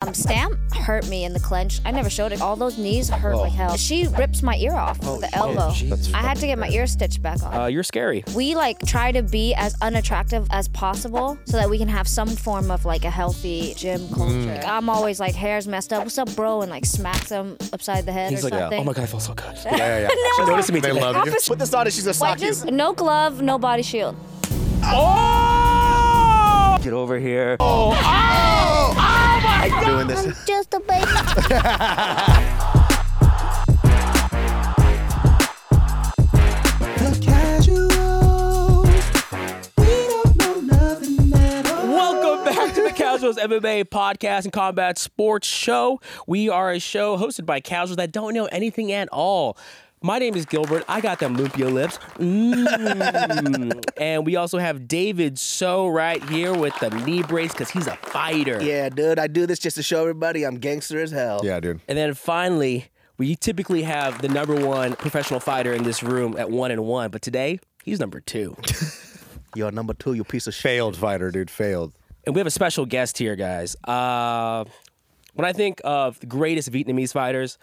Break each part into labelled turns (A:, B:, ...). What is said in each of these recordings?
A: from Um, Stamp hurt me in the clench. I never showed it. All those knees hurt like hell. She rips my ear off with the elbow.
B: Jesus.
A: I had to get my ear stitched back on.
B: Uh, you're scary.
A: we like try to be as unattractive as possible so that we can have some form of like a healthy gym
B: Mm.
A: culture. Like, I'm always like hair's messed up. What's up, bro? And like smacks him upside the head
B: He's
A: or
B: like,
A: something.
B: oh my god, I feel so good.
C: Yeah, yeah, yeah.
B: She noticed me
C: They
B: today.
C: love you.
D: Put this on and she's gonna
A: Like
D: sock you.
A: just no glove, no body shield.
B: Get over here.
D: Doing this.
A: Just a baby.
B: Welcome back to the Casuals MMA podcast and combat sports show. We are a show hosted by casuals that don't know anything at all. My name is Gilbert. I got them lumpia lips. Mm. and we also have David So right here with the knee brace because he's a fighter.
E: Yeah, dude, I do this just to show everybody I'm gangster as hell.
C: Yeah, dude.
B: And then finally, we typically have the number one professional fighter in this room at one and one, but today he's number two.
E: You're number two, you piece of shit.
C: Failed fighter, dude. Failed.
B: And we have a special guest here, guys. Uh, when I think of the greatest Vietnamese fighters,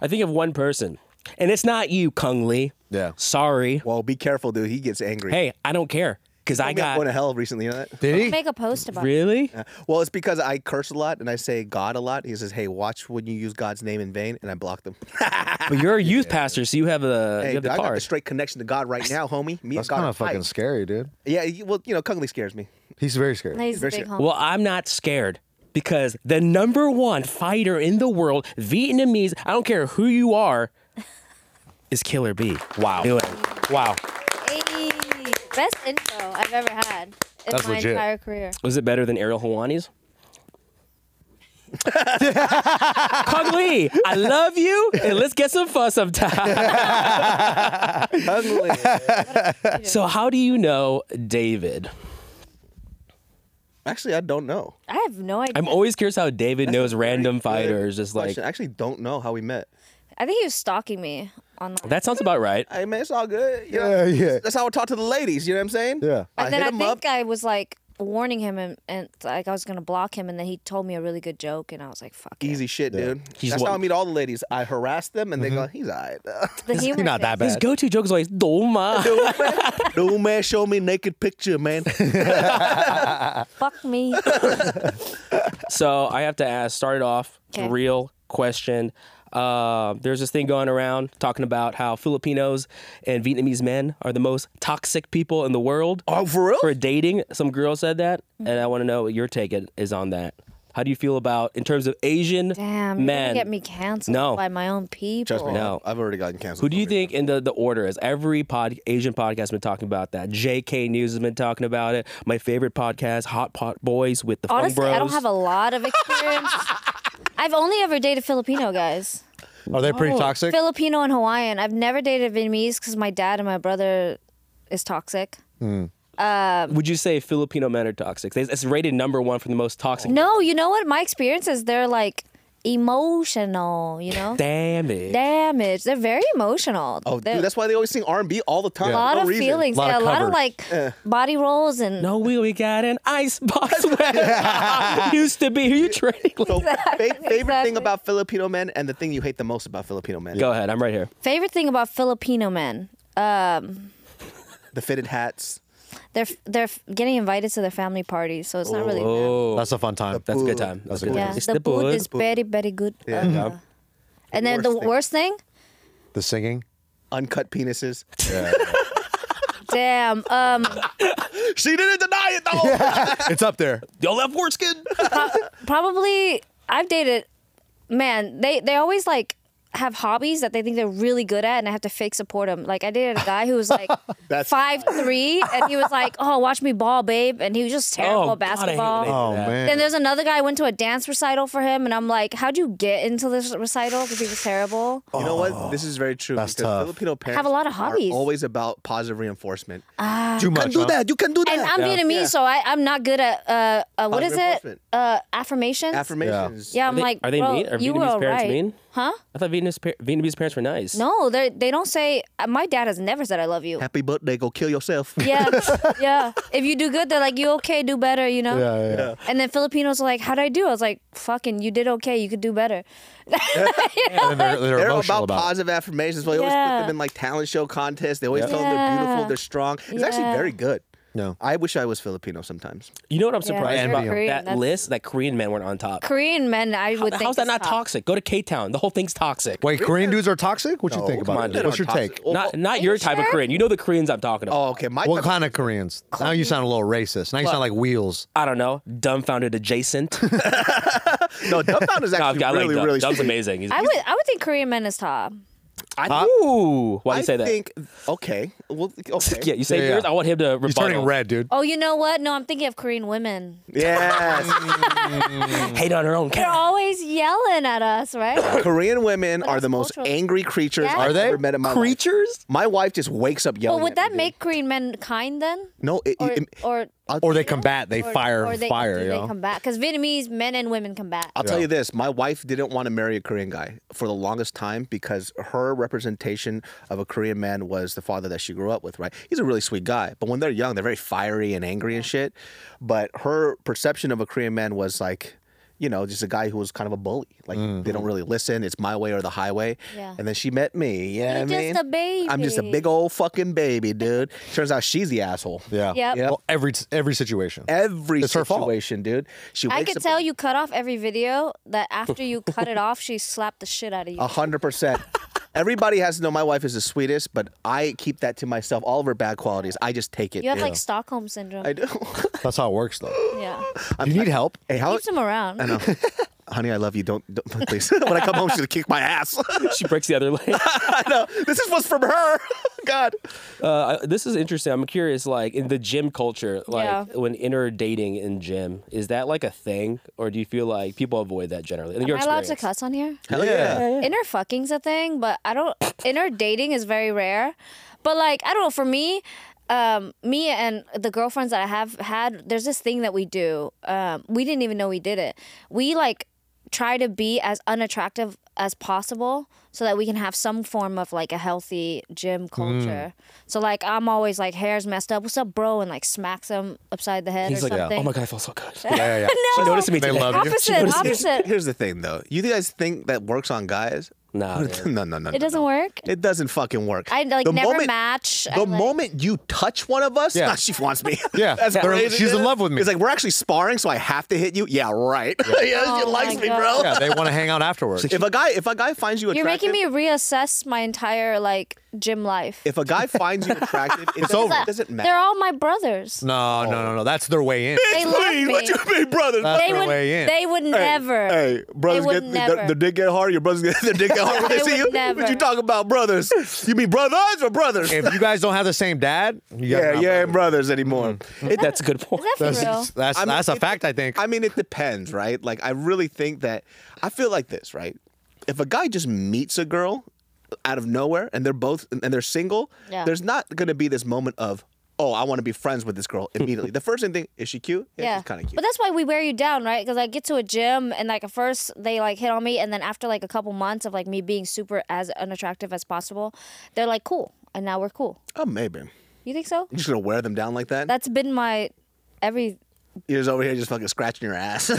B: I think of one person. And it's not you, Kung Lee.
C: Yeah.
B: Sorry.
E: Well, be careful, dude. He gets angry.
B: Hey, I don't care. Because I
E: I got
B: got.
E: going to hell recently. You know that?
C: Did he?
A: Make a post about it.
B: Really?
E: Well, it's because I curse a lot and I say God a lot. He says, "Hey, watch when you use God's name in vain," and I block them.
B: But you're a youth pastor, so you have the,
E: hey,
B: you have
E: dude,
B: the
E: I got the
B: card.
E: straight connection to God right now, homie. Me and God
C: That's kind
E: are
C: of fucking
E: tight.
C: scary, dude.
E: Yeah, you- well, you know, Kung Lee scares me.
C: He's very scary.
A: He's a big homie.
B: Well, I'm not scared because the number one fighter in the world, Vietnamese, I don't care who you are, is Killer B.
C: Wow.
B: Do it.
C: Wow.
A: Hey, best intro I've ever had in
C: That's
A: my
C: legit.
A: entire career.
B: Was it better than Ariel Hawani's? Kung Lee, I love you, and let's get some fun sometime.
E: Kung Lee.
B: so, how do you know David?
E: Actually, I don't know.
A: I have no idea.
B: I'm always curious how David knows random fighters. Just like
E: Question. I actually don't know how we met.
A: I think he was stalking me online.
B: that sounds about right.
E: Hey man, it's all good. You know?
C: Yeah, yeah.
E: That's how I talk to the ladies. You know what I'm saying?
C: Yeah.
E: I
A: And then
E: hit
A: I
E: him
A: think
E: up.
A: I was like warning him and, and like I was gonna block him and then he told me a really good joke and I was like fuck it.
E: Easy shit, dude.
B: He's
E: That's
B: what-
E: how I meet all the ladies. I harass them and they go, "He's alright."
A: The humor
C: not that
A: thing.
B: His go-to joke is always "Doma."
E: Dude, man, dude, man, show me naked picture, man.
A: Fuck me.
B: So I have to ask. Started off
A: Okay.
B: real question. Uh, there's this thing going around talking about how Filipinos and Vietnamese men are the most toxic people in the world.
E: oh, for real?
B: for dating. Some girl said that,
A: Mm-hmm.
B: and I want to know what your take it- is on that. How do you feel about in terms of Asian
A: Damn, you're
B: men?
A: gonna get me canceled
B: No.
A: by my own people.
E: Trust me,
B: No.
E: Oh, I've already gotten canceled.
B: Who do you
E: for me.
B: think in the, the order is? Every pod Asian podcast has been talking about that. JK News has been talking about it. My favorite podcast, Hot Pot Boys with the
A: Honestly,
B: Fun Bros.
A: I don't have a lot of experience. I've only ever dated Filipino guys.
C: Are they pretty toxic?
A: Filipino and Hawaiian. I've never dated Vietnamese because my dad and my brother is toxic.
B: Would you say Filipino men are toxic? It's it's rated number one for the most toxic.
A: No, you know what? My experience is they're like emotional, you know?
B: Damn it.
A: Damage. They're very emotional.
E: Oh,
A: They're-
E: dude, that's why they always sing R&B all the time.
A: a lot
E: no
A: of
E: reason.
A: feelings.
C: Lot of
A: yeah, a lot of
C: covers.
A: like body rolls and
B: No, we, we got an ice box where used to be. Who you training? with?
E: So, fa- favorite
A: exactly.
E: thing about Filipino men and the thing you hate the most about Filipino men?
B: Go ahead. I'm right here.
A: favorite thing about Filipino men. Um,
E: The fitted hats.
A: they're they're getting invited to their family parties, so it's not really. them.
C: That's a fun time.
B: That's a good time. That's a good
A: Yeah,
B: time. It's
A: the, food
B: bud.
A: is very very good. Uh, and then the
E: Worst thing.
A: worst thing,
C: The singing.
E: Uncut penises.
A: damn. Um,
E: she didn't deny it though.
C: it's up there.
B: Y'all have foreskin.
A: probably I've dated. Man, they they always like have hobbies that they think they're really good at, and I have to fake support them. Like I dated a guy who was like
E: That's-
A: five three, and he was like, "Oh, watch me ball, babe," and he was just terrible
B: Oh,
A: at
B: God, I hate when
A: basketball.
B: they do
C: Oh man.
A: Then there's another guy I went to a dance recital for him, and I'm like, "How'd you get into this recital? Because he was terrible."
E: You know what? This is very true.
C: That's
E: because
C: tough.
E: Filipino parents
A: Have a lot of hobbies.
E: Are always about positive reinforcement. you
C: Too much.
E: can do
C: huh?
E: that. You can do
A: And
E: that.
A: I'm Vietnamese, so I, I'm not good at uh, uh what is
E: Positive
A: it?
E: reinforcement.
A: Uh, affirmations.
E: Affirmations.
A: yeah, I'm
B: they-
A: like,
B: are they
A: bro,
B: mean? Are
A: you
B: Vietnamese
A: were
B: parents
A: right.
B: mean?
A: Huh?
B: I thought Vietnamese, par- Vietnamese parents were nice.
A: No, they they don't say. uh, My dad has never said I love you.
E: Happy birthday, go kill yourself.
A: Yeah, yeah. If you do good, they're like, you okay, do better, you know?
C: Yeah, yeah, yeah.
A: And then Filipinos are like, how'd I do? I was like, fucking, you did okay, you could do better.
C: And they're, they're,
E: They're all
C: emotional
E: about,
C: about, it.
E: positive affirmations. They always put
A: Yeah.
E: them in like talent show contests. They always tell them they're beautiful,
A: Yeah.
E: they're strong. It's actually
A: Yeah.
E: very good.
C: No.
E: I wish I was Filipino sometimes.
B: You know what I'm
A: Yeah,
B: surprised
A: they're
B: about?
A: Korean,
B: that
A: that's-
B: list that Korean men weren't on top.
A: Korean men, I would think.
B: How's that
A: is
B: not
A: top.
B: toxic? Go to K Town. The whole thing's toxic.
C: Wait, Korean dudes are toxic? What you think
E: come
C: about
E: on,
C: it?
E: dude.
C: What's your
E: Toxic.
C: take?
E: Oh,
B: Not not your type of
A: sure?
B: Korean. You know the Koreans I'm talking about.
E: Oh, okay. My
C: What kind of Koreans? Now you sound a little racist. Now you sound like wheels.
B: I don't know. Dumbfounded adjacent. no,
E: no, Dumbfound is
B: I've
E: actually
B: got
E: really,
B: like Dumb.
E: really
B: Dumb's
E: sweet.
B: amazing. He's,
A: I would, I would think Korean men is top.
E: I,
B: ooh, why do
E: I
B: you say that?
E: think okay. Well, okay.
B: yeah, you say
C: Yeah, yeah.
B: yours. I want him to
C: You're
B: rebuttal.
C: turning red, dude.
A: Oh, you know what? No, I'm thinking of Korean women.
E: Yes.
B: Hate on her own.
A: They're always yelling at us, right?
E: Korean women are
A: it's
E: the most
A: cultural.
E: angry creatures
A: Yeah.
E: I've
C: Are they?
E: ever met in my life.
B: Creatures.
E: My wife just wakes up yelling.
A: but would
E: at
A: that
E: me, dude.
A: make Korean men kind then?
E: no? It,
A: Or,
E: it,
A: or,
C: Or they combat, they
A: or-
C: fire
A: or they,
C: fire,
A: do
C: you
A: they
C: know?
A: combat? Because Vietnamese men and women combat.
E: I'll tell you this: my wife didn't want to marry a Korean guy for the longest time because her representation of a Korean man was the father that she grew up with. Right? He's a really sweet guy, but when they're young, they're very fiery and angry and shit. But her perception of a Korean man was like. You know, just a guy who was kind of a bully. Like they
C: Mm-hmm.
E: don't really listen. It's my way or the highway.
A: Yeah.
E: And then she met me. Yeah,
A: You're
E: I mean,
A: just a baby.
E: I'm just a big old fucking baby, dude. Turns out she's the asshole.
C: Yeah.
A: Yep. Yep.
C: Well, every every situation.
E: Every
C: It's her fault.
E: situation, dude. She wakes
A: I could
E: up
A: tell you cut off every video that after you cut it off, she slapped the shit out of you.
C: Oh,
E: A hundred percent. Everybody has to know my wife is the sweetest, but I keep that to myself. All of her bad qualities, I just take it.
A: you have
E: dude.
A: like Stockholm syndrome.
E: I do.
C: That's how it works, though.
A: yeah.
C: you need help.
E: hey, how?
A: Keeps them around.
E: No. Honey, I love you. Don't, don't please. when I come home, she's gonna kick my ass.
B: She breaks the other leg.
E: I know. This is what's from her. God.
B: Uh, I- this is interesting. I'm curious. Like in the gym culture, like
A: Yeah.
B: when inter dating in gym, is that like a thing, or do you feel like people avoid that generally? In
A: Am
B: your
A: I allowed to
B: experience.
A: cuss on here?
E: Hell yeah.
A: Inner fucking's a thing, but I don't. inner dating is very rare. But like, I don't know. For me, um, me and the girlfriends that I have had, there's this thing that we do. Um, we didn't even know we did it. We like try to be as unattractive as possible so that we can have some form of like a healthy
B: Mm.
A: gym culture. So like, I'm always like, hair's messed up. What's up, bro? And like, smacks him upside the head
B: He's
A: or
B: like,
A: something.
B: oh my god, I feel so good.
C: Yeah, yeah.
B: She
A: No.
B: noticed me
C: They
B: today.
C: love you.
A: Opposite,
E: Here's,
A: opposite.
E: here's the thing, though. You guys think that works on guys?
B: Nah, man.
E: no, no, no.
A: It doesn't work.
E: It doesn't fucking work.
A: I like
E: The
A: never
E: moment-
A: match. I,
E: The
A: like-
E: moment you touch one of us,
C: Yeah.
E: nah, she wants me.
C: Yeah.
E: that's
C: They're-
E: crazy.
C: she's in love with me.
E: It's like we're actually sparring, so I have to hit you. Yeah, right. Yeah, she
A: Oh
E: likes
A: my
E: me,
A: God.
E: bro.
C: yeah, they want to hang out afterwards.
E: If a guy, if a guy finds you
A: You're
E: attractive,
A: making me reassess my entire like gym life.
E: If a guy finds you attractive, it doesn't,
C: over.
E: It doesn't matter.
A: They're all my brothers.
C: No, no, no, no. That's their way in.
A: They love me.
E: be brothers.
C: That's
A: They
C: their
A: would.
C: way in.
A: They would never.
E: Hey, brothers
A: would
E: get
A: never.
E: their, their dick get hard. Your brothers get their dick get hard when they,
A: They
E: see
A: would
E: you.
A: never.
E: What you talking about, brothers? You mean brothers or brothers?
C: if you guys don't have the same dad, you
E: yeah,
C: guys are not Mm-hmm.
E: you ain't
C: brothers.
E: brothers anymore. It,
B: That's a good point.
A: Is that for real?
C: That's that's,
E: I mean,
C: that's a
E: it-
C: fact. I think.
E: I mean, it depends, right? Like, I really think that I feel like this, right? If a guy just meets a girl out of nowhere and they're both and they're single,
A: Yeah.
E: there's not going to be this moment of, oh, I want to be friends with this girl immediately. the first thing, thing is she cute? Yeah, she's kind of cute.
A: But that's why we wear you down, right? Because I get to a gym and like at first they like hit on me, and then after like a couple months of like me being super as unattractive as possible, they're like cool, and now we're cool.
E: oh, maybe. You
A: You think so?
E: just gonna wear them down like that?
A: That's been my every.
E: You're just over here just fucking scratching your ass.
C: You're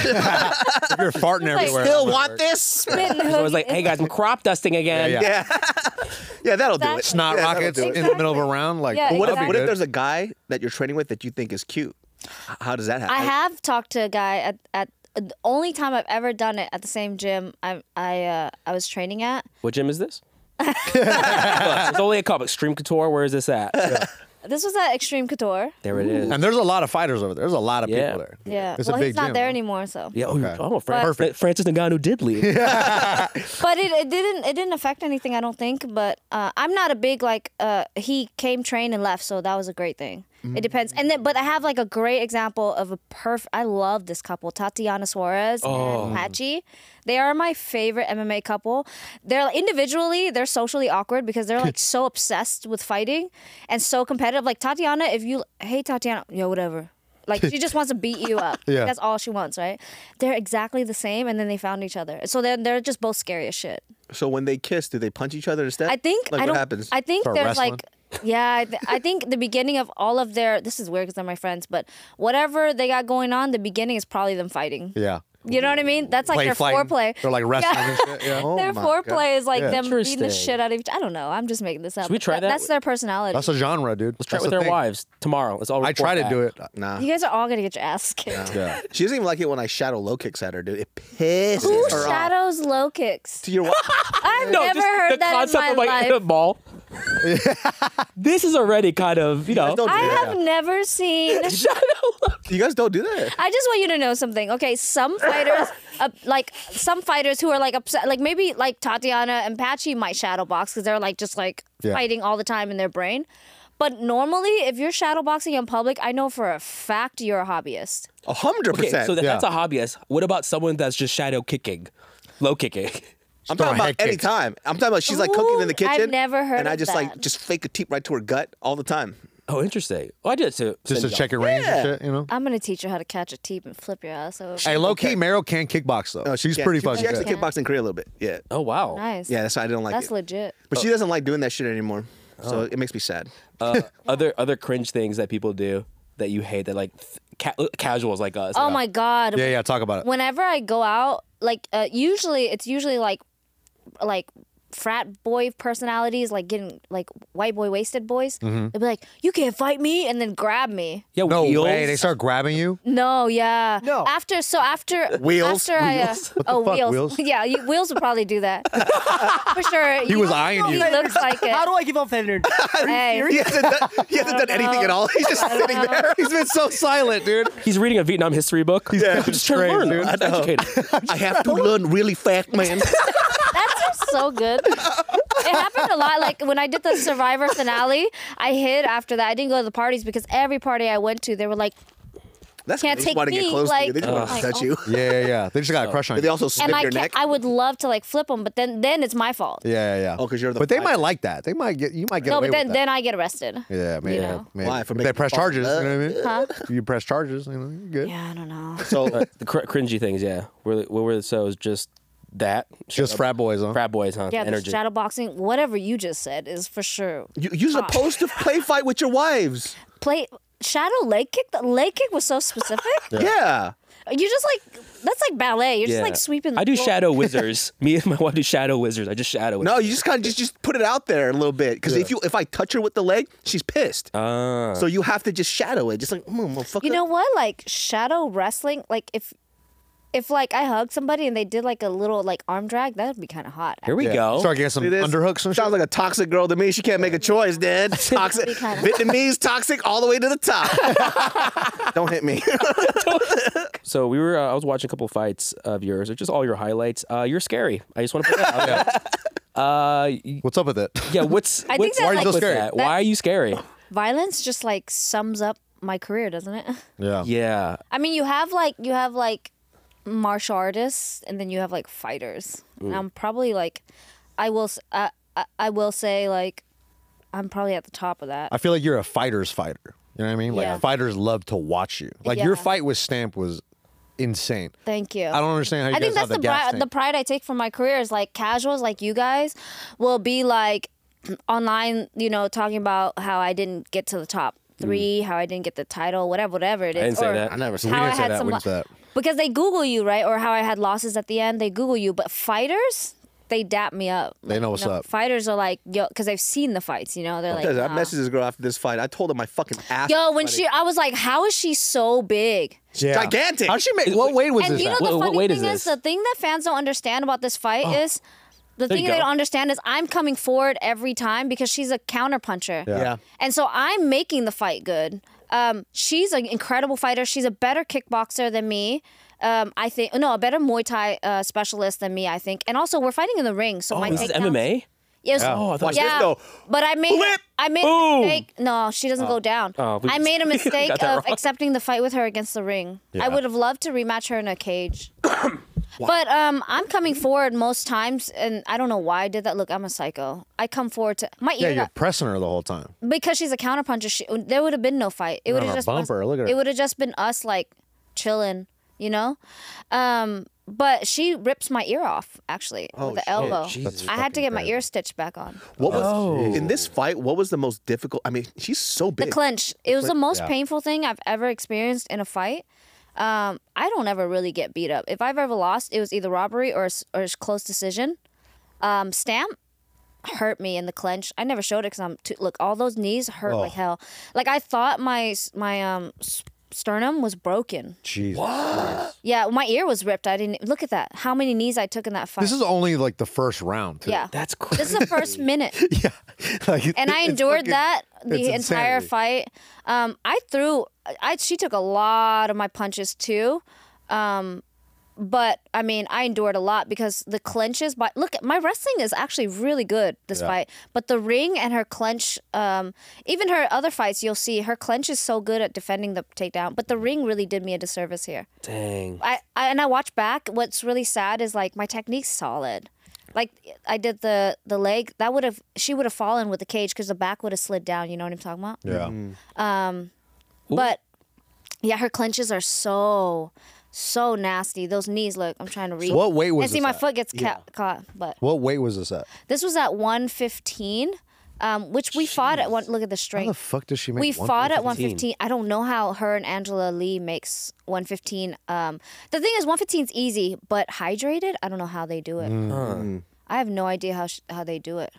C: farting everywhere.
E: Still want this?
B: I was like, hey guys, I'm crop dusting again.
C: Yeah, yeah.
E: yeah. yeah, that'll do it.
A: Exactly.
C: snot
E: Yeah, that'll
C: rockets
E: do
C: in
E: it.
C: the middle of a round. Like,
A: Yeah,
C: oh,
E: What if,
C: that'd be
E: what if
C: good.
E: there's a guy that you're training with that you think is cute? H- How does that happen?
A: I have talked to a guy at, at the only time I've ever done it at the same gym I I uh, I was training at.
B: What gym is this? Look, it's only a couple. Extreme Couture. Where is this at?
A: This was at Extreme Couture.
B: There it is.
C: and there's a lot of fighters over there. There's a lot of
B: Yeah.
C: people there.
A: Yeah.
C: it's
A: well,
C: a big
A: he's not
C: gym,
A: there
C: huh?
A: anymore, so.
B: Yeah. Oh, oh, Fran-
A: Perfect.
B: Francis Ngannou did leave.
A: But it, it didn't it didn't affect anything, I don't think. But uh, I'm not a big like uh, he came, trained, and left, so that was a great thing. It depends, and then but I have like a great example of a perf. I love this couple, Tatiana Suarez and Patchy. They are my favorite MMA couple. They're individually they're socially awkward because they're like so obsessed with fighting and so competitive. Like Tatiana, if you hey Tatiana, yo whatever. Like she just wants to beat you up.
C: Yeah.
A: That's all she wants, right? They're exactly the same, and then they found each other. So then they're just both scary as shit.
E: So when they kiss, do they punch each other instead?
A: I think
E: Like
A: I
E: what
A: don't.
E: happens?
A: I think
C: Start
A: there's
C: wrestling?
A: like. Yeah, I, th- I think the beginning of all of their this is weird because they're my friends, but whatever they got going on, the beginning is probably them fighting.
C: Yeah.
A: You know what I mean? That's like
C: Play
A: their
C: fighting.
A: foreplay.
C: They're like wrestling and shit. Yeah.
E: Oh
A: their
E: my
A: foreplay
E: God.
A: is like
C: Yeah.
A: them beating the
B: Interesting.
A: shit out of each. I don't know. I'm just making this up.
B: Should we try
A: Th-
B: that?
A: That's their personality.
C: That's a genre, dude.
B: Let's try it with our wives tomorrow. Let's all.
C: I
B: report
C: try to
B: back.
C: do it. uh,
E: Nah.
A: you guys are all gonna get your ass kicked.
C: Yeah.
E: She doesn't even like it when I shadow low kicks at her, dude. It pisses
A: Who
E: her off.
A: shadows low kicks?
E: To your wife.
A: I've
B: No,
A: never
B: just the
A: heard that in
B: concept
A: my
B: of like in a
A: life.
B: ball. this is already kind of you know.
E: don't do
A: I
E: that.
A: have never seen.
E: You guys don't do that.
A: I just want you to know something. Okay, some fighters, uh, like some fighters who are like upset, like maybe like Tatiana and Pachi might shadow box because they're like just like
C: Yeah.
A: fighting all the time in their brain. But normally, if you're shadow boxing in public, I know for a fact you're a hobbyist.
E: A hundred
B: Okay,
E: percent.
B: so that-
C: Yeah.
B: that's a hobbyist. What about someone that's just shadow kicking, low kicking?
E: I'm
C: Throwing
E: talking about
C: head
E: any
C: kicks.
E: time. I'm talking about she's like cooking in the
A: Ooh, I've
E: kitchen.
A: never heard
E: And I
A: of
E: just like
A: that.
E: just fake a teep right to her gut all the time.
B: Oh, interesting. Oh, I did it too.
C: Just to
B: Send y'all.
C: check your range and shit, you know?
A: I'm gonna teach you how to catch a teep and flip your ass over.
C: Hey, low
E: Okay.
C: key, Meryl can kickbox, though.
E: No, she
C: She's
E: can't.
C: pretty
E: she,
C: fucking
E: She actually
C: good.
E: kickboxed in Korea a little bit. Yeah.
B: Oh wow.
A: nice.
E: Yeah, that's why I didn't like
A: that's
E: it.
A: legit.
E: But she doesn't like doing that shit anymore. So it makes me sad.
B: Uh, other other cringe things that people do that you hate that like th- ca- uh, casuals like us.
A: Oh my god.
C: Yeah, yeah, talk about it.
A: Whenever I go out, like uh, usually it's usually like like frat boy personalities, like getting like white boy wasted boys.
C: Mm-hmm.
A: They'd be like, "You can't fight me," and then grab me.
B: Yeah,
C: No
B: wheels.
C: way. They start grabbing you.
A: No, yeah.
C: No.
A: After so after
E: Wheels?
A: After I, uh,
B: Wheels?
A: oh
C: fuck,
A: wheels.
C: wheels?
A: yeah, you, wheels would probably do that for sure.
C: He was eyeing
A: He
C: you.
A: looks like it.
D: How do I give up Fender?
A: Hey.
E: He hasn't done, he hasn't done anything at all. He's just sitting there.
C: He's been so silent, dude.
B: He's reading a Vietnam history book.
C: Yeah,
B: I'm just trying to learn.
C: great, dude.
B: I'm educated.
E: I have to learn really fast, man.
A: That sounds so good. It happened a lot. Like when I did the Survivor finale, I hid after that. I didn't go to the parties because every party I went to, they were like,
E: That's
A: Can't
E: they just
A: take
E: want to
A: me,
E: get close to you.
A: like-
E: They just want
A: Ugh.
E: to touch you.
C: Yeah, yeah, yeah. They just got a crush on
E: But they
C: you.
E: also snip
A: and I,
E: your
A: ca-
E: neck.
A: I would love to like flip them, but then then it's my fault.
C: Yeah, yeah, yeah.
E: Oh, 'cause you're the
C: But they
E: fighter.
C: might like that. They might get. You might get
A: no,
C: away
A: but then
C: with that.
A: then I get arrested.
C: Yeah, maybe.
A: know?
C: maybe.
E: Why? For
C: If they
E: making
C: press
E: false
C: charges. You know what I mean?
A: Huh?
C: If you press charges, you know, you're good.
A: Yeah, I don't know.
E: so
B: Uh, the cr- cringy things, yeah. Where what were so it was just that
C: Just frat boys, huh?
B: frat boys, huh?
A: Yeah, the
B: Energy.
A: shadow boxing, whatever you just said is for sure.
E: you, you're supposed to play fight with your wives.
A: Play shadow leg kick. The leg kick was so specific.
E: Yeah.
A: You just like that's like ballet. You're just like sweeping. The
B: I do
A: floor.
B: shadow wizards. Me and my wife do shadow wizards. I just shadow.
E: No, you just kind of just, just put it out there a little bit because if you if I touch her with the leg, she's pissed.
C: Ah.
B: Uh,
E: so you have to just shadow it, just like mm, motherfucker.
A: You know what? Like shadow wrestling. Like if if like I hugged somebody and they did like a little like arm drag, that would be kind of hot.
B: here we
C: Yeah.
B: go.
C: Start getting some
E: It is-
C: underhooks and shit.
E: Sounds like a toxic girl to me. She can't make a choice, Dad. Toxic.
A: kinda-
E: Vietnamese toxic all the way to the top. Don't hit me.
B: So we were. Uh, I was watching a couple fights of yours, or just all your highlights. Uh, you're scary. I just want to put that out there. Uh, y-
C: What's up with it?
B: yeah. What's,
A: I think
B: what's
A: that's Why are you
B: up
A: so
B: with
C: scary?
B: that? Why are you scary?
A: Violence just like sums up my career, doesn't it?
C: Yeah.
B: Yeah.
A: I mean, you have like you have like martial artists, and then you have like fighters. And I'm probably like, I will, s- I, I, I will say like, I'm probably at the top of that.
C: I feel like you're a fighter's fighter. You know what I mean? Like
A: Yeah.
C: fighters love to watch you. Like your
A: Yeah.
C: fight with Stamp was insane.
A: Thank you.
C: I don't understand how you
A: I
C: guys
A: think that's
C: have the,
A: the,
C: gas
A: pri- the
C: tank.
A: pride I take from my career is like casuals like you guys will be like online, you know, talking about how I didn't get to the top three, how I didn't get the title, whatever, whatever it is.
B: I didn't say
A: or
B: that. I
E: never said
A: how
C: that. We
A: I
C: didn't say
A: had
C: that.
A: some
C: We didn't say that.
A: because they Google you right, or how I had losses at the end. They Google you, but fighters. They dap me up.
C: They know what's
A: you
C: up.
A: Fighters are like, yo, because I've seen the fights. You know, they're like,
E: I
A: "Nah."
E: messaged this girl after this fight. I told her my fucking ass.
A: yo,
E: was
A: when
E: sweating.
A: she, I was like, how is she so big?
C: Yeah.
E: gigantic.
C: How'd she make? What weight was
A: and
C: this?
A: you know
C: at?
A: the
B: Wha- what
A: funny
B: weight
A: thing
B: is
A: is,
B: this? Oh.
A: the thing that fans don't understand about this fight is the
B: There
A: thing
B: you
A: they
B: go.
A: don't understand is I'm coming forward every time because she's a counter puncher.
C: Yeah.
A: And so I'm making the fight good. Um, she's an incredible fighter. She's a better kickboxer than me. Um, I think no, a better Muay Thai uh, specialist than me. I think, and also we're fighting in the ring, so my
B: Oh, this is
A: takedowns-
B: MMA.
A: Yes.
B: Oh, I thought- Watch
A: yeah.
E: this, though.
A: But I made
E: Whip.
A: I made
B: Boom.
A: a mistake. No, she doesn't go down.
B: Oh, we-
A: I made a
B: we
A: mistake
B: got
A: of
B: that wrong.
A: accepting the fight with her against the ring.
C: Yeah.
A: I would have loved to rematch her in a cage. But um, I'm coming forward most times, and I don't know why I did that. Look, I'm a psycho. I come forward to my
C: Yeah,
A: ear
C: you're pressing her the whole time.
A: because she's a counterpuncher. She, there would have been no fight. It would
C: on
A: have
C: a
A: just
C: bumper.
A: Us,
C: Look at her.
A: It would have just been us like chilling, you know. Um, but she rips my ear off actually with the
E: shit.
A: elbow.
B: Jesus.
A: I had to get my ear stitched back on.
E: What was
B: Oh.
E: in this fight? What was the most difficult? I mean, she's so
A: The
E: big.
A: clinch. It was the most
C: yeah.
A: painful thing I've ever experienced in a fight. Um, I don't ever really get beat up. If I've ever lost, it was either robbery or s- or a close decision. Um, Stamp hurt me in the clinch. I never showed it because I'm too, look. All those knees hurt like hell. Like I thought my s- my um s- sternum was broken.
C: Jesus.
A: Yeah, my ear was ripped. I didn't look at that. How many knees I took in that fight?
C: This is only like the first round. Too.
A: yeah.
B: That's crazy.
A: This is the first minute.
C: Yeah. Like, it-
A: And I
C: it's
A: endured
C: fucking-
A: that the
C: it's
A: entire
C: insanity.
A: fight. Um, I threw. I she took a lot of my punches too, um, but I mean I endured a lot because the clinches. But look, my wrestling is actually really good this fight. But the ring and her clinch, um, even her other fights, you'll see her clinch is so good at defending the takedown. But the ring really did me a disservice here.
B: Dang.
A: I, I and I watch back. What's really sad is like my technique's solid. Like I did the the leg that would have she would have fallen with the cage because the back would have slid down. You know what I'm talking about?
C: Yeah.
E: Mm-hmm.
A: But yeah, her clenches are so so nasty. Those knees look. I'm trying to read.
C: what weight was
A: And see,
C: this
A: my
C: at?
A: foot gets ca- caught. But
C: What weight was this at?
A: this was at 115, um, which we fought at one. Look at the
C: How the
A: strength.
C: fuck does she make?
A: We fought at
B: 115?
A: 115. I don't know how her and Angela Lee makes 115. Um, the thing is, 115 is easy, but hydrated, I don't know how they do it. I have no idea how sh- how they do it,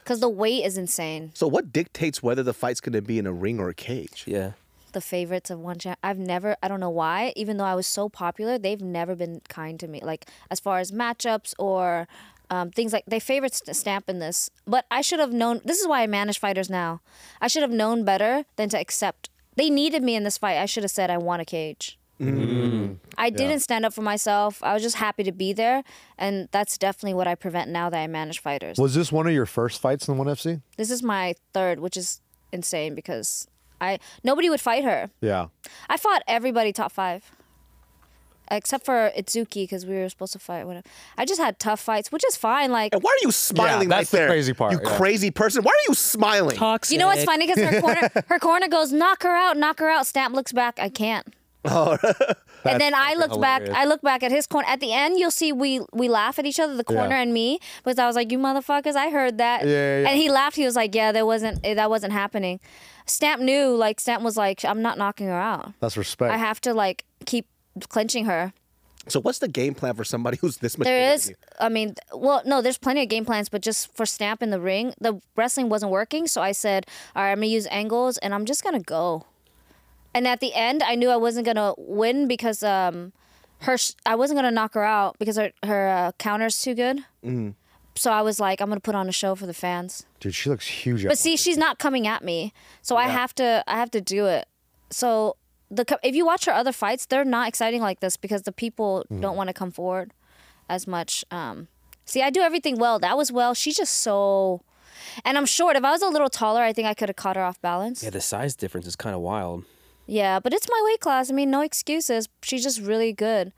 A: because the weight is insane.
E: so what dictates whether the fight's going to be in a ring or a cage?
B: Yeah.
A: The favorites of one champ. I've never. I don't know why. Even though I was so popular, they've never been kind to me. Like as far as matchups or. Um, things like they favorite st- stamp in this, but I should have known. This is why I manage fighters now. I should have known better than to accept. They needed me in this fight. I should have said I want a cage. I didn't stand up for myself. I was just happy to be there, and that's definitely what I prevent now that I manage fighters.
C: Was this one of your first fights in ONE FC?
A: This is my third, which is insane because I nobody would fight her.
C: Yeah.
A: I fought everybody top five, except for Itsuki because we were supposed to fight. Whatever. I just had tough fights, which is fine. Like
E: And why are you smiling
C: that's
E: like
C: the
E: there?
C: crazy part,
E: You
C: yeah.
E: crazy person. Why are you smiling?
B: Toxic.
A: you know what's funny because her corner her corner goes knock her out, knock her out. Stamp looks back. I can't.
C: Oh.
A: and then I looked back. I look back at his corner. At the end, you'll see we we laugh at each other, the corner and me, because I was like, "You motherfuckers!" I heard that.
C: yeah, yeah.
A: And he laughed. He was like, "Yeah, there wasn't. eh, That wasn't happening." Stamp knew. Like Stamp was like, "I'm not knocking her out.
C: That's respect.
A: I have to like keep clinching her."
E: So what's the game plan for somebody who's this much? bigger
A: There
E: than
A: is,
E: you?
A: I mean, th- well, no, there's plenty of game plans, but just for Stamp in the ring, the wrestling wasn't working. So I said, all right, I'm going to use angles and I'm just going to go. And at the end, I knew I wasn't going to win because um, her, sh- I wasn't going to knock her out because her, her uh, counter's too good.
E: Mm-hmm.
A: So I was like, I'm going to put on a show for the fans.
C: Dude, she looks huge.
A: But see, she's not coming at me, so I have to. I have to do it. So the co- if you watch her other fights, they're not exciting like this because the people don't want to come forward as much. Um, see, I do everything well. That was well. She's just so, and I'm short. If I was a little taller, I think I could have caught her off balance.
B: Yeah, the size difference is kind of wild.
A: Yeah, but it's my weight class. I mean, no excuses. She's just really good.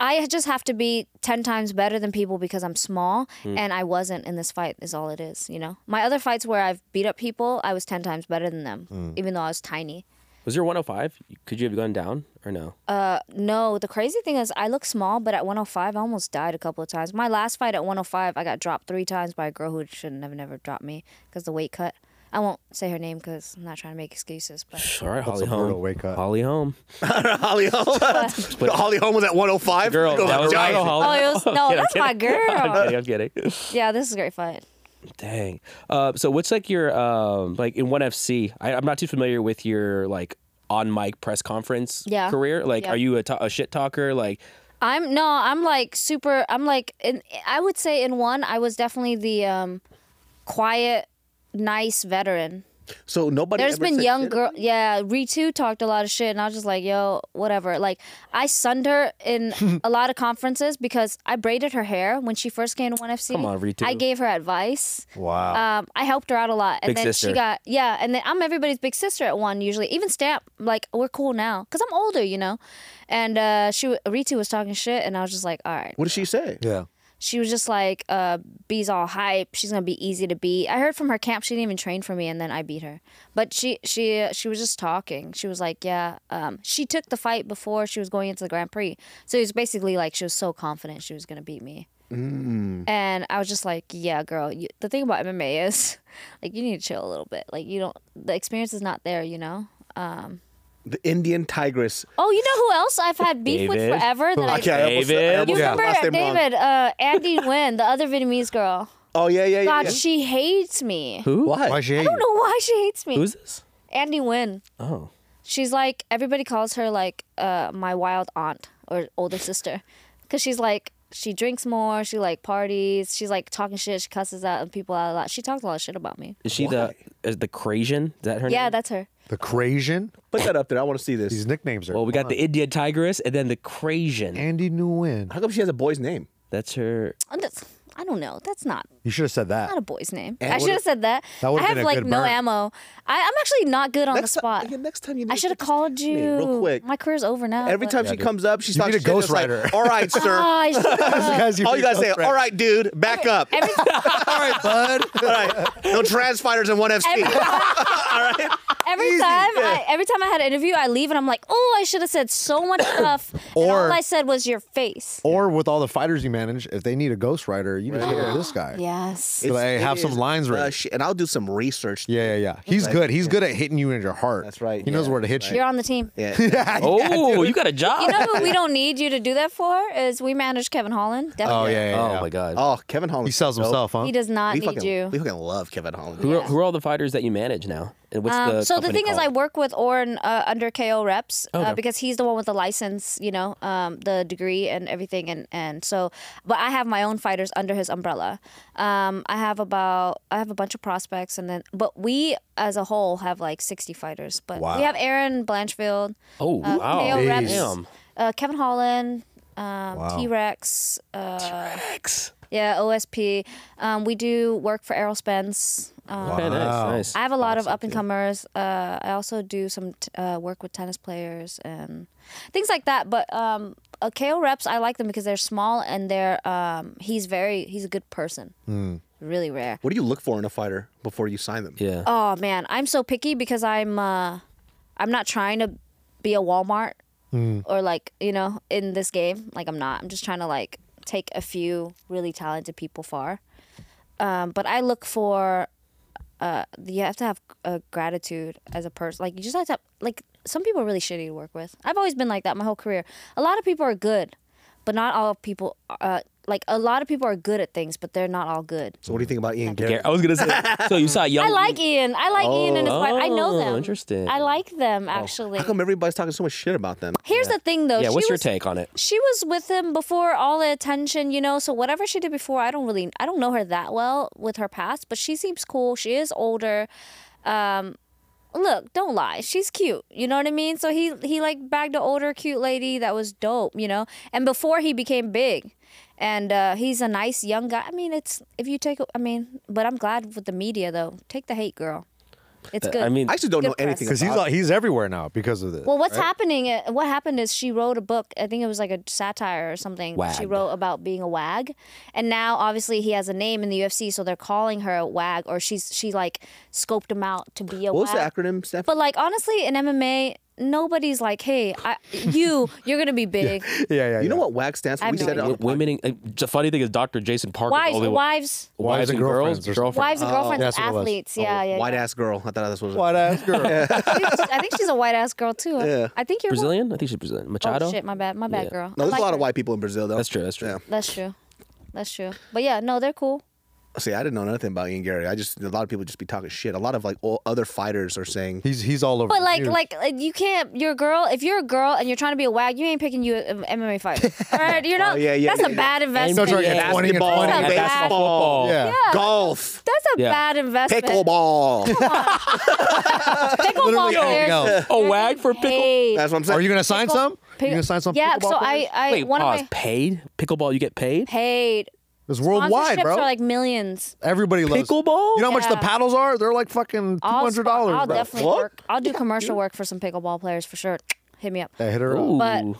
A: I just have to be 10 times better than people because I'm small and I wasn't in this fight is all it is, you know. My other fights where I've beat up people, I was 10 times better than them even though I was tiny.
B: Was your 105? Could you have gone down or no?
A: Uh, No, the crazy thing is I look small, but at 105 I almost died a couple of times. My last fight at 105, I got dropped 3 times by a girl who shouldn't have never dropped me cuz the weight cut. I won't say her name cuz I'm not trying to make excuses, but
B: All right, Holly
C: a brutal
B: Holm.
C: wake up.
B: Holly Holm.
E: Holly Holm. but Holly Holm was at 105.
B: Girl,
E: Go
B: that was
E: giant.
B: Holly Holm.
A: Oh, it was- no,
B: I'm
A: that's
B: kidding,
A: my
B: I'm
A: girl.
B: kidding. I'm kidding. I'm kidding.
A: yeah, this is a great fight.
B: Dang. Uh, so what's like your um, like in ONE FC? I, I'm not too familiar with your like on mic press conference
A: Yeah.
B: career. Like,
A: Yeah.
B: are you a to- a shit talker? Like,
A: I'm no, I'm like super. I'm like, in, I would say in one, I was definitely the um, quiet, nice veteran.
E: So nobody.
A: There's
E: ever
A: been
E: said
A: young
E: shit?
A: girl, yeah. Ritu talked a lot of shit, and I was just like, yo, whatever. Like, I sunned her in a lot of conferences because I braided her hair when she first came to One FC.
B: Come on, Ritu.
A: I gave her advice.
C: Wow.
A: Um, I helped her out a lot, and
B: Big
A: then
B: sister.
A: she got yeah, and then I'm everybody's big sister at one usually. Even Stamp, like we're cool now because I'm older, you know. And uh, she Ritu was talking shit, and I was just like, all right.
E: What did she say?
C: yeah.
A: she was just like, uh, B's all hype. She's gonna be easy to beat. I heard from her camp she didn't even train for me, and then I beat her. But she she uh, she was just talking. She was like, yeah. Um, she took the fight before she was going into the Grand Prix, so it was basically like she was so confident she was gonna beat me.
E: Mm.
A: And I was just like, yeah, girl. You, the thing about MMA is, like, you need to chill a little bit. Like, you don't. The experience is not there, you know. Um.
E: The Indian tigress.
A: Oh, you know who else I've had beef
B: David?
A: with forever? That I,
E: Okay, I almost- I
B: David?
E: almost
A: you
E: got
A: remember
E: last name wrong.
A: David, uh, Andy Nguyen, the other Vietnamese girl.
E: Oh yeah, yeah, yeah.
A: God,
E: yeah.
A: she hates me.
B: Who?
E: Why?
C: Why she hate
A: I don't
C: you?
A: know why she hates me.
B: Who's this?
A: Andy Nguyen?
B: Oh.
A: She's like everybody calls her like uh, my wild aunt or older sister, because she's like she drinks more, she like parties, she's like talking shit, she cusses out and people out a lot. She talks a lot of shit about me.
B: Is she the is the Crasian? Is that her
A: Yeah,
B: name?
A: that's her.
C: The Crasian?
E: Put that up there. I want to see this.
C: These nicknames are.
B: Well, Oh, we got the Indian Tigress and then the Crasian.
C: Andy Nguyen.
E: How come she has a boy's name?
B: That's her.
A: And Oh, that's- I don't know. That's not
C: You should have said
A: not
C: that.
A: a boy's name.
E: And
A: I should
E: would've-
A: have said that.
C: That
A: I
C: would've
A: have
C: been a
A: like
C: good
A: no
C: burn.
A: ammo. I, I'm actually not good on
E: Next
A: the spot.
E: Time, yeah, next time you.
A: I
E: need
A: should have
E: to-
A: called
E: Hey,
A: you.
E: real quick.
A: My career's over now.
E: Every
A: but-
E: time she comes up, she
C: You need
E: talks
C: a
E: shit. It's like,
C: ghostwriter.
E: All right, sir.
A: Ah, I should-
C: Guys,
E: All you gotta say,
C: all right.
E: all right, dude, back up. All
A: every,
C: right, bud.
E: right, no trans fighters in one FC.
A: every,
E: All right.
A: every
E: Easy.
A: time,
E: Yeah.
A: I, every time I had an interview, I leave and I'm like, oh, I should have said so much stuff.
C: Or-
A: and all I said was your face.
C: Or with all the fighters you manage, if they need a ghostwriter, you just hit up this guy.
A: Yes.
C: Be like, hey,
E: It
C: have some
E: is
C: lines
E: the
C: ready.
E: shit. and I'll do some research.
C: Yeah, yeah, yeah. He's good. He's good at hitting you in your heart.
E: That's right,
C: He knows
E: yeah,
C: where to hit
A: You're on the team.
E: Yeah.
C: you. Yeah,
B: Oh, you got a
A: You
B: job.
A: know who we don't need you to do that for is we manage Kevin Holland.
C: oh
A: Definitely.
C: yeah, yeah, yeah.
B: Oh my God.
E: Oh, Kevin Holland.
C: He sells himself, huh?
A: He does not
E: We
A: need
E: fucking,
A: you.
E: we fucking love Kevin Holland.
B: who, are, who are all the fighters that you manage now? And what's
A: Um,
B: the
A: so the
B: company
A: thing is, I
B: called?
A: work with Oren uh, under KO reps uh,
B: Okay.
A: because he's the one with the license, you know, um, the degree and everything, and and so. But I have my own fighters under his umbrella. Um, I have about I have a bunch of prospects, and then but we as a whole have like sixty fighters. But
C: Wow.
A: we have Aaron Blanchfield,
B: Oh
A: uh,
B: wow.
A: KO reps,
B: Damn.
A: uh, Kevin Holland, um,
C: Wow.
A: T Rex, uh,
B: X.
A: yeah, OSP. Um, we do work for Errol Spence. Um,
B: Okay,
C: Wow.
B: nice, nice.
A: I have a lot of up and comers. Uh, I also do some t- uh, work with tennis players and things like that. But um, uh, KO reps, I like them because they're small and they're um, he's very he's a good person. Really rare.
E: What do you look for in a fighter before you sign them?
B: yeah.
A: Oh man, I'm so picky because I'm uh, I'm not trying to be a Walmart or like you know in this game. Like I'm not. I'm just trying to like take a few really talented people far. Um, but I look for uh, you have to have uh, gratitude as a person. Like you just have to have, like some people are really shitty to work with. I've always been like that my whole career. A lot of people are good, but not all people. Uh, like a lot of people are good at things, but they're not all good.
E: So what do you think about Ian
B: Gar-
E: Garrett?
B: I was gonna say. so you saw young.
A: I like Ian. I like Ian and his wife. I know
B: Mm-hmm. Oh,
A: them.
B: interesting. Oh.
A: I like them actually.
E: How come everybody's talking so much shit about them?
A: Here's the thing though.
B: Yeah.
A: she
B: What's your
A: was-
B: take on it?
A: She was with him before all the attention, you know. So whatever she did before, I don't really, I don't know her that well with her past, but she seems cool. She is older. Um, look, don't lie. She's cute. You know what I mean? So he he like bagged an older cute lady that was dope, you know. And before he became big. And uh, he's a nice young guy. I mean, it's if you take. I mean, but I'm glad with the media though. Take the hate, girl. It's good.
B: Uh, I mean,
E: I actually don't
A: Good
E: know
A: press.
E: anything
C: Because
E: about
C: he's like, he's everywhere now because of this.
A: Well, what's happening? uh, What happened is she wrote a book. I think it was like a satire or something. She
B: Wag.
A: wrote about being a wag, and now obviously he has a name in the UFC, so they're calling her a wag, or she's she like scoped him out to be a
E: What was
A: wag.
E: the acronym, Steph?
A: But like honestly, in MMA, nobody's like, hey, I, you you're gonna be big.
C: yeah, yeah.
E: you know
C: yeah.
E: what WAG stands for?
A: I
E: We
A: have
E: said it
A: no
E: on the
B: w- women. In, uh, the funny thing is, Dr. Jason Parker.
A: Wives,
B: only-
A: wives,
B: wives and girls,
C: or
B: girlfriends.
A: wives
E: Oh.
A: and girlfriends,
C: that's
A: of
C: what it was.
A: athletes. Yeah, yeah.
E: white
A: yeah.
E: ass girl. I thought this was
C: White ass girl.
A: I, think she's, I think she's a white ass girl too.
E: Yeah.
A: I think you're right.
B: Brazilian. I think she's Brazilian. Machado.
A: Oh shit, my bad, my bad,
B: Yeah.
A: girl.
E: No,
A: I
E: there's
A: like
E: a lot
A: her.
E: of white people in Brazil though.
B: That's true. That's true.
E: Yeah.
A: That's true. That's true. But yeah, no, they're cool.
E: See, I didn't know nothing about Ian Garrett. I just a lot of people just be talking shit. A lot of like all other fighters are saying
C: he's he's all over.
A: But
C: the
A: like,
C: news.
A: like, like, you can't. You're a girl. If you're a girl and you're trying to be a wag, you ain't picking you uh, an MMA fighter. All right, you're
C: Oh,
A: not.
E: yeah, yeah,
A: that's
E: yeah.
A: a bad investment.
C: That's right,
B: Yeah.
C: yeah, 20 and
E: basketball,
A: 20.
E: baseball,
A: That's not
B: football.
C: yeah.
A: Yeah,
E: golf,
A: that's a
B: Yeah.
A: bad investment.
E: pickleball.
A: Pickleball
C: Literally
A: players.
C: anything else.
B: A Oh, wag for pickle-
A: paid.
E: That's what I'm saying.
C: Are you gonna sign
A: Pickle-
C: some?
A: pick-
C: you gonna sign some?
A: Yeah.
C: pickleball
A: So I,
C: players?
A: I,
B: Wait,
A: one
B: pause.
A: of my
B: Paid pickleball. You get paid.
A: paid.
C: It's worldwide,
A: Sponsorships
C: bro.
A: Are like millions.
C: Everybody loves
B: Pickleball?
C: You know how much the
A: Yeah.
C: paddles are? They're like fucking two
A: I'll,
C: hundred
A: spo-
C: dollars.
A: I'll
C: bro.
A: definitely
E: What?
A: work. I'll do commercial work for some pickleball players for sure. Hit me up.
C: Yeah, hit her up.
A: But-
B: Ooh.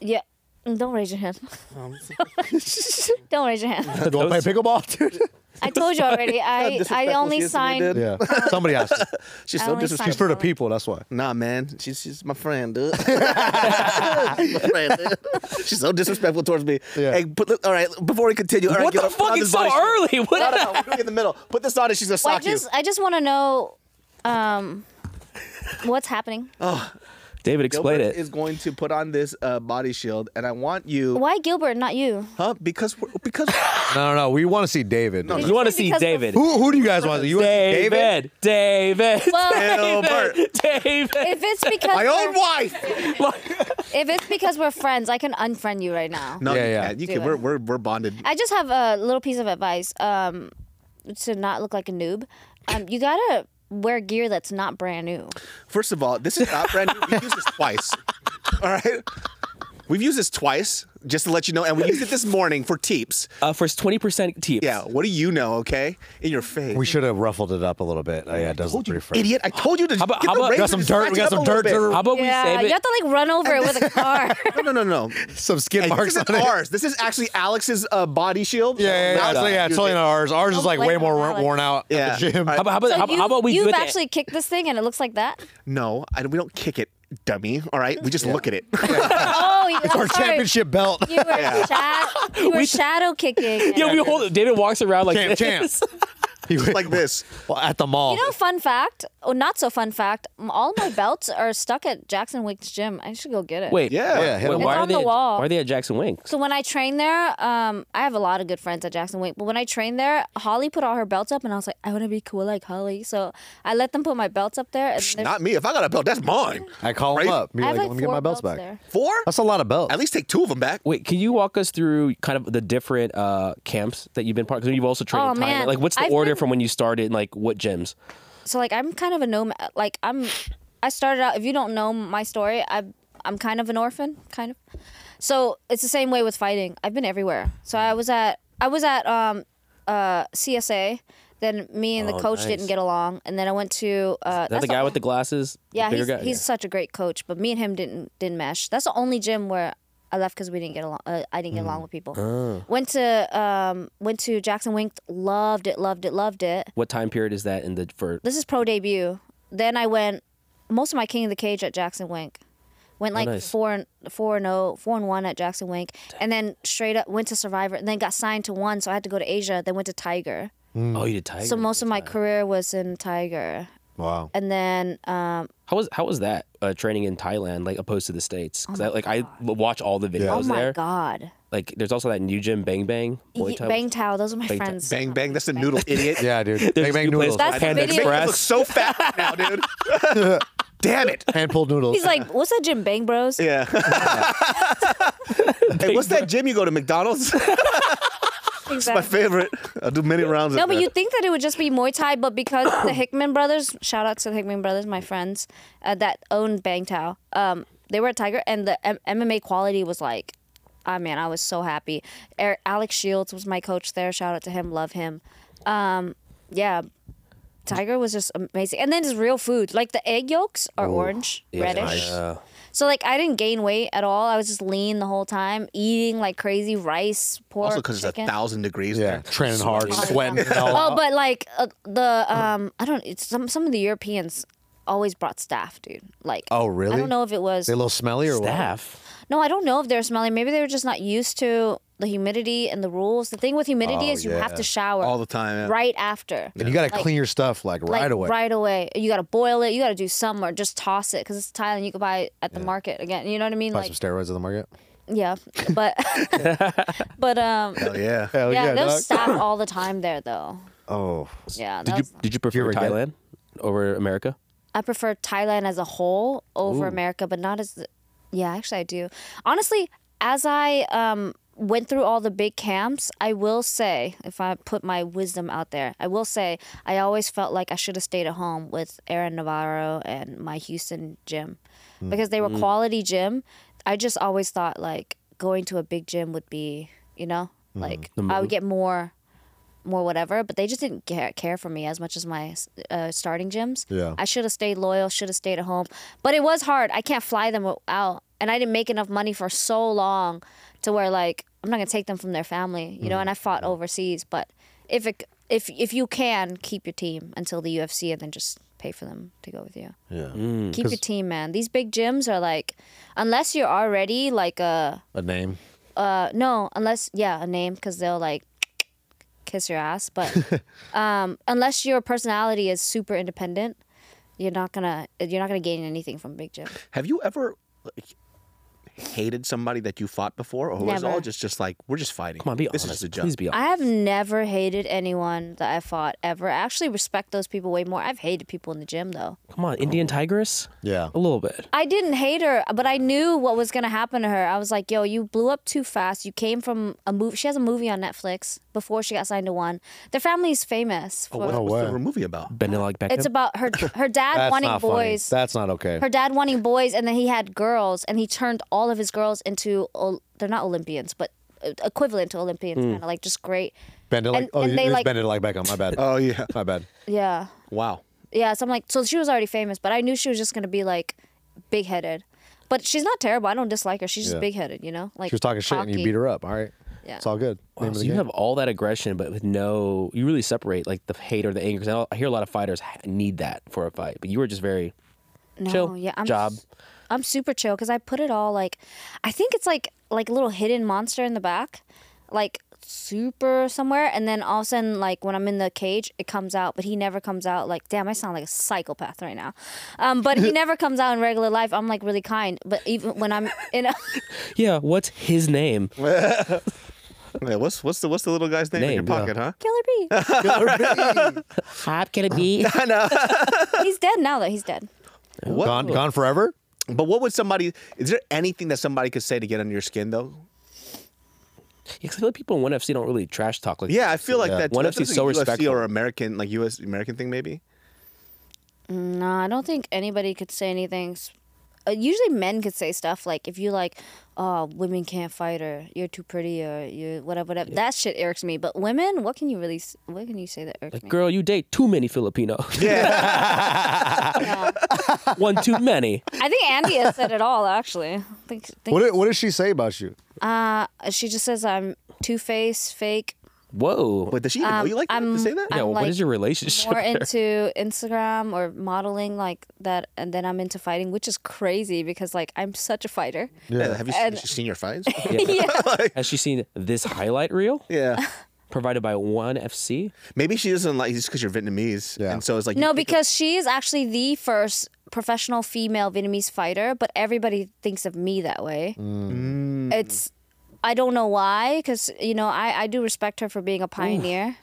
A: Yeah. Don't raise your hand.
C: Um,
A: Don't raise your hand.
C: Do I play pickleball, dude?
A: I told you already. I, I
E: disrespectful she
A: only
E: is to me,
A: signed.
E: dude.
C: Yeah. Somebody has to.
E: She's
A: I
E: so
A: only
E: disrespectful.
A: signed-
C: It's for the people. That's why.
E: Nah, man, she's she's my friend, dude. She's my friend, dude. She's so disrespectful towards me.
C: Yeah.
E: Hey, put, all right. Before we continue, all right,
B: What
E: Gil,
B: the
E: put on
B: fuck?
E: this
B: It's so
E: body shit.
B: early.
E: No,
B: What?
E: no, no. We're gonna get in the middle. Put this on, and she's gonna
A: Well, I
E: sock you.
A: just I just want to know, um, what's happening?
E: Oh.
B: David, explain
E: Gilbert
B: it.
E: is going to put on this uh, body shield, and I want you,
A: Why Gilbert, not you?
E: huh? Because we're, because
C: No, no, no. We want to see David.
E: no.
B: You want to
A: Just
B: see
A: because the-
B: David?
C: Who, who do you guys want? You want to see David?
B: David, David,
A: Well,
E: Gilbert.
B: David, David.
A: if it's because
E: My own
A: we're-
E: wife.
A: if it's because we're friends, I can unfriend you right now.
E: No,
C: Yeah,
E: you
C: yeah.
E: can't. You
A: Do
E: can.
A: it.
E: We're, we're we're bonded.
A: I just have a little piece of advice um, to not look like a noob. Um, you gotta wear gear that's not brand new.
E: First of all, this is not brand new. We've used this twice. All right. We've used this twice, just to let you know, and we used it this morning for teeps.
B: Uh, first twenty percent teeps.
E: Yeah, what do you know, okay? In your face.
C: We should have ruffled it up a little bit. Oh, yeah, it does look pretty fresh.
E: Idiot, I told you to
B: about-
E: get
B: how about-
E: the
B: We
C: We
E: razor
C: got some
E: to
C: dirt.
E: scratch it
C: We got
E: up
C: some
E: a little
C: dirt.
E: bit.
B: How about we
A: yeah,
B: save it?
A: you have to like run over it with a car.
E: No, no, no, no.
C: Some skin
E: Hey,
C: marks
E: this isn't
C: on it.
E: ours. This is actually Alex's uh, body shield.
C: Yeah, yeah, yeah.
E: Not
C: It's like, yeah, it's
E: use
C: totally
E: it.
C: not ours. Ours
A: Don't
C: is like
A: blame
C: way
A: it
C: more
A: on
C: wor-
A: Alex.
C: worn out
E: Yeah.
C: at the gym.
E: All
B: How about, how about,
A: So
B: how,
A: you,
B: how about we do
A: you've
B: it?
A: actually kicked this thing and it looks like that.
E: No, I, we don't kick it, dummy. All right, we just look at it.
A: Oh, you,
C: It's
A: I'm
C: our
A: sorry.
C: championship belt.
A: You were, sha- you were shadow kicking.
B: yeah, we hold it. David walks around like
C: Champ, champ.
B: this.
C: He was-
E: like this.
C: well, at the mall.
A: You know, fun fact, or not so fun fact, m- all my belts are stuck at Jackson Wake's gym. I should go get it.
B: Wait,
E: Yeah.
C: yeah, hit
B: wait,
C: him
B: why
A: It's
B: are
A: on
B: they
A: the wall.
B: why are they at Jackson Winks?
A: So when I train there, um, I have a lot of good friends at Jackson Wake. But when I trained there, Holly put all her belts up, and I was like, I want to be cool like Holly. So I let them put my belts up there. And they're-
E: Not me. If I got a belt, that's mine.
C: I call him
E: Right?
C: up. Be
A: I
C: like,
A: have like
C: let me
A: four
C: get my belts, back.
A: there.
E: Four?
C: That's a lot of belts.
E: At least take two of them back.
B: Wait, can you walk us through kind of the different uh, camps that you've been part? Because you've also trained
A: Oh,
B: in Thailand.
A: man.
B: Like, what's the
A: I've
B: order
A: been-
B: from when you started? And like, what gyms?
A: So like I'm kind of a nomad. Like I'm, I started out. If you don't know my story, I I'm kind of an orphan, kind of. So it's the same way with fighting. I've been everywhere. So I was at I was at um uh CSA. Then me and the
B: Oh,
A: coach
B: nice.
A: didn't get along, and then I went to uh,
B: Is that the guy with the glasses? The
A: Yeah,
B: bigger
A: he's,
B: guy?
A: he's such a great coach, but me and him didn't didn't mesh. That's the only gym where I left because we didn't get along. Uh, I didn't get
B: Hmm.
A: along with people.
B: Oh.
A: Went to um went to Jackson Wink. Loved it, loved it, loved it.
B: What time period is that in the for?
A: This is pro debut. Then I went most of my King of the Cage at Jackson Wink. Went like
B: nice.
A: four and four and oh, four and one at Jackson Wink, and then straight up went to Survivor, and then got signed to one, so I had to go to Asia. Then went to Tiger.
C: Mm.
B: Oh, you did Tiger.
A: So most of my career was in Tiger,
C: wow.
A: and then um,
B: how was how was that uh, training in Thailand like opposed to the states? Because I, like I l- watch all the videos
A: oh my
B: there.
A: god.
B: Like, there's also that new gym, Bang Bang. Muay
A: Ye-
B: Thai.
A: Bang Tao, those are my
B: Tao.
A: friends.
E: Bang
A: Oh,
E: bang. That's a noodle, idiot.
C: Yeah, dude.
B: There's
C: Bang bang
B: new place
C: noodles.
B: called
A: That's
B: Panda
A: the video.
E: Make it look
B: Express.
E: so fat now, dude. Damn it.
C: Hand pulled noodles.
A: He's like, what's that Jim Bang Bros?
E: Yeah. hey, what's that gym you go to? McDonald's? My
A: exactly.
E: favorite. I do many rounds.
A: No,
E: of
A: but
E: that.
A: you think that it would just be Muay Thai, but because the Hickman brothers, shout out to the Hickman brothers, my friends, uh, that owned Bang Tao, um, they were a Tiger, and the M- MMA quality was like, ah man, I was so happy. Eric, Alex Shields was my coach there. Shout out to him, love him. Um, yeah, Tiger was just amazing, and then his real food, like the egg yolks are orange, reddish.
B: Uh,
A: So like I didn't gain weight at all. I was just lean the whole time, eating like crazy rice, pork,
E: Also, because it's a
A: chicken.
E: thousand degrees
C: yeah,
E: yeah.
C: training hard, sweating. and all
A: Oh,
C: out.
A: but like uh, the um, I don't. It's some some of the Europeans always brought staff, dude. Like
C: Oh, really?
A: I don't know if it was
C: They a little smelly or what?
B: staff.
A: no, I don't know if they're smelly. Maybe they were just not used to the humidity and the rules. The thing with humidity
C: Oh,
A: is you have
C: yeah.
A: to shower
E: all the time. yeah.
A: right after.
C: And you got to clean your stuff like
A: Like,
C: right away.
A: Right away. You got to boil it. You got to do some or just toss it because it's Thailand. You could buy it at the market again. You know what I mean?
C: Buy
A: like
C: some steroids at the market.
A: yeah, but but um,
E: Oh, yeah.
C: Hell
A: yeah, there's staff all the time there though.
C: Oh,
A: Yeah, that
B: Did you
A: was-
B: did you prefer
C: ever get-
B: Thailand over America?
A: I prefer Thailand as a whole over America, but not as. Yeah, actually, I do. Honestly, as I um, went through all the big camps, I will say, if I put my wisdom out there, I will say I always felt like I should have stayed at home with Aaron Navarro and my Houston gym because they were quality gym. I just always thought like going to a big gym would be, you know, like I would get more more whatever, but they just didn't care, care for me as much as my uh, starting gyms.
C: Yeah.
A: I should have stayed loyal, should have stayed at home, but it was hard. I can't fly them out. and I didn't make enough money for so long to where like I'm not gonna take them from their family, you know.
C: Mm-hmm.
A: And I fought overseas, but if it if if you can keep your team until the UFC and then just pay for them to go with you.
C: Yeah.
A: Keep your team, man. These big gyms are like, unless you're already like a
C: A name.
A: uh no, unless yeah a name because they'll like kiss your ass, but um unless your personality is super independent, you're not gonna you're not gonna gain anything from big gym.
E: Have you ever like, hated somebody that you fought before, or was it all
A: Never.
E: just just like we're just fighting?
B: Come on, be
E: this
B: honest.
E: is a joke.
B: Please be honest.
A: I have never hated anyone that I fought ever. I actually respect those people way more. I've hated people in the gym though.
B: Come on, Indian Tigress?
C: Yeah.
B: A little bit.
A: I didn't hate her, but I knew what was gonna happen to her. I was like, "Yo, you blew up too fast. You came from a movie. She has a movie on Netflix before she got signed to one. Their family's famous. For,
E: What
C: No
E: what's
C: way.
E: the whole movie about?
B: Bending like Beckham.
A: it's about her her dad
C: That's
A: wanting
C: not
A: boys.
C: funny. That's not okay.
A: her dad wanting boys, and then he had girls, and he turned all of his girls into Ol- they're not Olympians, but uh, equivalent to Olympians,
C: Hmm.
A: kind of like just great.
C: Bend it like
A: and-
C: oh,
A: and
C: you
A: they,
C: it's
A: like-
C: bend it like Beckham. My bad.
E: Oh yeah.
C: My bad.
A: Yeah.
E: Wow.
A: Yeah, so I'm like, so she was already famous, but I knew she was just gonna be like big headed. But she's not terrible. I don't dislike her. She's just
C: Yeah.
A: big headed, you know. Like
C: She was talking shit and you beat her up. All right.
A: Yeah.
C: It's all good. Name
B: Wow,
C: of
B: so
C: the
B: you
C: game.
B: have all that aggression, but with no, you really separate like the hate or the anger. 'Cause I don't- I hear a lot of fighters ha- need that for a fight, but you were just very
A: No,
B: chill.
A: yeah, I'm
B: job.
A: s- I'm super chill because I put it all like, I think it's like like a little hidden monster in the back, like super somewhere, and then all of a sudden like when I'm in the cage, it comes out, but he never comes out. Like damn, I sound like a psychopath right now, um, but he never comes out in regular life. I'm like really kind, but even when I'm in a
B: Yeah. What's his name?
E: Yeah, what's what's the what's the little guy's name, in your
B: Name, yeah.
E: pocket, huh?
A: killer bee,
B: Hop can it be?
A: he's dead now though. He's dead.
E: What?
C: gone, gone forever.
E: But what would somebody? Is there anything that somebody could say to get under your skin though?
B: Yeah, 'cause I feel like people in ONE FC don't really trash talk like
E: Yeah, I feel like
C: Yeah.
E: that.
B: One
E: that's
B: FC is
E: a
B: so
E: UFC
B: respectful.
E: or American, like US American thing maybe.
A: No, I don't think anybody could say anything. s- Uh, usually, men could say stuff like, "If you like, oh, women can't fight, or you're too pretty, or you whatever, whatever." That shit irks me. But women, what can you really? s- What can you say that irks me?
B: Girl, you date too many Filipinos.
E: Yeah.
A: Yeah.
B: One too many.
A: I think Andy has said it all. Actually, I think, think
C: What did, what does she say about you?
A: uh, she just says I'm two faced, fake.
B: Whoa.
E: but does she even know you like that to say that?
B: yeah,
A: Um, I'm
B: well, what
A: like
B: is your relationship?
A: More into Instagram or modeling like that, and then I'm into fighting, which is crazy because like I'm such a fighter.
E: Yeah, Have you seen,
A: And-
E: has she seen your fights?
A: yeah.
B: Has she seen this highlight reel
E: yeah.
B: provided by ONE FC?
E: Maybe she doesn't like you just because you're Vietnamese.
C: Yeah.
E: And so it's like
A: No,
E: you think of-
A: because she is actually the first professional female Vietnamese fighter, but everybody thinks of me that way.
E: Mm.
A: It's I don't know why, because you know I I do respect her for being a pioneer,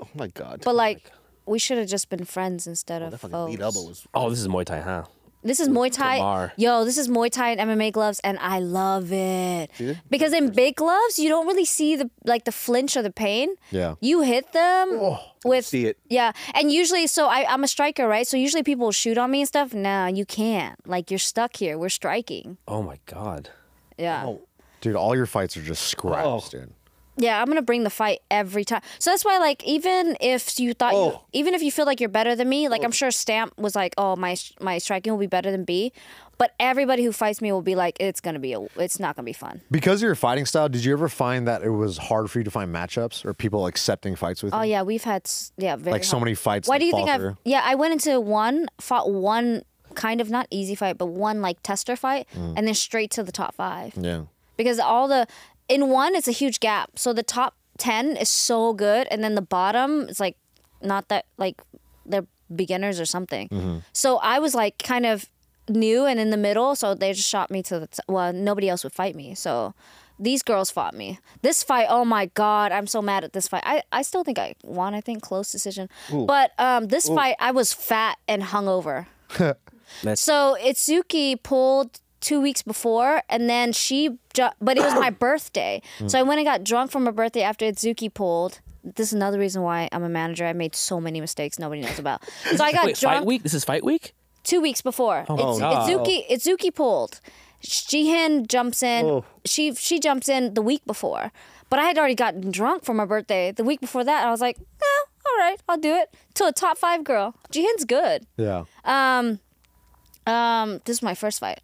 E: oh my god.
A: but like. We should have just been friends instead
E: that
A: of
E: fucking
A: foes.
E: lead elbow was
B: Oh, this is Muay Thai, huh?
A: This is Muay Thai.
B: Kamar.
A: Yo, this is Muay Thai and MMA gloves, and I love it because in big gloves you don't really see the like the flinch or the pain.
C: Yeah.
A: you hit them with
E: see it.
A: Yeah, and usually, so I, I'm a striker, right? So usually people will shoot on me and stuff. Nah, you can't. Like you're stuck here. We're striking.
B: Oh my God.
A: Yeah,
C: Oh. Dude, all your fights are just scraps, dude.
A: yeah. I'm gonna bring the fight every time. So that's why, like, even if you thought, you,
E: Oh.
A: even if you feel like you're better than me,
C: Oh.
A: like I'm sure Stamp was like, oh my my striking will be better than B, but everybody who fights me will be like, it's gonna be a, it's not gonna be fun.
C: Because of your fighting style, did you ever find that it was hard for you to find matchups or people accepting fights with you?
A: Oh yeah, we've had s- yeah very
C: Mm. Like so
A: hard.
C: many fights.
A: Why
C: that
A: do you think
C: fall
A: I've
C: through.
A: yeah, I went into one, fought one kind of not easy fight, but one like tester fight
C: Mm.
A: and then straight to the top 5.
C: Yeah.
A: Because all the in one it's a huge gap. So the top 10 is so good and then the bottom is like not that like they're beginners or something. So I was like kind of new and in the middle, so they just shot me to the t- well, nobody else would fight me. So these girls fought me. This fight, oh my god, I'm so mad at this fight. I, I still think I won. I think close decision. But um, this fight, I was fat and hungover.
B: That's-
A: so Itsuki pulled two weeks before, and then she, ju- but it was my birthday, so I went and got drunk from her birthday after Itsuki pulled. This is another reason why I'm a manager. I made so many mistakes nobody knows about. So I got
B: Wait, Oh,
A: drunk
B: fight week? This is fight week?
A: two weeks before. it's,
B: no.
A: Itsuki Itsuki pulled. Jihan jumps in. She she jumps in the week before, but I had already gotten drunk for my birthday the week before that. I was like, eh, all right, I'll do it. To a top five girl. Jihan's good.
C: Yeah.
A: Um, this is my first fight.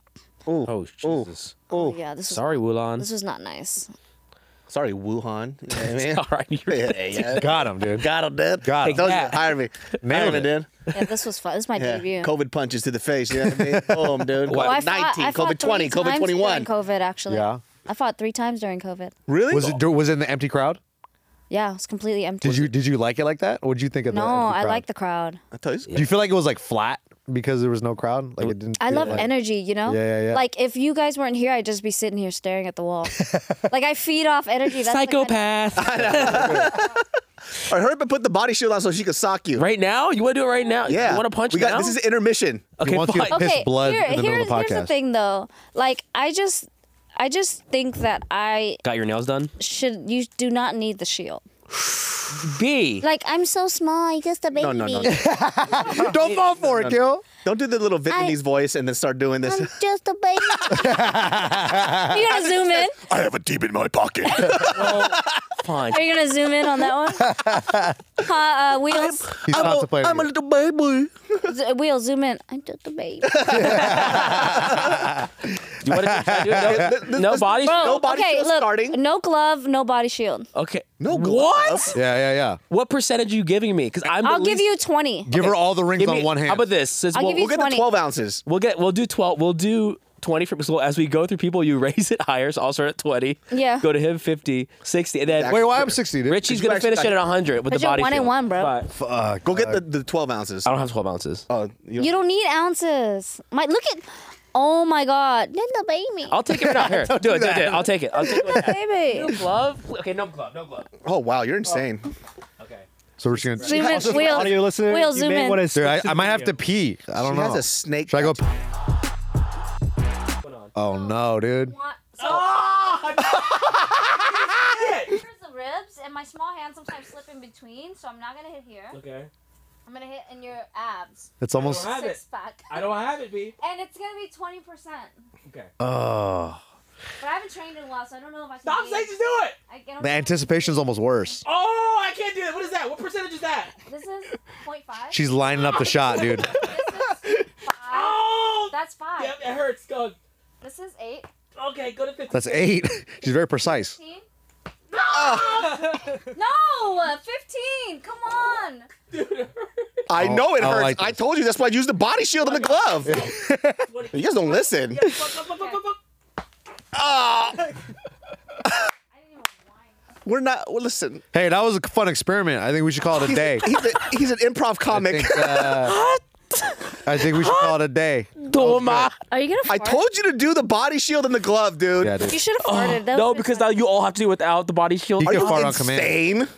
E: Ooh,
B: Oh
E: ooh,
B: Jesus.
A: Oh
E: ooh.
A: yeah, this was
B: Sorry, Wulan.
A: this was not nice.
E: Sorry, Wuhan. You know what I mean?
B: All right, you're
E: Yeah,
A: Uh,
E: yeah.
C: Got him, dude.
E: Got him, dude.
C: Got 'em.
E: Those
B: Yeah.
E: hire me. Nailed
C: Nailed it.
E: it, dude.
A: Yeah, this was fun. This is my
E: Yeah.
A: debut.
E: COVID punches to the face. You know what I mean? Boom, dude.
A: Oh, I fought-
E: COVID 19,
A: I fought
E: COVID 20,
A: three
E: COVID
A: times
E: 21.
A: during COVID actually.
C: Yeah.
A: I fought three times during COVID.
E: Really?
C: Was it was it in the empty crowd?
A: Yeah, it was completely empty.
C: Did you did you like it like that? What did you think of
A: No,
C: the empty
A: I
C: crowd?
A: like the crowd.
E: I tell you,
C: Do you feel like it was like flat because there was no crowd? Like it didn't.
A: I
C: feel
A: love
C: like-
A: energy, you know?
C: Yeah, yeah, yeah.
A: Like if you guys weren't here, I'd just be sitting here staring at the wall. like I feed off energy. That's the kind of-
B: Psychopath.
E: Or hurry up and put the body shield on so she can sock you.
B: right now? You want to do it right now?
E: Yeah.
B: You want to punch
E: we got,
B: now?
E: This is intermission.
C: He
B: okay,
C: wants you to
B: fine.
C: piss blood in the middle of
A: here's,
C: the
A: Here's the
C: podcast.
A: thing, though. Like, I just, I just think that I
B: Got your nails done?
A: should. You do not need the shield.
B: B.
A: Like, I'm so small. You just a baby.
E: No, no, no. no.
C: Don't fall for it, Gil.
E: Don't do the little Vietnamese voice and then start doing this.
A: I'm just a baby. you gonna zoom in?
E: I have a deep in my pocket.
B: Well, fine.
A: Are you gonna zoom in on that one? Huh, uh, wheels,
C: He's contemplating. it.
E: little baby.
A: Z- wheels, zoom in. I'm just a baby.
B: You want to do it? No, no body?
A: Bro,
E: No body
A: okay,
E: shield
A: look,
E: starting.
A: no glove, no body shield.
B: Okay.
E: No glove.
B: What?
C: yeah, yeah, yeah.
B: What percentage are you giving me? Because I'm. the
A: I'll give
B: least-
A: you 20.
C: Give her all the rings
B: Give
C: on
B: me-
C: one hand.
B: How about this? Since
A: I'll
B: we'll,
A: give you
E: We'll get the
A: 20.
E: 12 ounces.
B: we'll get. We'll do twelve. We'll do twenty for. So as we go through people, you raise it higher. So I'll start at twenty.
A: Yeah.
B: Go to him 50, 60, and then
C: Wait, why I'm 60, dude?
B: Richie's
E: Could you
B: gonna
E: actually-
B: finish it at hundred
A: But
B: with the
A: you're
B: body.
A: one and
B: shield.
A: one, bro.
B: But
C: Fuck.
E: Go get the, the 12 ounces.
B: I don't have twelve ounces.
E: Oh, you
A: You don't need ounces. My look at. Oh my God, little baby.
B: I'll take it right now. Here, do, it, do it. Do it. I'll take it. I'll take it. with that.
A: baby.
B: glove? Okay, no glove. No glove.
E: oh wow, you're insane.
B: Okay.
C: So we're just gonna.
A: Zoom in.
D: Also, for
A: Wheels.
D: audio listeners,
A: Wheels,
D: you
A: zoom
D: may
A: in.
D: wanna
C: Dude,
D: switch
C: I,
D: the
C: I might have
D: video.
C: to pee. I don't
E: She
C: know.
E: has a snake.
C: Should I go?
E: tattoo.
C: Pee? Oh no, dude.
A: Oh.
B: Ah!
A: Here's the ribs, and my small hands sometimes slip in between, so I'm not gonna hit here.
B: Okay.
A: I'm gonna hit in your abs,
C: It's almost.
B: Have it.
A: six pack,
B: I don't have it, B.
A: and it's gonna be 20 percent.
B: Okay.
C: Oh,
A: But I haven't trained in a while, so I don't know if I can. be-
B: do it.
A: I, I don't
C: the
A: know.
C: anticipation's almost worse.
B: Oh, I can't do that. What is that? What percentage is that?
A: This is 0.5.
C: She's lining up the shot, dude.
A: This is five.
B: Oh,
A: That's five.
B: it hurts. Go.
A: This is eight.
B: Okay, go to 50.
C: That's eight. She's very precise.
A: 15. No! no! 15! Come on!
E: I
C: Oh,
E: know it
C: I
E: hurts.
C: like
E: I
C: this.
E: told you that's why I use the body shield and the glove. you guys don't listen. Ah,
A: I didn't even whine.
E: we're not. Well, listen,
C: Hey, that was a fun experiment. I think we should call it a day.
E: he's, a, he's an improv
C: I
E: comic.
C: think, uh, I think we should call it a day.
B: Toma.
A: Are you gonna
E: I
A: fart?
E: told you to do the body shield and the glove, dude.
C: Yeah, dude.
A: You should have farted. That
B: No,
A: was
B: because now
A: good.
B: you all have to do without the body shield.
C: You
E: Are
C: can
E: you
C: fart on command.
E: insane?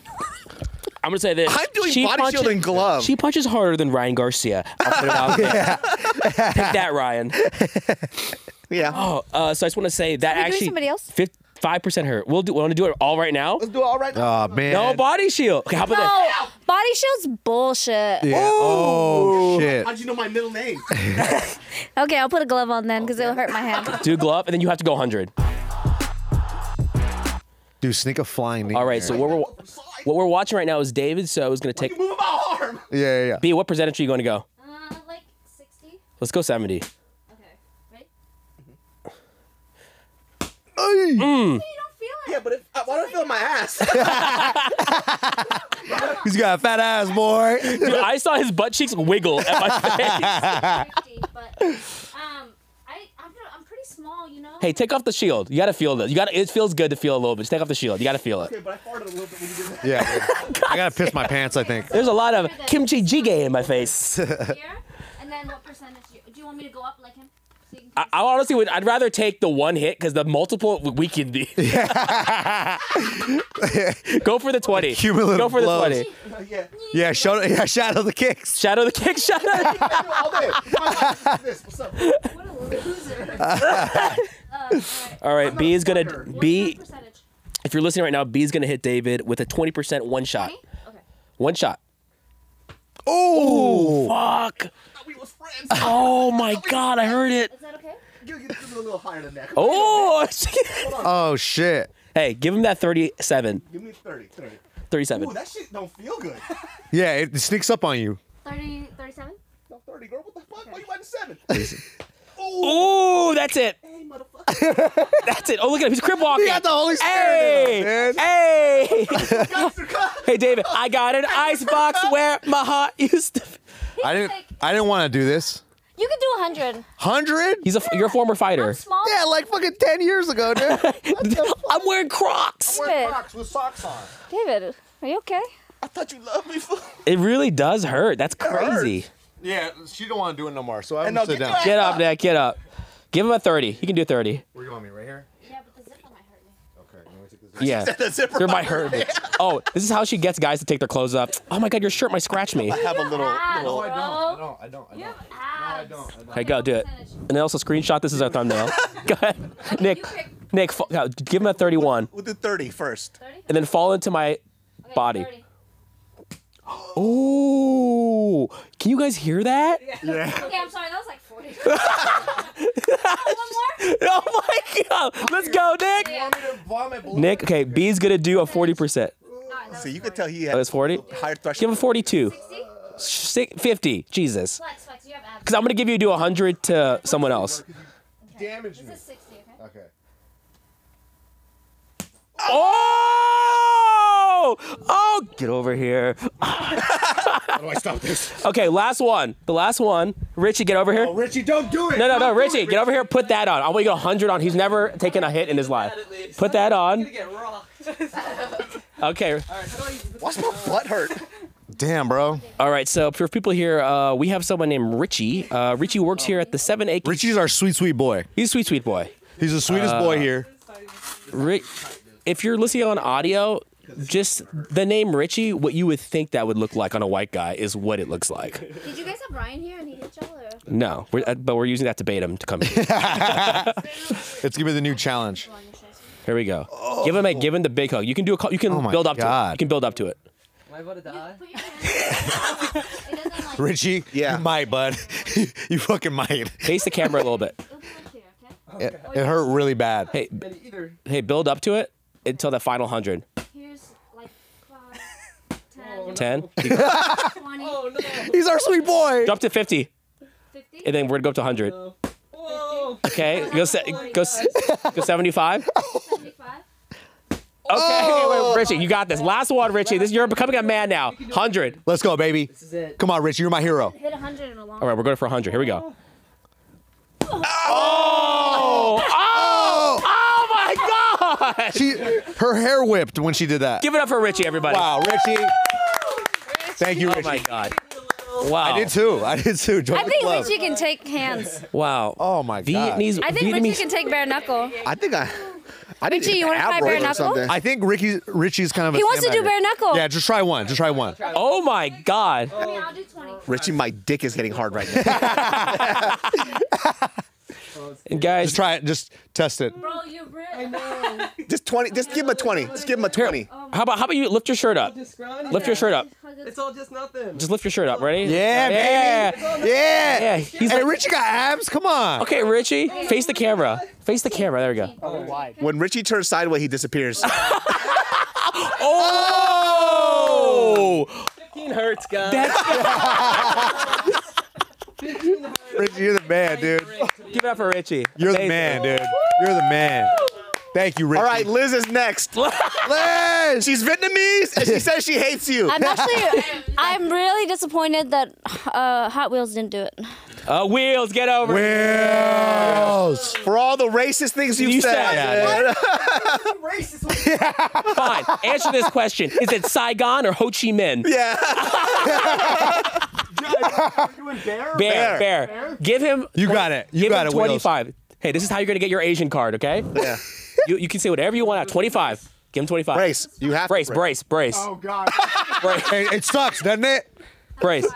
B: I'm gonna say this.
E: I'm doing body
B: punches-
E: shield and glove.
B: She punches harder than Ryan Garcia. I'll put it out there. Take that, Ryan.
E: yeah.
B: Oh, uh, so I just want to say
A: we
B: that
A: doing
B: actually
A: somebody else?
B: five percent hurt. We'll do. We want to do it all right now.
E: Let's do it all right now.
C: Oh man.
B: No body shield. Okay, how about that?
A: No! Body shield's bullshit.
C: Yeah. Oh shit.
E: How'd you know my middle name?
A: Okay, I'll put a glove on then because it'll hurt my hand.
B: Do glove, and then you have to go hundred.
C: Dude, sneak a flying knee.
B: All right. So
C: there.
B: what we're what we're watching right now is David. So is gonna take
E: Move my arm.
C: yeah, yeah, yeah.
B: B. What percentage are you going to go?
A: Uh, like 60?
B: Let's go seventy.
A: Okay. Ready? You
B: Mm.
A: don't feel it.
E: Yeah, but if, uh, why do I feel my ass?
C: He's got a fat ass, boy.
B: Dude, I saw his butt cheeks wiggle at
A: Um,
B: my face.
A: Fifty, but um, I I'm, not- I'm pretty small, you know.
B: hey, take off the shield. You gotta feel this. You gotta. It feels good to feel a little bit. Just take off the shield. You gotta feel it.
E: but I farted a little bit when you did that.
C: Yeah. I gotta piss my pants. I think.
B: There's a lot of kimchi jjigae in my face.
A: Here, and then what percentage? Do you, do you want me to go up like him? So you can
B: I, I honestly would. I'd rather take the one hit because the multiple w- weakened me. Go for the twenty.
C: Cumulative
B: Go for the
C: blows.
B: twenty.
E: Yeah.
C: Yeah. Show. Yeah. Shadow the kicks.
B: Shadow the kick. Shadow. The kick.
E: All day. What's up?
A: what a loser. uh, all right.
B: All right. B is gonna.
E: fucker.
B: B.
A: What's your percentage?
B: If you're listening right now, B is gonna hit David with a twenty percent one shot.
A: Me? Okay.
B: One shot.
C: Oh.
B: Fuck.
E: We was friends.
B: Oh my God! I heard it.
A: Is that okay?
E: You're gonna give him a little higher than that. Come
B: Oh.
E: on,
C: Oh shit.
B: hey, give him that thirty-seven.
E: Give me 30. 30. Ooh,
B: Thirty-seven.
E: that shit don't feel good.
C: Yeah. It sneaks up on you.
A: 30, 37?
E: No, 30, girl. What the fuck? Why you letting seven?
B: Ooh, that's it. that's it. Oh, look at him. He's crib walking.
C: He got the Holy Spirit in
B: Hey,
C: him,
B: hey. hey, David. I got an ice box where my heart used to. Be.
C: I didn't. I didn't want to do this.
A: You can do hundred.
C: Hundred?
B: He's a f- you're a former fighter.
A: Small.
C: Yeah, like fucking ten years ago, dude.
B: I'm wearing Crocs.
A: David.
C: with socks on.
A: David, are you okay?
E: I thought you loved me, fool.
B: It really does hurt. That's crazy.
C: Yeah, she don't want to do it no more. So I'm
E: no,
C: gonna sit
E: get
C: down.
B: Get up, Nick. Get up. Give him a 30. He can do 30.
C: Where you want me? Right here.
A: Yeah, but the zipper might hurt me.
C: Okay.
B: Yeah.
E: That's it.
B: They're my hurt. me. Oh, this is how she gets guys to take their clothes up. Oh my God, your shirt might scratch me.
E: Have a little.
A: No,
E: little
A: I don't.
C: don't. I don't. I don't.
A: I
B: Okay, go do it. And also screenshot. This is our thumbnail. go ahead, Nick. Nick, fa- no, give him a 31,
E: we'll do 30 first.
B: and then fall into my body. Ooh, can you guys hear that?
A: Okay, I'm sorry. That was like forty. One more.
B: Oh my God, let's go, Nick. Nick, okay, B's gonna do a 40%.
E: See, you could tell he
B: That
E: has
B: was 40.
E: higher
B: Give him
E: threshold.
B: 42,
A: See?
B: Six- 50. Jesus,
A: Flex, flex. You have abs.
B: because I'm gonna give you do 100 to someone else.
C: Damage me.
A: This is sixty. Okay.
C: Okay.
B: Oh! Oh, get over here.
C: How do I stop this?
B: Okay, last one. The last one. Richie, get over here.
C: Oh, Richie, don't do it.
B: No, no, no,
C: Don't do
B: Richie,
C: it,
B: get over here. Put that on. I want you to get 100 on. He's never taken a hit in his life. Put that on. Okay.
E: Why's my butt hurt?
C: Damn, bro.
B: All right. So for people here, uh, we have someone named Richie. Uh, Richie works here at the 7 A.
C: Richie's our sweet, sweet boy.
B: He's a sweet, sweet boy.
C: He's the sweetest boy
B: Uh,
C: here.
B: Ri- if you're listening on audio, just the name Richie, what you would think that would look like on a white guy is what it looks like.
A: Did you guys have Ryan here and he hit y'all? Or?
B: No, we're, uh, but we're using that to bait him to come here.
C: It's gonna be the new challenge.
B: Here we go. Give him a give him the big hug. You can do a call. You can
C: my
B: build up to it. You
C: God.
B: can build up to it.
A: Put your hand. it doesn't like.
C: Richie,
E: Yeah.
C: you might, bud. you fucking might.
B: Face the camera a little bit.
A: It'll be like here, okay?
C: It, it hurt really bad.
B: Hey, hey, build up to it until the final hundred.
A: Here's like Oh. five, ten,
B: Ten.
A: 20,
B: Oh,
C: He's our sweet boy.
B: Jump to fifty,
A: 50.
B: and then we're gonna go up to hundred. Oh, Okay, go se- go se- go seventy-five. Okay,
A: 75.
C: Oh.
B: wait, Richie, you got this. Last one, Richie. This you're becoming a man now. Hundred.
C: Let's go, baby. Come on, Richie, you're my hero.
A: Hit 100 in a long
B: All right, we're going for hundred. Here we go. Oh! Oh! Oh my God!
C: She, her hair whipped when she did that.
B: Give it up for Richie, everybody.
C: Wow, Richie. Thank you,
B: Oh my
C: Richie.
B: God. Wow.
C: I did too. I did too. Join
A: I
C: the
A: think
C: club.
A: Richie can take hands.
B: Wow.
C: Oh my God.
B: Vietnamese.
A: I think
B: Vietnamese.
A: Richie can take bare knuckle.
E: I think I. I didn't
A: Richie, you wanna try bare knuckle?
C: I think Ricky, Richie's kind of. A
A: He wants to do
C: sandbagger.
A: bare knuckle.
C: Yeah, just try one. Just try one.
B: Oh my God.
A: I mean, I'll do 20.
E: Richie, my dick is getting hard right now.
B: And guys,
C: Just try it. Just test it.
A: Bro, you're rich.
E: just 20. Just give him a 20. Just give him a 20.
B: how about how about you lift your shirt up? Lift your shirt up.
D: It's all just nothing.
B: Just lift your shirt up. Ready?
C: Yeah,
B: yeah.
C: baby. Yeah.
B: Yeah, he's
C: hey,
B: like-
C: Richie got abs. Come on.
B: Okay, Richie, face the camera. Face the camera. There we go.
E: When Richie turns sideways, he disappears.
B: Oh,
D: 15 hurts, guys.
B: that's
C: Richie, you're the man, dude.
B: give it up for Richie.
C: You're the
B: Amazing.
C: man, dude. You're the man. Thank you, Richie.
E: All right, Liz is next.
C: Liz.
E: She's Vietnamese, and she says she hates you.
A: I'm actually, I'm really disappointed that uh, Hot Wheels didn't do it.
B: Uh, wheels, get over. here.
C: Wills.
E: For all the racist things you've
B: You
E: said.
B: said-
E: man.
B: Fine. Answer this question: Is it Saigon or Ho Chi Minh?
E: Yeah.
B: Bear,
E: Bear.
B: bear. Give him.
C: You got it. You
B: give
C: got
B: him
C: it, Wills.
B: Twenty-five. Hey, this is how you're gonna get your Asian card. Okay.
E: yeah.
B: you, you can say whatever you want. Out. Twenty-five. Give him twenty-five.
E: Brace. You have to
B: Brace, brace, brace,
F: God.
B: brace,
C: Hey, it sucks, doesn't it?
B: brace,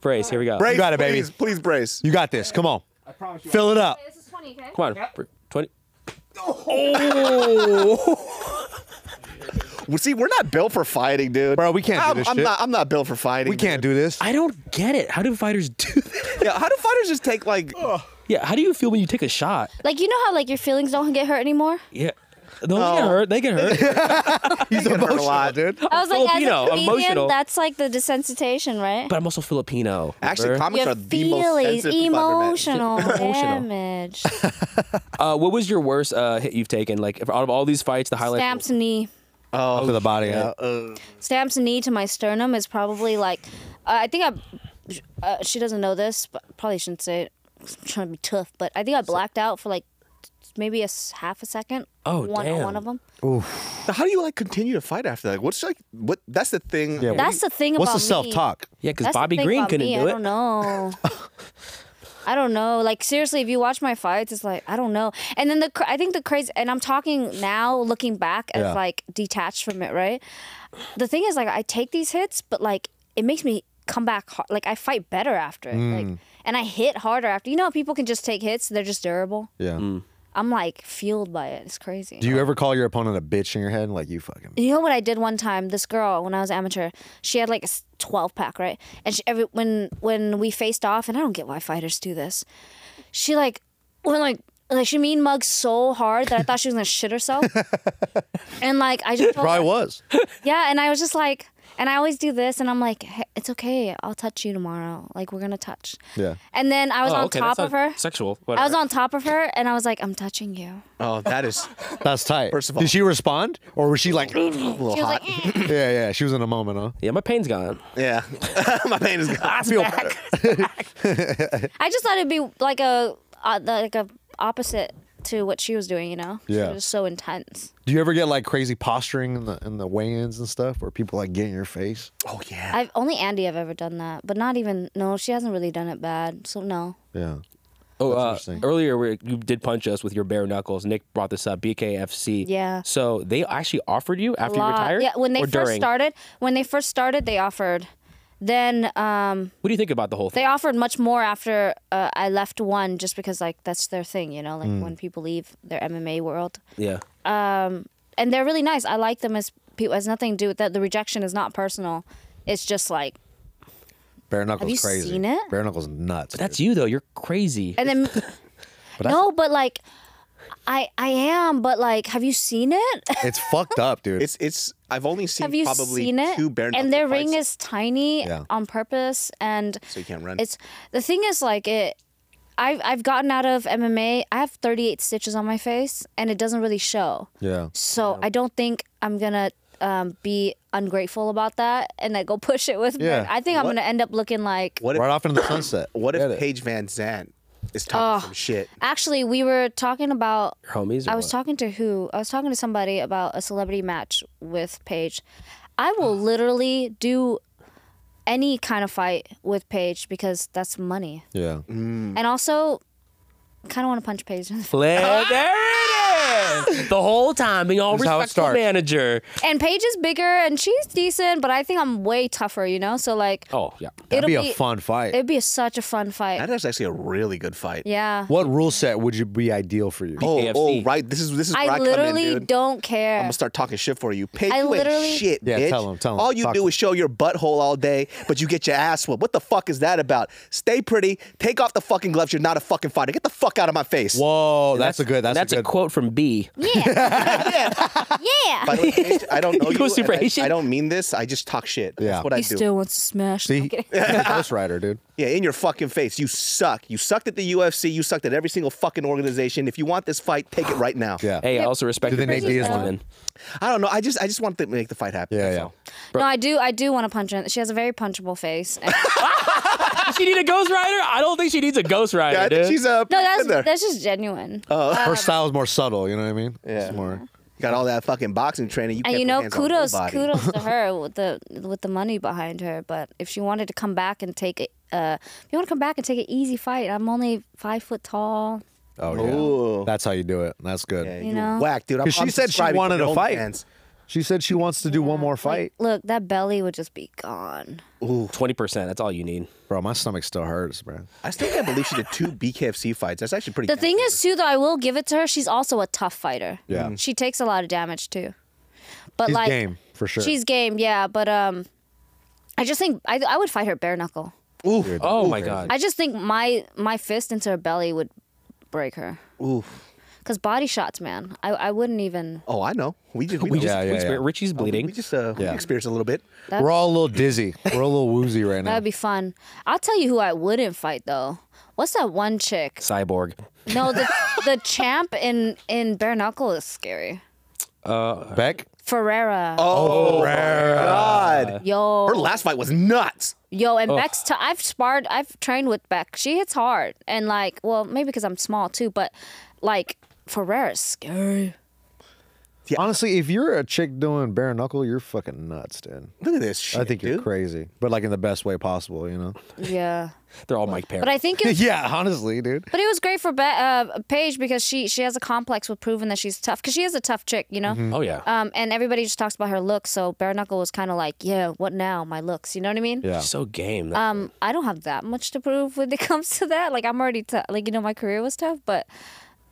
B: brace. Here we go.
E: Brace,
C: You got it, baby.
E: please, Please brace.
C: You got this. Come on.
F: I promise you.
C: Fill it up.
A: This is 20, okay?
B: Come on. Br- 20.
E: Well, See, we're not built for fighting, dude.
C: Bro, we can't do
E: I'm,
C: this
E: I'm
C: shit.
E: not. I'm not built for fighting.
C: We can't do this.
B: I don't get it. How do fighters do that?
E: Yeah. How do fighters just take like?
B: Yeah, how do you feel when you take a shot?
A: Like, you know how, like, your feelings don't get hurt anymore?
B: Yeah. No, they get hurt. They get hurt.
C: He's
E: hurt a
C: emotional,
E: lot.
C: dude.
A: I was like,
B: Filipino,
A: as a comedian,
B: emotional.
A: that's like the desensitization, right?
B: but I'm also Filipino.
E: Actually,
B: remember?
E: comics
A: Your
E: are the most
A: feelings,
E: sensitive people I've ever met.
A: emotional damage,
B: uh, what was your worst uh, hit you've taken? Like if- out of all these fights, the highlight.
A: stamps knee.
C: to Oh, the body.
E: Yeah,
C: Yeah.
E: uh,
A: Stamps knee to my sternum is probably like, uh, I think I, uh, she doesn't know this, but probably shouldn't say it. I'm trying to be tough, but I think I blacked out for like maybe a s- half a second.
B: Oh,
A: one
B: damn.
A: one of them.
E: so how do you like continue to fight after that? Like, what's like what? That's the thing.
C: Yeah.
A: That's the thing
C: What's
A: about
C: the
A: me.
C: self talk?
B: Yeah, because
A: That's the
B: Bobby
A: thing
B: Green
A: about
B: couldn't
A: me.
B: do
A: I don't
B: it.
A: know. I don't know. Like seriously, if you watch my fights, it's like I don't know. And then the cra- I think the crazy, and I'm talking now, looking back as
C: Yeah.
A: like detached from it, right? The thing is, like I take these hits, but like it makes me come back. Hard. Like I fight better after it,
B: Mm.
A: like, and I hit harder after. You know, how people can just take hits; they're just durable.
C: Yeah.
E: Mm.
A: I'm like fueled by it. It's crazy.
C: Do you ever call your opponent a bitch in your head? Like you fucking.
A: You know what I did one time? This girl, when I was amateur, she had like a twelve pack, right? And she, every when when we faced off, and I don't get why fighters do this. She like went like like she mean mugged so hard that I thought she was gonna shit herself. and like I just told her-
C: Probably was.
A: yeah, and I was just like, and I always do this, and I'm like, hey, it's okay, I'll touch you tomorrow. Like we're gonna touch.
C: Yeah.
A: And then I was
B: Oh,
A: on
B: okay,
A: top
B: that's
A: of
B: not
A: her.
B: Sexual.
A: I was
B: whatever.
A: on top of her, and I was like, I'm touching you.
E: Oh, that is
C: That's tight.
E: First of all-
C: did she respond or was she like?
E: a
C: yeah,
E: little
A: She was
E: hot.
A: like, eh.
C: yeah. She was in a moment, huh?
B: Yeah, my pain's gone.
E: yeah, my pain is gone.
B: Feel bad.
A: I just thought it'd be like a uh, like a opposite to what she was doing, you know?
C: Yeah.
A: She was so intense.
C: Do you ever get like crazy posturing in the in the weigh-ins and stuff where people like get in your face?
E: Oh yeah.
A: I've only Andy I've ever done that, but not even no, she hasn't really done it bad. So no.
C: Yeah.
B: Oh, uh,
C: interesting.
B: earlier we, you did punch us with your bare knuckles. Nick brought this up. BKFC.
A: Yeah.
B: So they actually offered you after you
A: Lot-
B: retired.
A: Yeah, when they
B: or
A: first
B: during?
A: started, when they first started, they offered. Then um,
B: What do you think about the whole
A: they
B: thing?
A: offered much more after uh, I left one, just because like that's their thing, you know, like
B: Hmm.
A: when people leave their MMA world,
B: yeah.
A: and they're really nice. I like them as people. Has nothing to do with that. The rejection is not personal. It's just like
C: Bare knuckles
A: you
C: crazy.
A: seen it?
C: Bare knuckles nuts.
B: That's you though. You're crazy.
A: and then no but like i i am but like have you seen it
C: dude. it's fucked up, dude.
E: It's it's. I've only seen
A: have you
E: probably
A: seen it
E: two bare
A: and their ring is tiny
C: Yeah.
A: on purpose and
E: so you can't run.
A: it's the thing is like it I've, I've gotten out of MMA. I have 38 stitches on my face and it doesn't really show.
C: yeah.
A: So I don't think I'm going to um, be ungrateful about that and like go push it with
C: Yeah.
A: my. I think I'm going to end up looking like
E: what if
C: Right off into the sunset.
E: what
C: Get
E: if
C: it.
E: Paige Van Zandt is talking some shit?
A: Actually, we were talking about
B: Your homies. Or
A: I was
B: what?
A: talking to who? I was talking to somebody about a celebrity match with Paige. I will literally do any kind of fight with Paige because that's money.
C: Yeah.
E: Mm-hmm.
A: And also, kind of want to punch Paige. in the face.
B: Flair, there it is. The whole time being all
C: This is how it
B: respectful
C: starts.
B: manager.
A: and Paige is bigger and she's decent, but I think I'm way tougher, you know? So, like,
B: Oh yeah.
C: That'd
A: it'll
C: be
A: be,
C: a fun fight.
A: It'd be such a fun fight.
E: That is actually a really good fight.
A: yeah.
C: What rule set would you be ideal for you?
E: Oh, oh,
B: KFC.
E: right. This is this is where I,
A: I
E: come in,
A: literally
E: dude.
A: don't care.
E: I'm gonna start talking shit for you. Paige,
A: I
E: you
A: literally-
E: ain't shit,
C: Yeah,
E: bitch.
C: tell 'em, tell 'em.
E: All you
C: Talk
E: do
C: to
E: is show your butthole all day, but you get your ass whooped. What the fuck is that about? Stay pretty. Take off the fucking gloves. You're not a fucking fighter. Get the fuck out of my face.
C: Whoa, that's, a good. That's,
B: that's
C: a
B: a,
C: good.
B: quote from B.
A: yeah.
E: By
A: yeah.
E: the way, Paige, I don't know
B: You
E: you.
B: go super
E: and I-
B: Asian?
E: I, don't mean this. I just talk shit.
C: Yeah.
E: That's what I
A: He
E: do.
A: still wants to smash.
C: See, Ghost Rider, dude.
E: Yeah, in your fucking face. You suck. You sucked at the UFC. You sucked at every single fucking organization. If you want this fight, take it right now.
C: Yeah.
B: Hey, I also respect.
C: Do they
B: your
C: make
B: business
C: Diaz
B: acumen.
C: win?
E: I don't know. I just I just want to make the fight happen.
C: Yeah,
E: That's
C: yeah.
E: all.
A: No, I do. I do want to punch her. She has a very punchable face. And-
B: Does she need a ghostwriter? I don't think she needs a ghostwriter,
E: Yeah, I
B: dude.
E: think she's uh,
A: No, that's
E: in there.
A: that's just genuine.
C: Her style is more subtle. You know what I mean? It's more.
E: Got all that fucking boxing training. You
A: and
E: can't
A: you
E: put
A: know,
E: hands on
A: kudos
E: nobody.
A: kudos to her with the with the money behind her. But if she wanted to come back and take it, uh, if you want to come back and take an easy fight, I'm only five foot tall.
C: Oh yeah.
E: Ooh.
C: That's how you do it. That's good.
E: Yeah,
A: You know?
E: whack, dude. I'm,
C: Because she
E: I'm
C: said she
E: subscribing to
C: wanted
E: your
C: a fight.
E: OnlyFans.
C: She said she wants to do one more fight.
A: Look, that belly would just be gone.
B: Twenty percent. That's all you need.
C: Bro, my stomach still hurts, bro.
E: I still can't believe she did two BKFC fights. That's actually pretty.
A: The thing is, too, though, I will give it to her. She's also a tough fighter. Mm-hmm.
C: Yeah.
A: she takes a lot of damage too. But
C: She's
A: like,
C: game for sure.
A: she's game, yeah. But um, I just think I I would fight her bare knuckle.
E: Ooh,
B: Oh my god.
A: I just think my my fist into her belly would break her.
E: ooh.
A: Because body shots, man. I, I wouldn't even.
E: Oh, I know. We just we,
B: We
E: know.
B: just
C: Yeah, yeah,
B: we exper-
C: yeah.
B: Richie's
A: Oh,
B: bleeding.
E: We just uh, we
C: Yeah.
E: experienced a little bit.
A: That-
C: We're all a little dizzy. We're a little woozy right
A: That
C: now.
A: would be fun. I'll tell you who I wouldn't fight though. What's that one chick?
B: Cyborg.
A: No, the the champ in in bare knuckle is scary.
C: Beck.
A: Ferrera.
E: Oh,
C: Uh,
E: God.
A: Yo,
E: Her oh. last fight was nuts.
A: yo, and Beck's. T- I've sparred. I've trained with Beck. She hits hard, and like, well, maybe because I'm small too, but like, Ferrera's scary.
C: Honestly, if you're a chick doing bare knuckle, you're fucking nuts, dude.
E: Look at this shit.
C: I think you're
E: dude.
C: crazy, but like in the best way possible, you know?
A: Yeah,
B: They're all Mike Perry.
A: but I think it was
C: yeah, honestly, dude.
A: But it was great for Be- uh, Paige because she she has a complex with proving that she's tough because she is a tough chick, you know.
E: Mm-hmm.
B: oh yeah.
A: Um, and everybody just talks about her looks, so bare knuckle was kind of like, yeah, what now? My looks, you know what I mean?
C: Yeah.
B: so game.
A: Um, I don't have that much to prove when it comes to that. Like I'm already tough. Like you know, my career was tough, but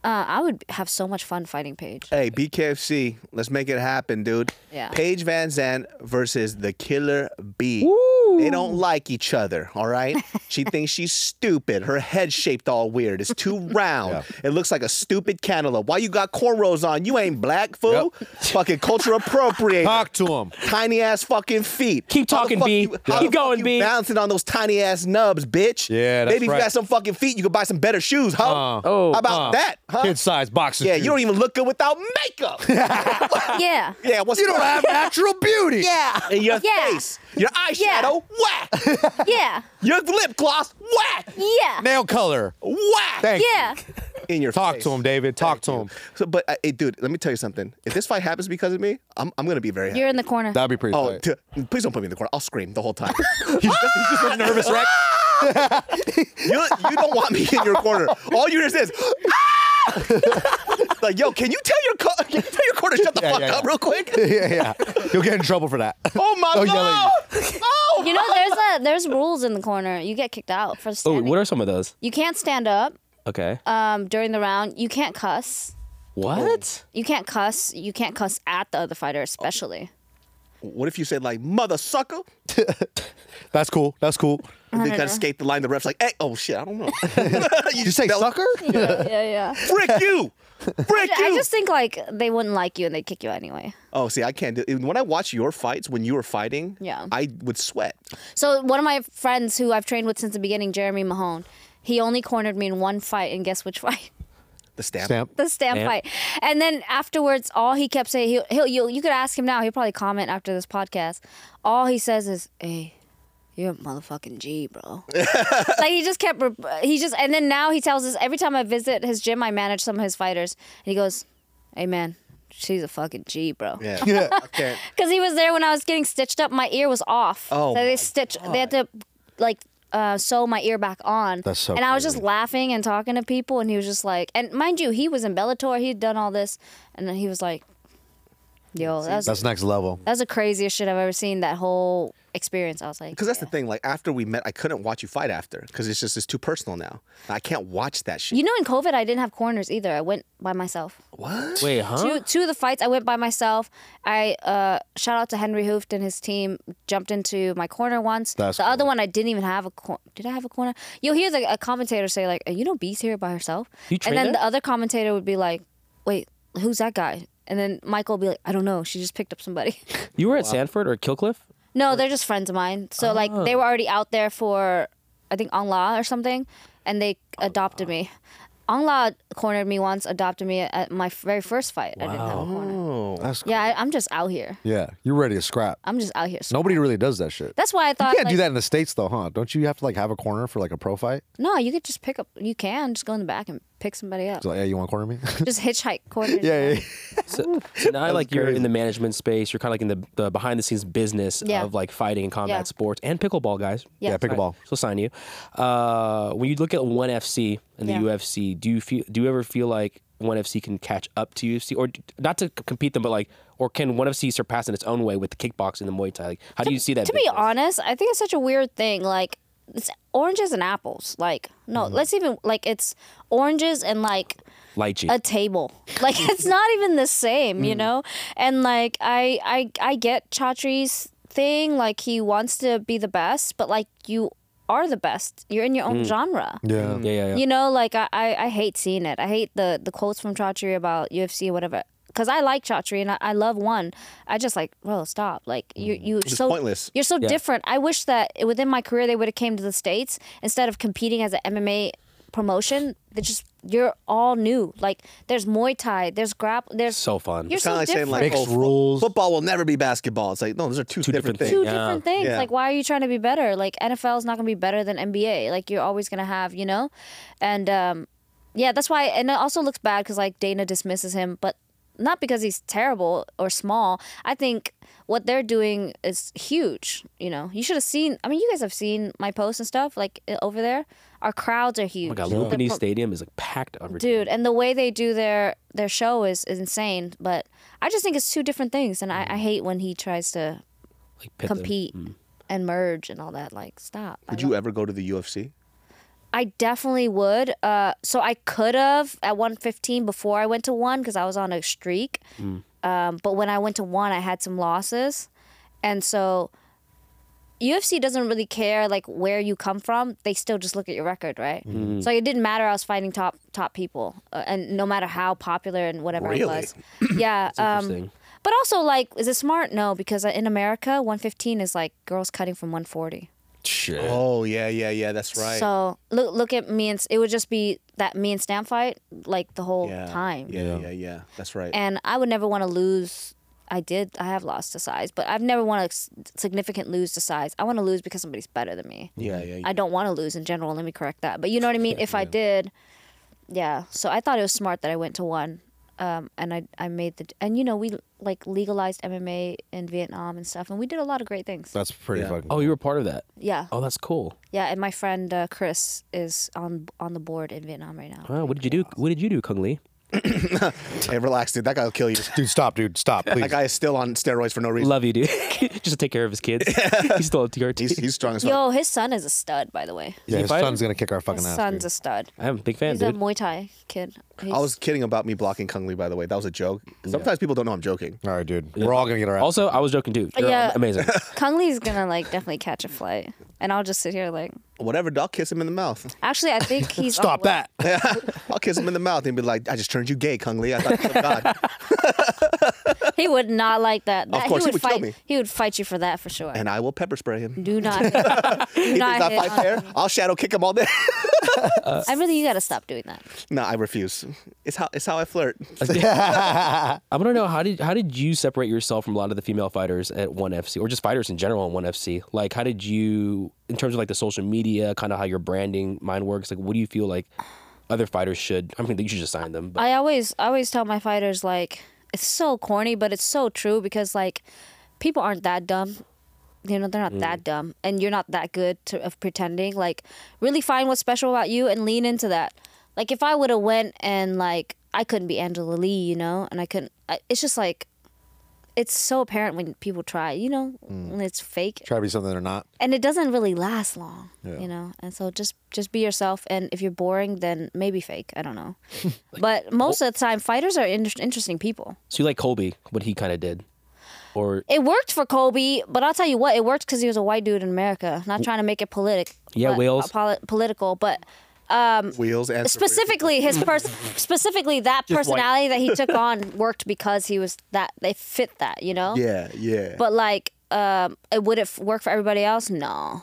A: uh, I would have so much fun fighting Paige.
E: Hey, BKFC, let's make it happen, dude.
A: Yeah.
E: Paige Van Zandt versus the Killer B. They don't like each other, all right? she thinks she's stupid. Her head's shaped all weird. It's too round. It looks like a stupid cantaloupe. Why you got cornrows on? You ain't black, fool. Fucking culture appropriate.
C: Talk to him.
E: Tiny ass fucking feet.
B: Keep
E: How the
B: talking,
E: fuck
B: B.
E: you-
B: Yeah.
E: how the
B: Keep
E: fuck
B: going,
E: you
B: B.
E: Bouncing on those tiny ass nubs, bitch.
C: Yeah, that's
E: Maybe if
C: right.
E: you got some fucking feet, you could buy some better shoes, huh?
C: Uh,
B: Oh,
E: How about
C: uh,
E: that, huh?
C: Kid size boxes.
E: Yeah, you don't even look good without makeup.
A: yeah.
E: yeah, what's
C: You don't
E: up?
C: have natural beauty.
E: Yeah, and your
A: Yeah.
E: face, your eyeshadow, whack.
A: Yeah.
E: your lip gloss, whack,
A: Yeah.
C: Nail color.
E: whack.
C: Thank you.
A: Yeah.
E: In your
C: Talk
E: face.
C: to him, David. Talk to him.
E: So, but uh, hey, dude, let me tell you something. If this fight happens because of me, I'm, I'm gonna be very happy.
A: You're in the corner.
C: That'd be pretty.
E: oh,
C: Oh,
E: dude, please don't put me in the corner. I'll scream the whole time.
C: he's, just, he's just a nervous wreck.
E: you, you don't want me in your corner. All you hear is this. "Ah!" like, yo, can you tell your co- can you tell your corner to shut the
C: Yeah,
E: fuck
C: yeah,
E: up
C: yeah.
E: real quick?
C: yeah, yeah. You'll get in trouble for that.
E: Oh my
C: They'll yell
E: god!
C: at
E: Oh,
A: you know, there's a there's rules in the corner. You get kicked out for
B: oh,
A: standing.
B: what are some of those?
A: you can't stand up
B: Okay.
A: um, during the round. You can't cuss.
B: what?
A: You can't cuss. You can't cuss at the other fighter, especially.
E: What if you said like mother sucker?
C: That's cool. That's cool.
E: And
C: Uh-huh.
E: they kind of skate the line. The ref's like, hey, oh shit, I don't know. you
C: You say
E: spelled-
C: sucker?
A: Yeah, yeah, yeah.
E: Frick you! Frick you!
A: I just think like they wouldn't like you and they'd kick you anyway.
E: oh, see, I can't do When I watch your fights, when you were fighting,
A: Yeah.
E: I would sweat.
A: So one of my friends who I've trained with since the beginning, Jeremy Mahone, he only cornered me in one fight, and guess which fight?
E: The stamp.
C: Stamp.
A: the stamp
B: Yeah.
A: fight. And then afterwards, all he kept saying, he'll, he'll you, you could ask him now. He'll probably comment after this podcast. All he says is, "Hey, you're a motherfucking G, bro." like he just kept, re- he just, and then now he tells us every time I visit his gym, I manage some of his fighters, and he goes, "Hey, man." She's a fucking G, bro.
E: Yeah.
C: Yeah.
E: Okay.
A: Because he was there when I was getting stitched up. My ear was off.
E: Oh
A: so they
E: my
A: stitched. They had to like uh, sew my ear back on.
C: That's so
A: And I was just
C: crazy.
A: laughing and talking to people, and he was just like, and mind you, he was in Bellator. He had done all this, and then he was like, "Yo, that was
C: That's next level.
A: that was the craziest shit I've ever seen." That whole experience, I was like,
E: Because that's the thing. Like after we met, I couldn't watch you fight after because it's just it's too personal now. I can't watch that shit.
A: You know, in COVID, I didn't have corners either. I went by myself.
E: what?
B: Wait, huh?
A: Two, two of the fights, I went by myself. I uh, shout out to Henry Hooft and his team. Jumped into my corner once.
C: That's
A: the other
C: cool.
A: one, I didn't even have a corner. Did I have a corner? You'll hear the, a commentator say like, "You know, B's here by herself,"
B: You
A: and
B: trained
A: then
B: her?
A: the other commentator would be like, "Wait, who's that guy?" And then Michael will be like, "I don't know. She just picked up somebody."
B: You were at Sanford or Killcliff?
A: no, they're just friends of mine. So like, they were already out there for, I think On Law or something, and they adopted me. On Law cornered me once, adopted me at my very first fight. I didn't have a corner.
C: That's cool.
A: Yeah, I, I'm just out here.
C: Yeah. You're ready to scrap.
A: I'm just out here.
C: Nobody really does that shit.
A: That's why I
C: You
A: thought.
C: can't do
A: like,
C: that in the states though, huh? Don't you have to like have a corner for like a pro fight?
A: No, you could just pick up. You can just go in the back and pick somebody up.
C: It's like, yeah, you want to corner me?
A: Just hitchhike quarters.
C: yeah, yeah,
B: So, so now like you're in the management space, you're kind of like in the, the behind the scenes business
A: Yeah.
B: of like fighting and combat
A: Yeah.
B: sports and pickleball guys.
A: Yeah.
C: yeah.
A: Yeah,
C: yeah pickleball.
B: So sign you. Uh, when you look at ONE FC and the
A: Yeah.
B: UFC, do you feel do you ever feel like ONE FC can catch up to UFC or d- not to c- compete them, but like or can ONE FC surpass in its own way with the kickboxing and the Muay Thai? Like, how do you see that?
A: To be
B: business?
A: honest, I think it's such a weird thing. Like it's oranges and apples. Like no,
C: Mm-hmm.
A: let's even like it's oranges and like
B: Lychee.
A: a table. Like it's not even the same,
C: Mm.
A: you know? And like I I I get Chatri's thing, like he wants to be the best, but like you are the best. You're in your
C: Mm.
A: own genre.
C: Yeah.
B: Yeah, yeah, yeah.
A: You know, like I, I, I hate seeing it. I hate the the quotes from Chaudhry about UFC, whatever. Because I like Chaudhry and I, I love one. I just like, bro, stop. Like you, you
E: Mm. It's
A: so
E: pointless.
A: You're so different. I wish that within my career they would have came to the states instead of competing as an MMA promotion. They just you're all new. Like there's Muay Thai, there's grapple, there's
B: So fun.
A: You're
E: It's kind
A: so
E: of like saying
A: different.
E: like
C: Mixed
E: oh, fo-
C: rules.
E: Football will never be basketball. It's like no, those are two,
B: different
E: different, things.
A: two
B: Yeah.
A: different things.
E: Yeah.
A: Like, why are you trying to be better? Like, NFL is not going to be better than NBA. Like, you're always going to have, you know, and um, yeah, that's why. And it also looks bad because like Dana dismisses him, but not because he's terrible or small. I think what they're doing is huge. You know, you should have seen. I mean, you guys have seen my posts and stuff like i- over there. Our crowds are huge.
B: Oh my god,
A: The
B: Lumpinee
A: pro-
B: Stadium is like packed every
A: dude and the way they do their their show is, is insane but i just think it's two different things and I, I
B: Mm.
A: hate when he tries to
B: like, pit them.
A: compete and merge and all that. Like, stop. I
E: Would you
A: don't-
E: ever go to the UFC?
A: I definitely would. Uh, so I could have at 115 before I went to one because I was on a streak. Um, but when I went to one, I had some losses, and so UFC doesn't really care like where you come from. They still just look at your record, right?
E: Mm-hmm.
A: So it didn't matter. I was fighting top top people, uh, and no matter how popular and whatever I
E: Really?
A: was, yeah.
B: interesting.
A: um, but also, like, is it smart? No, because uh, in America, 115 is like girls cutting from 140.
B: Shit.
E: Oh yeah, yeah, yeah. That's right.
A: So look, look at me and it would just be that me and Stam fight like the whole
E: yeah.
A: time.
E: Yeah, yeah, yeah, That's right.
A: And I would never want to lose. I did. I have lost to size, but I've never want to significant lose to size. I want to lose because somebody's better than me.
E: yeah, yeah.
A: I don't want to lose in general. Let me correct that. But you know what I mean. If I did, yeah. So I thought it was smart that I went to one, um, and I I made the and you know we like legalized MMA in Vietnam and stuff, and we did a lot of great things.
C: That's pretty
E: Yeah.
C: fucking.
B: Oh, you were part of that.
A: yeah,
B: Oh, that's cool.
A: yeah. And my friend uh, Chris is on on the board in Vietnam right now.
B: Wow, what did you do? What did you do, Kung Lee?
E: hey, relax, dude. That guy'll kill you.
C: Dude, stop, dude, stop, please.
E: That guy is still on steroids for no reason.
B: Love you, dude. Just to take care of his kids. He's still a TRT.
E: He's, he's strong as fuck.
A: Yo, his son is a stud, by the way.
C: yeah, his
B: fighting?
C: son's gonna kick our fucking
A: His
C: ass.
A: son's
C: dude.
A: a stud.
B: I'm a big fan,
A: He's a
B: dude.
A: Muay Thai kid.
E: I
A: He's-
E: was kidding about me blocking Kung Lee, by the way. That was a joke. Sometimes people don't know I'm joking.
C: All right, dude. We're all gonna get our ass.
B: also, I was joking too. You're
A: Yeah.
B: amazing.
A: Kung Lee's gonna like definitely catch a flight, and I'll just sit here like.
E: Whatever, dog, kiss him in the mouth.
A: Actually, I think he's. on
C: stop
A: the way.
C: that.
E: I'll kiss him in the mouth and be like, I just turned you gay, Kung Lee. I thought, oh, God.
A: He would not like that. that
E: course,
A: he would,
E: he would kill
A: fight.
E: me.
A: He would fight you for that for sure.
E: And I will pepper spray him.
A: do not. hit- do
E: He does
A: not
E: not
A: hit
E: fight
A: on-
E: fair. I'll shadow kick him all day.
A: I really, you gotta stop doing that.
E: no, I refuse. It's how it's how I flirt.
B: I want to know how did how did you separate yourself from a lot of the female fighters at One FC or just fighters in general in One FC? Like, how did you, in terms of like the social media, kind of how your branding mind works? Like, what do you feel like other fighters should? I mean, you should just sign them. But
A: I always I always tell my fighters like it's so corny, but it's so true because like people aren't that dumb. You know, they're
E: Mm.
A: not that dumb and you're not that good to, of pretending. Like really find what's special about you and lean into that. Like if I would have went and like I couldn't be Angela Lee, you know, and I couldn't I, it's just like it's so apparent when people try, you know,
E: Mm.
A: when it's fake
C: Try to be something they're not.
A: and it doesn't really last long
C: Yeah.
A: you know and so just just be yourself and if you're boring then maybe fake i don't know but most of the time fighters are inter- interesting people
B: so you like Colby, what he kind of did, or
A: it worked for kobe but i'll tell you what it worked because he was a white dude in america not trying to make it politic
B: Yeah,
A: but,
B: Wales.
A: uh, poli- political but
E: Wheels and
A: specifically his person specifically that personality that he took on worked because he was that they fit that you know
E: Yeah, yeah.
A: But like, um, it would it work for everybody else? No.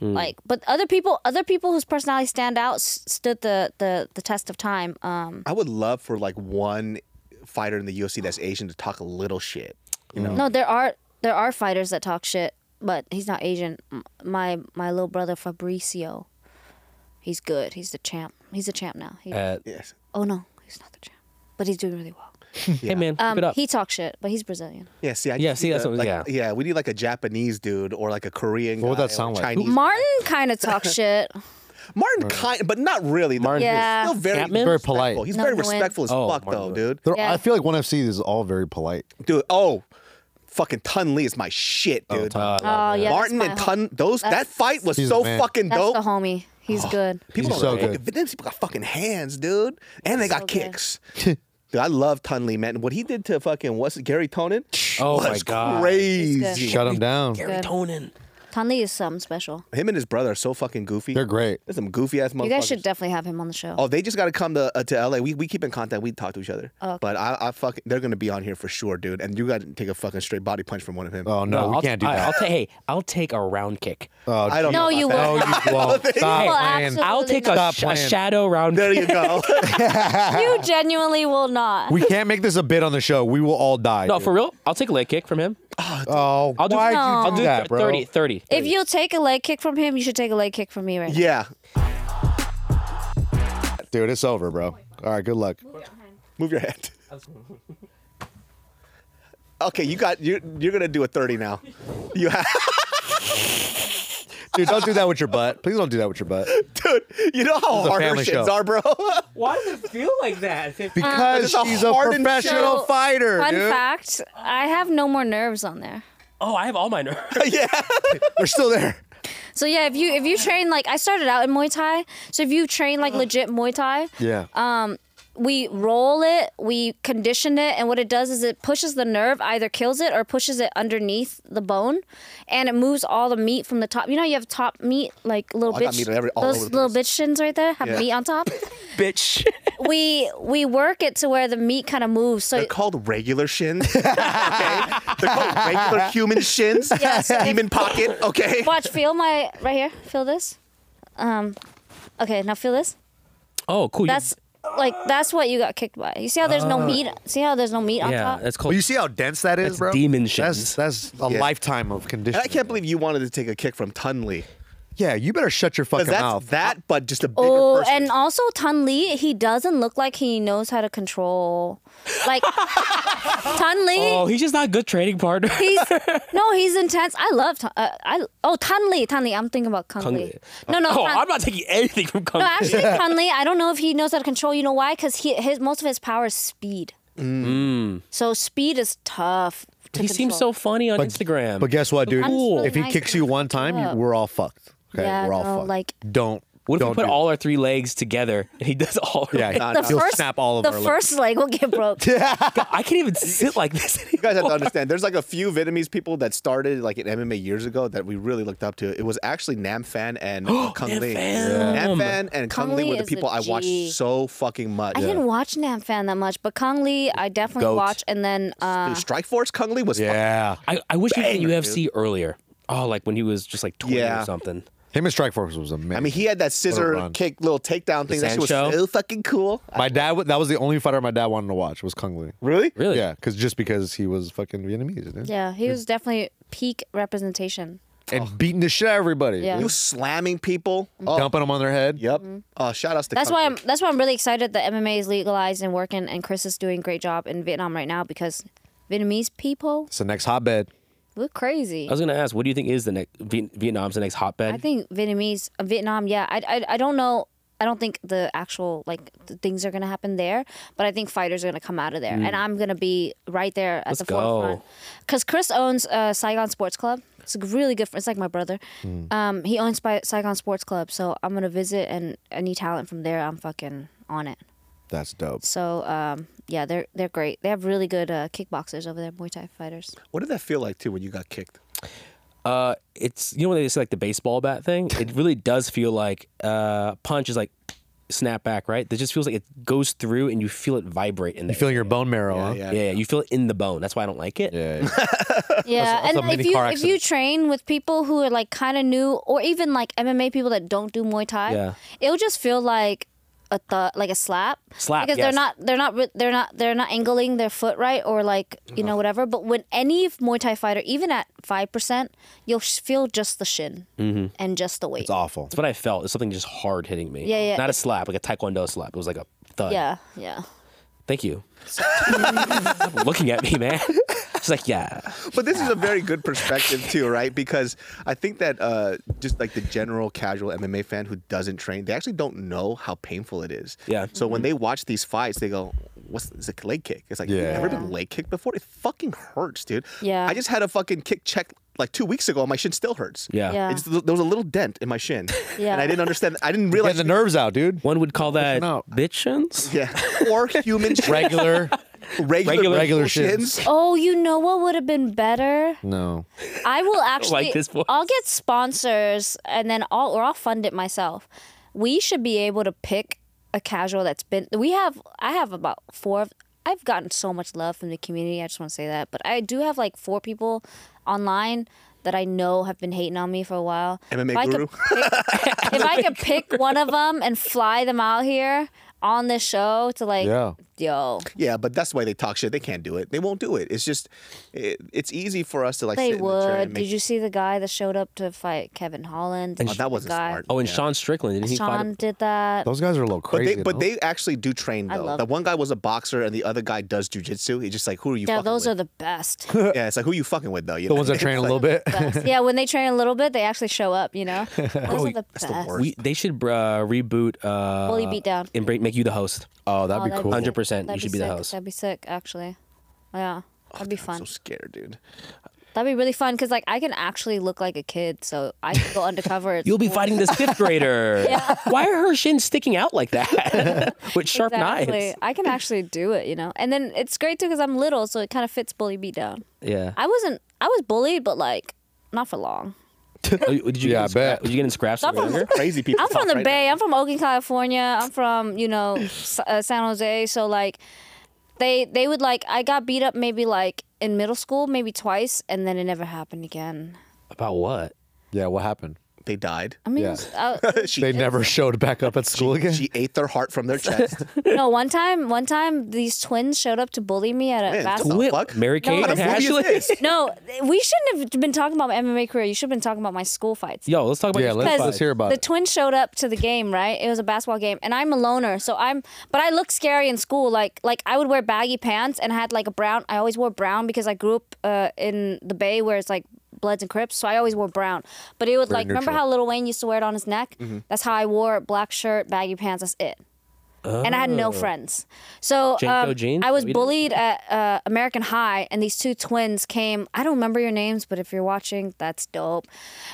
B: Hmm.
A: Like, but other people, other people whose personalities stand out s- stood the the the test of time. Um,
E: I would love for like one fighter in the UFC that's Asian to talk a little shit. You know?
A: no, there are there are fighters that talk shit, but he's not Asian. M- My my little brother Fabricio, he's good. He's the champ. He's the champ now. He,
B: uh,
E: Yes.
A: oh no, he's not the champ, but he's doing really well.
B: hey man, keep it
A: Um,
B: up.
A: he talks shit, but he's Brazilian.
E: Yeah. See. I
B: Yeah,
E: just
B: see,
E: need
B: that's
E: a-
B: what-
E: like,
B: yeah.
E: Yeah. We need like a Japanese dude or like a Korean.
C: What would
E: guy
C: that sound
E: or a
C: like?
E: Chinese.
A: Martin kind of talks shit.
E: Martin kind, but not really. though.
B: Martin is-
A: Yeah.
E: He's still very,
B: Chapman?
C: Very polite.
E: respectful. He's
A: No,
E: very
A: no one.
E: respectful as
B: Oh,
E: fuck
B: Martin
E: though,
B: Lewis.
E: dude.
C: They're-
A: Yeah.
C: I feel like one FC is all very polite.
E: Dude. Oh, fucking Tun Lee is my shit, dude.
B: Uh,
A: Oh yeah, that's
E: Martin
A: my
E: and
A: hom-
E: Tun. Those that fight was
C: He's
E: so
C: the man.
E: fucking
A: That's
E: dope.
A: the homie.
B: Oh.
A: He's good.
E: People don't
C: He's so
E: know fucking
C: good.
E: Vietnamese people got fucking hands, dude. And they got
A: so good.
E: kicks. dude, I love Tunley, man. What he did to fucking what's it, Gary Tonin?
B: oh my
E: was
B: god,
E: crazy.
A: He's good.
C: Shut him down.
B: Gary Tonin.
A: Tanli is something special.
E: Him and his brother are so fucking goofy.
C: They're great.
E: They're some goofy ass motherfuckers.
A: You guys should definitely have him on the show.
E: Oh, they just got to come to uh, to LA. We, we keep in contact. We talk to each other.
A: Oh,
E: But I, I fucking, they're gonna be on here for sure, dude. And you got to take a fucking straight body punch from one of him.
C: Oh no, we
B: I'll,
C: can't do
B: I-
C: that. Oh,
B: I'll ta- hey, I'll take a round kick.
E: I don't
A: no,
E: know.
A: you
E: about
A: won't.
E: that.
C: no, you won't. Stop
A: Well,
C: playing.
A: absolutely.
B: I'll take a,
A: not.
B: sh- a
C: playing.
B: shadow round.
E: There you go.
A: You genuinely will not.
C: We can't make this a bit on the show. We will all die.
B: No,
C: dude.
B: for real. I'll take a leg kick from him.
C: Oh,
B: I'll do.
C: why'd
A: No.
C: you
B: I'll
C: do
B: do
C: that,
B: th-
C: bro?
B: 30, 30.
A: if you'll take a leg kick from him, you should take a leg kick from me right now.
E: yeah.
C: Dude, it's over, bro. All right, good luck.
E: Move your hand. Okay, you got you. You're gonna do a thirty now. You have,
C: Dude, don't do that with your butt. Please don't do that with your butt.
E: dude. You know how
C: is a
E: hard her
C: family
E: shins
C: show.
E: are, bro.
D: Why does it feel like that?
C: Because
E: It's a
C: she's a
E: hardened
C: professional
A: show.
C: fighter,
A: Fun
C: dude.
A: fact: I have no more nerves on there.
B: Oh, I have all my nerves.
E: yeah.
C: They're still there.
A: So yeah, if you if you train like I started out in Muay Thai, so if you train like legit Muay Thai,
C: Yeah.
A: we roll it, we condition it, and what it does is it pushes the nerve, either kills it or pushes it underneath the bone, and it moves all the meat from the top. You know, how you have top meat, like little
E: Oh, I got
A: bitch,
E: meat every- all
A: those
E: over the
A: little
E: place.
A: bitch shins right there have
E: Yeah.
A: meat on top.
B: bitch.
A: we we work it to where the meat kind of moves. So
E: They're called regular shins. Okay. They're called regular human shins.
A: Yes.
E: Demon pocket. Okay.
A: watch, feel my right here, feel this. Um, okay, now feel this.
B: Oh, cool. you-
A: That's like that's what you got kicked by. You see how there's no meat? See how there's no meat on
B: Oh. yeah.
A: top?
B: That's
C: Well,
B: cool.
C: you see how dense that is,
B: That's
C: bro.
B: demon
C: That's
B: shins.
C: that's a
E: Yeah.
C: lifetime of
E: And
C: conditioning.
E: I can't believe you wanted to take a kick from Tunley.
C: Yeah, you better shut your
E: Because
C: fucking
E: that's
C: mouth.
E: that, but just a bigger
A: Oh,
E: person.
A: and also Tan Lee, he doesn't look like he knows how to control. Like Tan Lee,
B: Oh, he's just not a good training partner.
A: he's no, he's intense. I love Tan. Uh, I oh Tan Lee, Tan Lee. I'm thinking about Kung,
B: Kung
A: Lee.
B: Lee.
A: No, no,
B: oh,
A: Tan-
B: I'm not taking anything from Kung.
A: no.
B: Lee.
A: Actually, Tan Lee, I don't know if he knows how to control. You know why? Because he his most of his power is speed.
C: Mm.
A: So speed is tough. To
B: Mm.
A: control.
B: he seems so funny on Instagram.
C: But guess what, dude?
A: I'm so
C: If he
A: nice
C: kicks
A: to
C: you one time,
A: up.
C: you, we're all fucked. Okay,
A: Yeah,
C: we're all
A: no,
C: fucked.
A: like-
C: don't.
B: what if
C: don't
B: we put
C: do
B: all our three legs together and he does all? our
C: Yeah,
B: legs?
E: Nah,
A: The
E: nah.
C: He'll
A: first,
C: snap all of
A: the
C: our legs.
A: first leg will get broke.
B: I can't even sit like this
E: You
B: anymore.
E: guys have to understand. There's like a few Vietnamese people that started like in MMA years ago that we really looked up to. It was actually Nam Phan and Kung
B: Nam
E: Lee.
B: Phan.
E: Nam Phan and Kung,
A: Kung
E: Lee
A: Lee
E: were the
A: is a
E: people I
A: G.
E: watched so fucking much.
A: I didn't watch Nam Fan that much, but Kung Lee, I definitely
C: Goat.
A: watch. And then uh,
E: Dude, Strike Force Kung Lee was fucking-
C: Yeah,
B: I, I wish he was in UFC earlier. Oh, like when he was just like 20
E: Yeah.
B: or something.
C: him and Strike Force was amazing.
E: I mean, he had that scissor
C: run.
E: kick, little takedown thing. That shit was
B: Sancho?
E: so fucking cool.
C: my dad. wa- That was the only fighter my dad wanted to watch was Kung Lee.
E: Really?
B: Really?
C: Yeah, because just because he was fucking Vietnamese, dude.
A: Yeah, he was definitely peak representation.
C: and beating the shit out of everybody.
A: Yeah.
E: You
C: dude.
E: slamming people? Oh,
C: dumping them on their head.
E: yep. Oh, shout outs to
A: Mm-hmm. That's
E: Kung
A: why
E: Lee.
A: I'm. That's why I'm really excited that MMA is legalized and working, and Chris is doing a great job in Vietnam right now because Vietnamese people
C: It's the next hotbed.
A: look crazy.
B: I was going to ask, what do you think is the next, Viet- Vietnam's the next hotbed?
A: I think Vietnamese, uh, Vietnam. Yeah, I, I, I don't know. I don't think the actual like th- things are gonna happen there, but I think fighters are gonna come out of there, and I'm gonna be right there at
B: Hmm. Let's
A: the
B: go.
A: forefront. Because Chris owns uh, Saigon Sports Club. It's a really good. fr- It's like my brother.
B: Hmm.
A: Um, he owns Bi- Saigon Sports Club, so I'm gonna visit, and any talent from there, I'm fucking on it.
C: That's dope.
A: So um, yeah, they're they're great. They have really good uh, kickboxers over there, Muay Thai fighters.
E: What did that feel like too when you got kicked?
B: Uh, it's, you know, when they say like the baseball bat thing, it really does feel like uh, punch is like snap back, right? It just feels like it goes through and you feel it vibrate in there.
C: You feeling your bone marrow? huh?
E: yeah.
B: yeah, yeah, you feel it in the bone. That's why I don't like it.
C: Yeah,
A: Yeah,
C: that's a
A: and
C: mini
A: if you
C: car
A: if you train with people who are like kind of new, or even like MMA people that don't do Muay Thai,
B: Yeah.
A: it'll just feel like a th- like a slap.
B: Slap,
A: because
B: yes.
A: they're not they're not re- they're not they're not angling their foot right or like you know whatever. But when any Muay Thai fighter, even at five percent, you'll sh- feel just the shin and just the weight.
C: Mm-hmm. it's awful.
B: That's what I felt. It's something just hard hitting me.
A: Yeah, yeah.
B: Not a slap, like a taekwondo slap. It was like a thud.
A: Yeah, yeah.
B: Thank you. Stop looking at me, man. She's like, yeah.
E: But this is a very good perspective too, right? Because I think that uh, just like the general casual MMA fan who doesn't train, they actually don't know how painful it is.
B: Yeah.
E: So when they watch these fights, they go, "What's it's a leg kick?" It's like,
C: Yeah.
E: "You've never been leg kicked before? It fucking hurts, dude."
A: Yeah.
E: I just had a fucking kick check like two weeks ago, and my shin still hurts.
B: Yeah.
A: Yeah.
E: It's, there was a little dent in my shin,
A: Yeah.
E: and I didn't understand. I didn't
C: Get
E: realize.
C: the nerves out, dude.
B: One would call that
C: out.
B: bitchins.
E: yeah. Or human. shin.
C: Regular
E: regular,
B: Regular-
C: Regular shins.
A: Oh, you know what would have been better?
C: No.
A: I will actually.
B: this voice.
A: I'll get sponsors, and then I'll or I'll fund it myself. We should be able to pick a casual that's been. We have. I have about four. of- I've gotten so much love from the community. I just want to say that, but I do have like four people online that I know have been hating on me for a while.
E: MMA
A: if I
E: guru?
A: could pick, if I could pick one of them and fly them out here on this show to like,
C: Yeah.
A: yo,
E: Yeah, but that's why they talk shit. They can't do it. They won't do it. It's just, it, it's easy for us to like.
A: They
E: sit in the chair
A: would.
E: and make,
A: Did you see the guy that showed up to fight Kevin Holland?
E: Oh, that wasn't
A: the guy.
E: smart.
B: Oh, and Sean Strickland didn't he fight?
A: Sean
B: him?
A: did that.
C: Those guys are a little
E: But
C: crazy.
E: they, but
C: no?
E: they actually do train
A: I
E: though.
A: love
E: The one guy was a boxer and the other guy does jujitsu. He's just like, who are you?
A: Yeah,
E: fucking
A: those
E: with?
A: are the best.
E: yeah, it's like who you fucking with though. You
C: the
E: know?
C: ones that train a little bit.
A: Best. yeah, when they train a little bit, they actually show up. You know, those are the
E: Oh, the
A: best.
E: worst.
B: We, they should uh, reboot. Uh,
A: Bully Beatdown.
B: And bring, make you the host.
C: oh, that'd
A: Oh,
C: be
A: that'd
C: cool.
A: be-
B: 100%,
A: that'd
B: you should be the
A: sick.
B: host.
A: That'd be sick, actually. Yeah, that'd be fun.
E: I'm Oh, so scared, dude.
A: That'd be really fun because like I can actually look like a kid, so I can go undercover. It's
B: You'll be
A: cool.
B: fighting this fifth grader. Why are her shins sticking out like that with sharp
A: Exactly.
B: knives?
A: I can actually do it, you know. And then it's great too because I'm little, so it kind of fits bully beat down.
B: Yeah.
A: I wasn't. I was bullied, but like not for long.
B: Oh, you- did you
C: Yeah,
B: get
C: I
B: in scra-
C: bet.
B: Did you get in scraps
A: I'm
B: when you were
A: from-
B: younger?
E: Crazy people.
A: I'm
E: talk
A: from the
E: right
A: Bay. I'm from Oakland, California. I'm from you know S- uh, San Jose. So like, they they would like I got beat up maybe like in middle school maybe twice, and then it never happened again.
B: About what?
C: Yeah, what happened?
E: now. They died.
A: I mean,
C: Yeah.
A: it was- uh,
E: She,
C: They never showed back up at school again.
E: she ate their heart from their chest.
A: no one time one time these twins showed up to bully me at a
E: Man,
A: basketball.
E: twin-
B: Wait,
E: fuck?
B: Mary Kate
A: No, what
B: and
E: is
B: Ashley.
E: this?
A: No, we shouldn't have been talking about my MMA career. You should have been talking about my school fights.
B: Yo, let's talk about
C: yeah,
B: your
C: let's,
B: fights.
C: let's hear about
A: the
C: it.
A: twins showed up to the game, right? It was a basketball game, and I'm a loner, so I'm. But I look scary in school. Like like I would wear baggy pants and I had like a brown. I always wore brown because I grew up uh, in the Bay where it's like Bloods and Crips, so I always wore brown. But it would like remember
C: neutral. Mm-hmm.
A: how Lil Wayne used to wear it on his neck? That's how I wore it, black shirt, baggy pants. That's it. And I had
C: Oh.
A: no friends, so
B: Janko
A: um,
B: jeans?
A: I was
B: We didn't-
A: bullied at uh, American High, and these two twins came. I don't remember your names, but if you're watching, that's dope.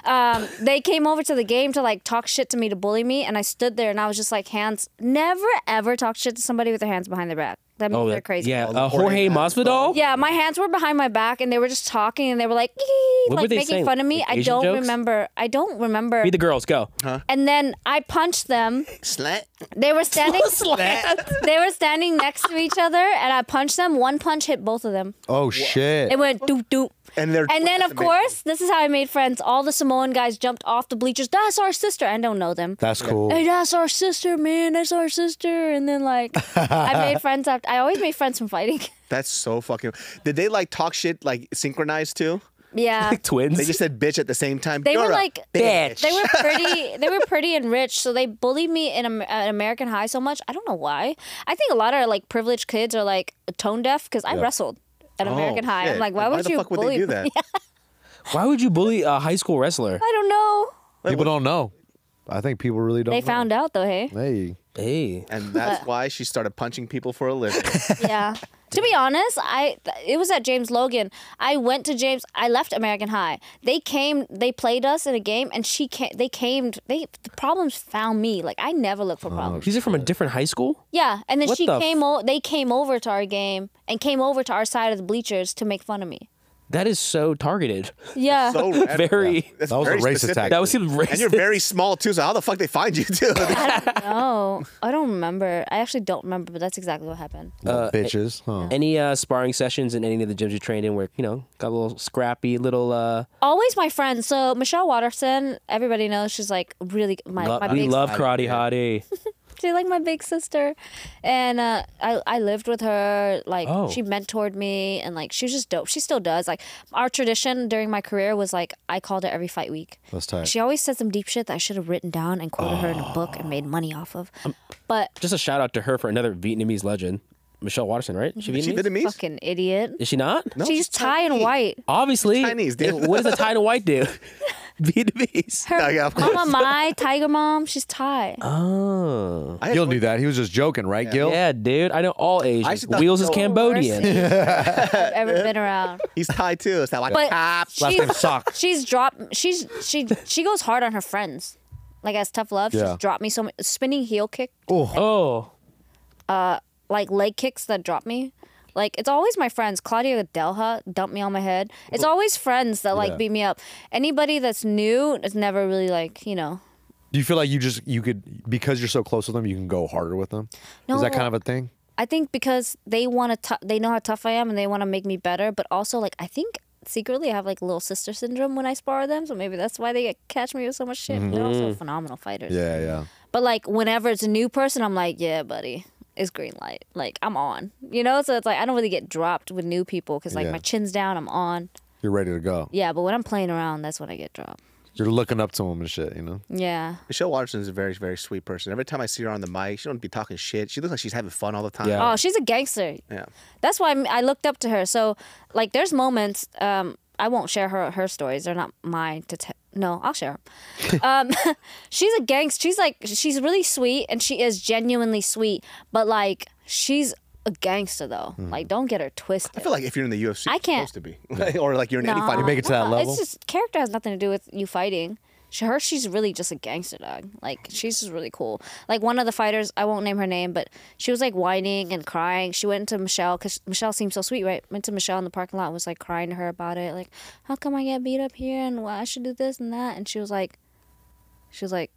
A: Um, they came over to the game to like talk shit to me to bully me, and I stood there and I was just like, hands never ever talk shit to somebody with their hands behind their back. That means
B: Oh,
A: they're
B: that,
A: crazy.
B: yeah,
E: Oh,
B: uh, Jorge
E: Jorge
B: Masvidal.
A: Yeah, my hands were behind my back, and they were just talking, and they were like, "Ee,"
B: What were
A: like
B: they
A: making
B: saying?
A: fun of me.
B: Like
A: I
B: Asian
A: don't
B: jokes?
A: remember. I don't remember.
B: Be the girls. Go.
A: and then I punched them.
E: Slut.
A: They were standing.
B: Slant.
A: they were standing next to each other, and I punched them. One punch hit both of them.
C: Oh shit!
A: It went doop doop.
E: And they're
A: And then,
E: that's
A: of
E: amazing.
A: course, this is how I made friends. All the Samoan guys jumped off the bleachers. That's our sister. I don't know them.
C: That's cool.
A: Hey, that's our sister, man. That's our sister. And then, like, I made friends after. I always made friends from fighting.
E: That's so fucking. Did they like talk shit like synchronized too?
A: yeah.
B: Twins.
E: They just said bitch at the same time.
A: They were
E: You're a
A: like-
E: bitch.
A: They were pretty. They were pretty and rich, so they bullied me in Am- at American High so much. I don't know why. I think a lot of like privileged kids are like tone deaf because I wrestled at American
E: Oh,
A: High.
E: shit.
A: I'm like, why
E: Like,
A: would
E: the
A: you
E: fuck would
A: bully
E: they do
A: me?
E: that?
B: Why would you bully a high school wrestler?
A: I don't know.
C: people don't know. I think people really don't.
E: Oh,
A: They
C: know.
A: found out though. Hey.
C: Hey,
B: Hey.
E: And that's why she started punching people for a living.
A: yeah. To be honest, I th- it was at James Logan. I went to James. I left American High. They came. They played us in a game, and she came. They came. They the problems found me. Like I never look for problems.
B: These are from a different high school.
A: Yeah, and then
B: Oh. What
A: she
B: the
A: came. O- they came over to our game and came over to our side of the bleachers to make fun of me.
B: That is so targeted.
A: Yeah.
E: So random.
B: Very.
E: That's
C: That was a
E: very
C: race
E: specific.
C: attack.
B: That was even racist.
E: And you're very small too, so how the fuck they find you too?
A: no, I don't remember. I actually don't remember, but that's exactly what happened.
E: Uh,
C: little bitches. Huh.
B: Any uh, sparring sessions in any of the gyms you trained in where you know got a little scrappy, little uh,
A: Always my friend. So Michelle Watterson, everybody knows she's like really my,
B: lo-
A: my
B: we
A: big
B: love karate hottie.
A: She's like my big sister, and uh, I I lived with her. Like
B: Oh.
A: she mentored me, and like she was just dope. She still does. Like our tradition during my career was like I called her every fight week.
C: That's tight.
A: She always said some deep shit that I should have written down and quoted her in a book and made money off of.
B: Um,
A: But
B: Just a shout out to her for another Vietnamese legend, Michelle Watterson, right? She Vietnamese?
E: she Vietnamese?
A: fucking idiot,
B: Is she not?
E: No,
A: she's,
E: she's
A: Thai and
E: Chinese.
A: white.
B: Obviously.
E: Chinese, dude.
B: What does a Thai and white do? Vietnamese.
A: Her
E: Oh, yeah, of course.
A: mama, my tiger mom, she's Thai.
B: Oh.
E: I had
C: Gil
E: one-
C: knew that. He was just joking, right, Gil?
B: Yeah, dude. Oh. I know all Asians.
E: should not
B: Wheels is
E: know.
A: Worst
B: Cambodian.
A: Asian I've ever been around.
E: He's Thai too. So like,
A: But
E: ah,
C: Last
A: she's-
C: name Sock.
A: She's dropped. She's she she goes hard on her friends. Like as tough love,
C: Yeah.
A: she's dropped me so much. Spinning heel kick,
B: Oh.
A: like leg kicks that dropped me. Like it's always my friends. Claudia Delha dumped me on my head. It's always friends that like
C: Yeah.
A: beat me up. Anybody that's new is never really like you know.
C: Do you feel like you just you could because you're so close with them, you can go harder with them? Is
A: No.
C: that kind of a thing?
A: I think because they want to, they know how tough I am, and they want to make me better. But also, like I think secretly I have like little sister syndrome when I spar with them, so maybe that's why they get, catch me with so much shit. They're also phenomenal fighters.
C: Mm-hmm. Yeah, yeah.
A: But like whenever it's a new person, I'm like, yeah, buddy, it's green light. Like I'm on, you know. So it's like I don't really get dropped with new people because like
C: Yeah.
A: my chin's down, I'm on.
C: You're ready to go.
A: Yeah, but when I'm playing around, that's when I get dropped.
C: You're looking up to them and shit. You know.
A: Yeah.
E: Michelle Watterson is a very, very sweet person. Every time I see her on the mic, she don't be talking shit. She looks like she's having fun all the time.
B: Yeah.
A: Oh, she's a gangster.
E: Yeah.
A: That's why I'm- I looked up to her. So, like, there's moments. Um, I won't share her her stories. They're not mine to tell. No, I'll share. 'em. um, she's a gangster. She's like she's really sweet, and she is genuinely sweet. But like, she's a gangster though. Like, don't get her twisted.
E: Mm-hmm. I feel like if you're in the UFC,
A: I
E: you're
A: can't-
E: supposed to be, or like you're in any fighting.
C: make it to that
A: Nah,
C: level?
A: It's just character has nothing to do with you fighting. She, her, she's really just a gangster dog. Like she's just really cool. Like one of the fighters, I won't name her name, but she was like whining and crying. She went to Michelle because Michelle seemed so sweet, right? Went to Michelle in the parking lot, and was like crying to her about it, like how come I get beat up here and why I should do this and that. And she was like, she was like,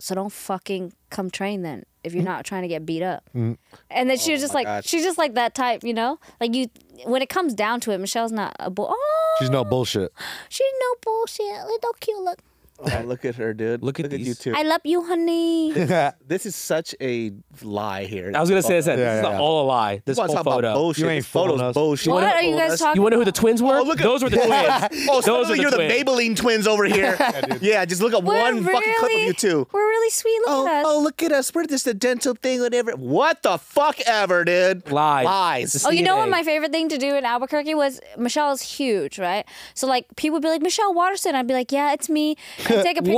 A: so don't fucking come train then if
C: Mm.
A: you're not trying to get beat up. And then she was just like,
E: God.
A: she's just like that type, you know? Like you, when it comes down to it, Michelle's not a bull. Oh,
C: She's no bullshit.
A: she no bullshit. Little cute look.
E: Oh, look at her, dude.
B: Look at
E: look at you
B: these.
E: too.
A: I love you, honey.
E: This is such a lie here.
B: I was gonna say this.
C: Yeah,
B: this is
C: yeah,
B: not
C: yeah.
B: all a lie. This
E: This
B: whole
E: talk about
B: photo.
E: bullshit.
C: You ain't
E: This photo's
C: fooling us.
E: bullshit.
A: what are you guys talking?
B: You want to know who the twins were?
E: Oh, look at-
B: Those were the twins. Those
E: Oh,
B: are
E: suddenly
B: the
E: you're
B: twins.
E: the Maybelline twins over here. yeah, just look at
A: We're
E: one fucking clip of
A: really-
E: you two.
A: We're really sweet. Look
E: Oh,
A: at us.
E: oh, look at us. We're just a dental thing, whatever. What the fuck ever, dude?
B: Lies.
E: Lies.
A: Oh, you know
B: DNA.
A: what my favorite thing to do in Albuquerque was Michelle is huge, right? So like people would be like Michelle Watterson, I'd be like, yeah, it's me. And take a picture.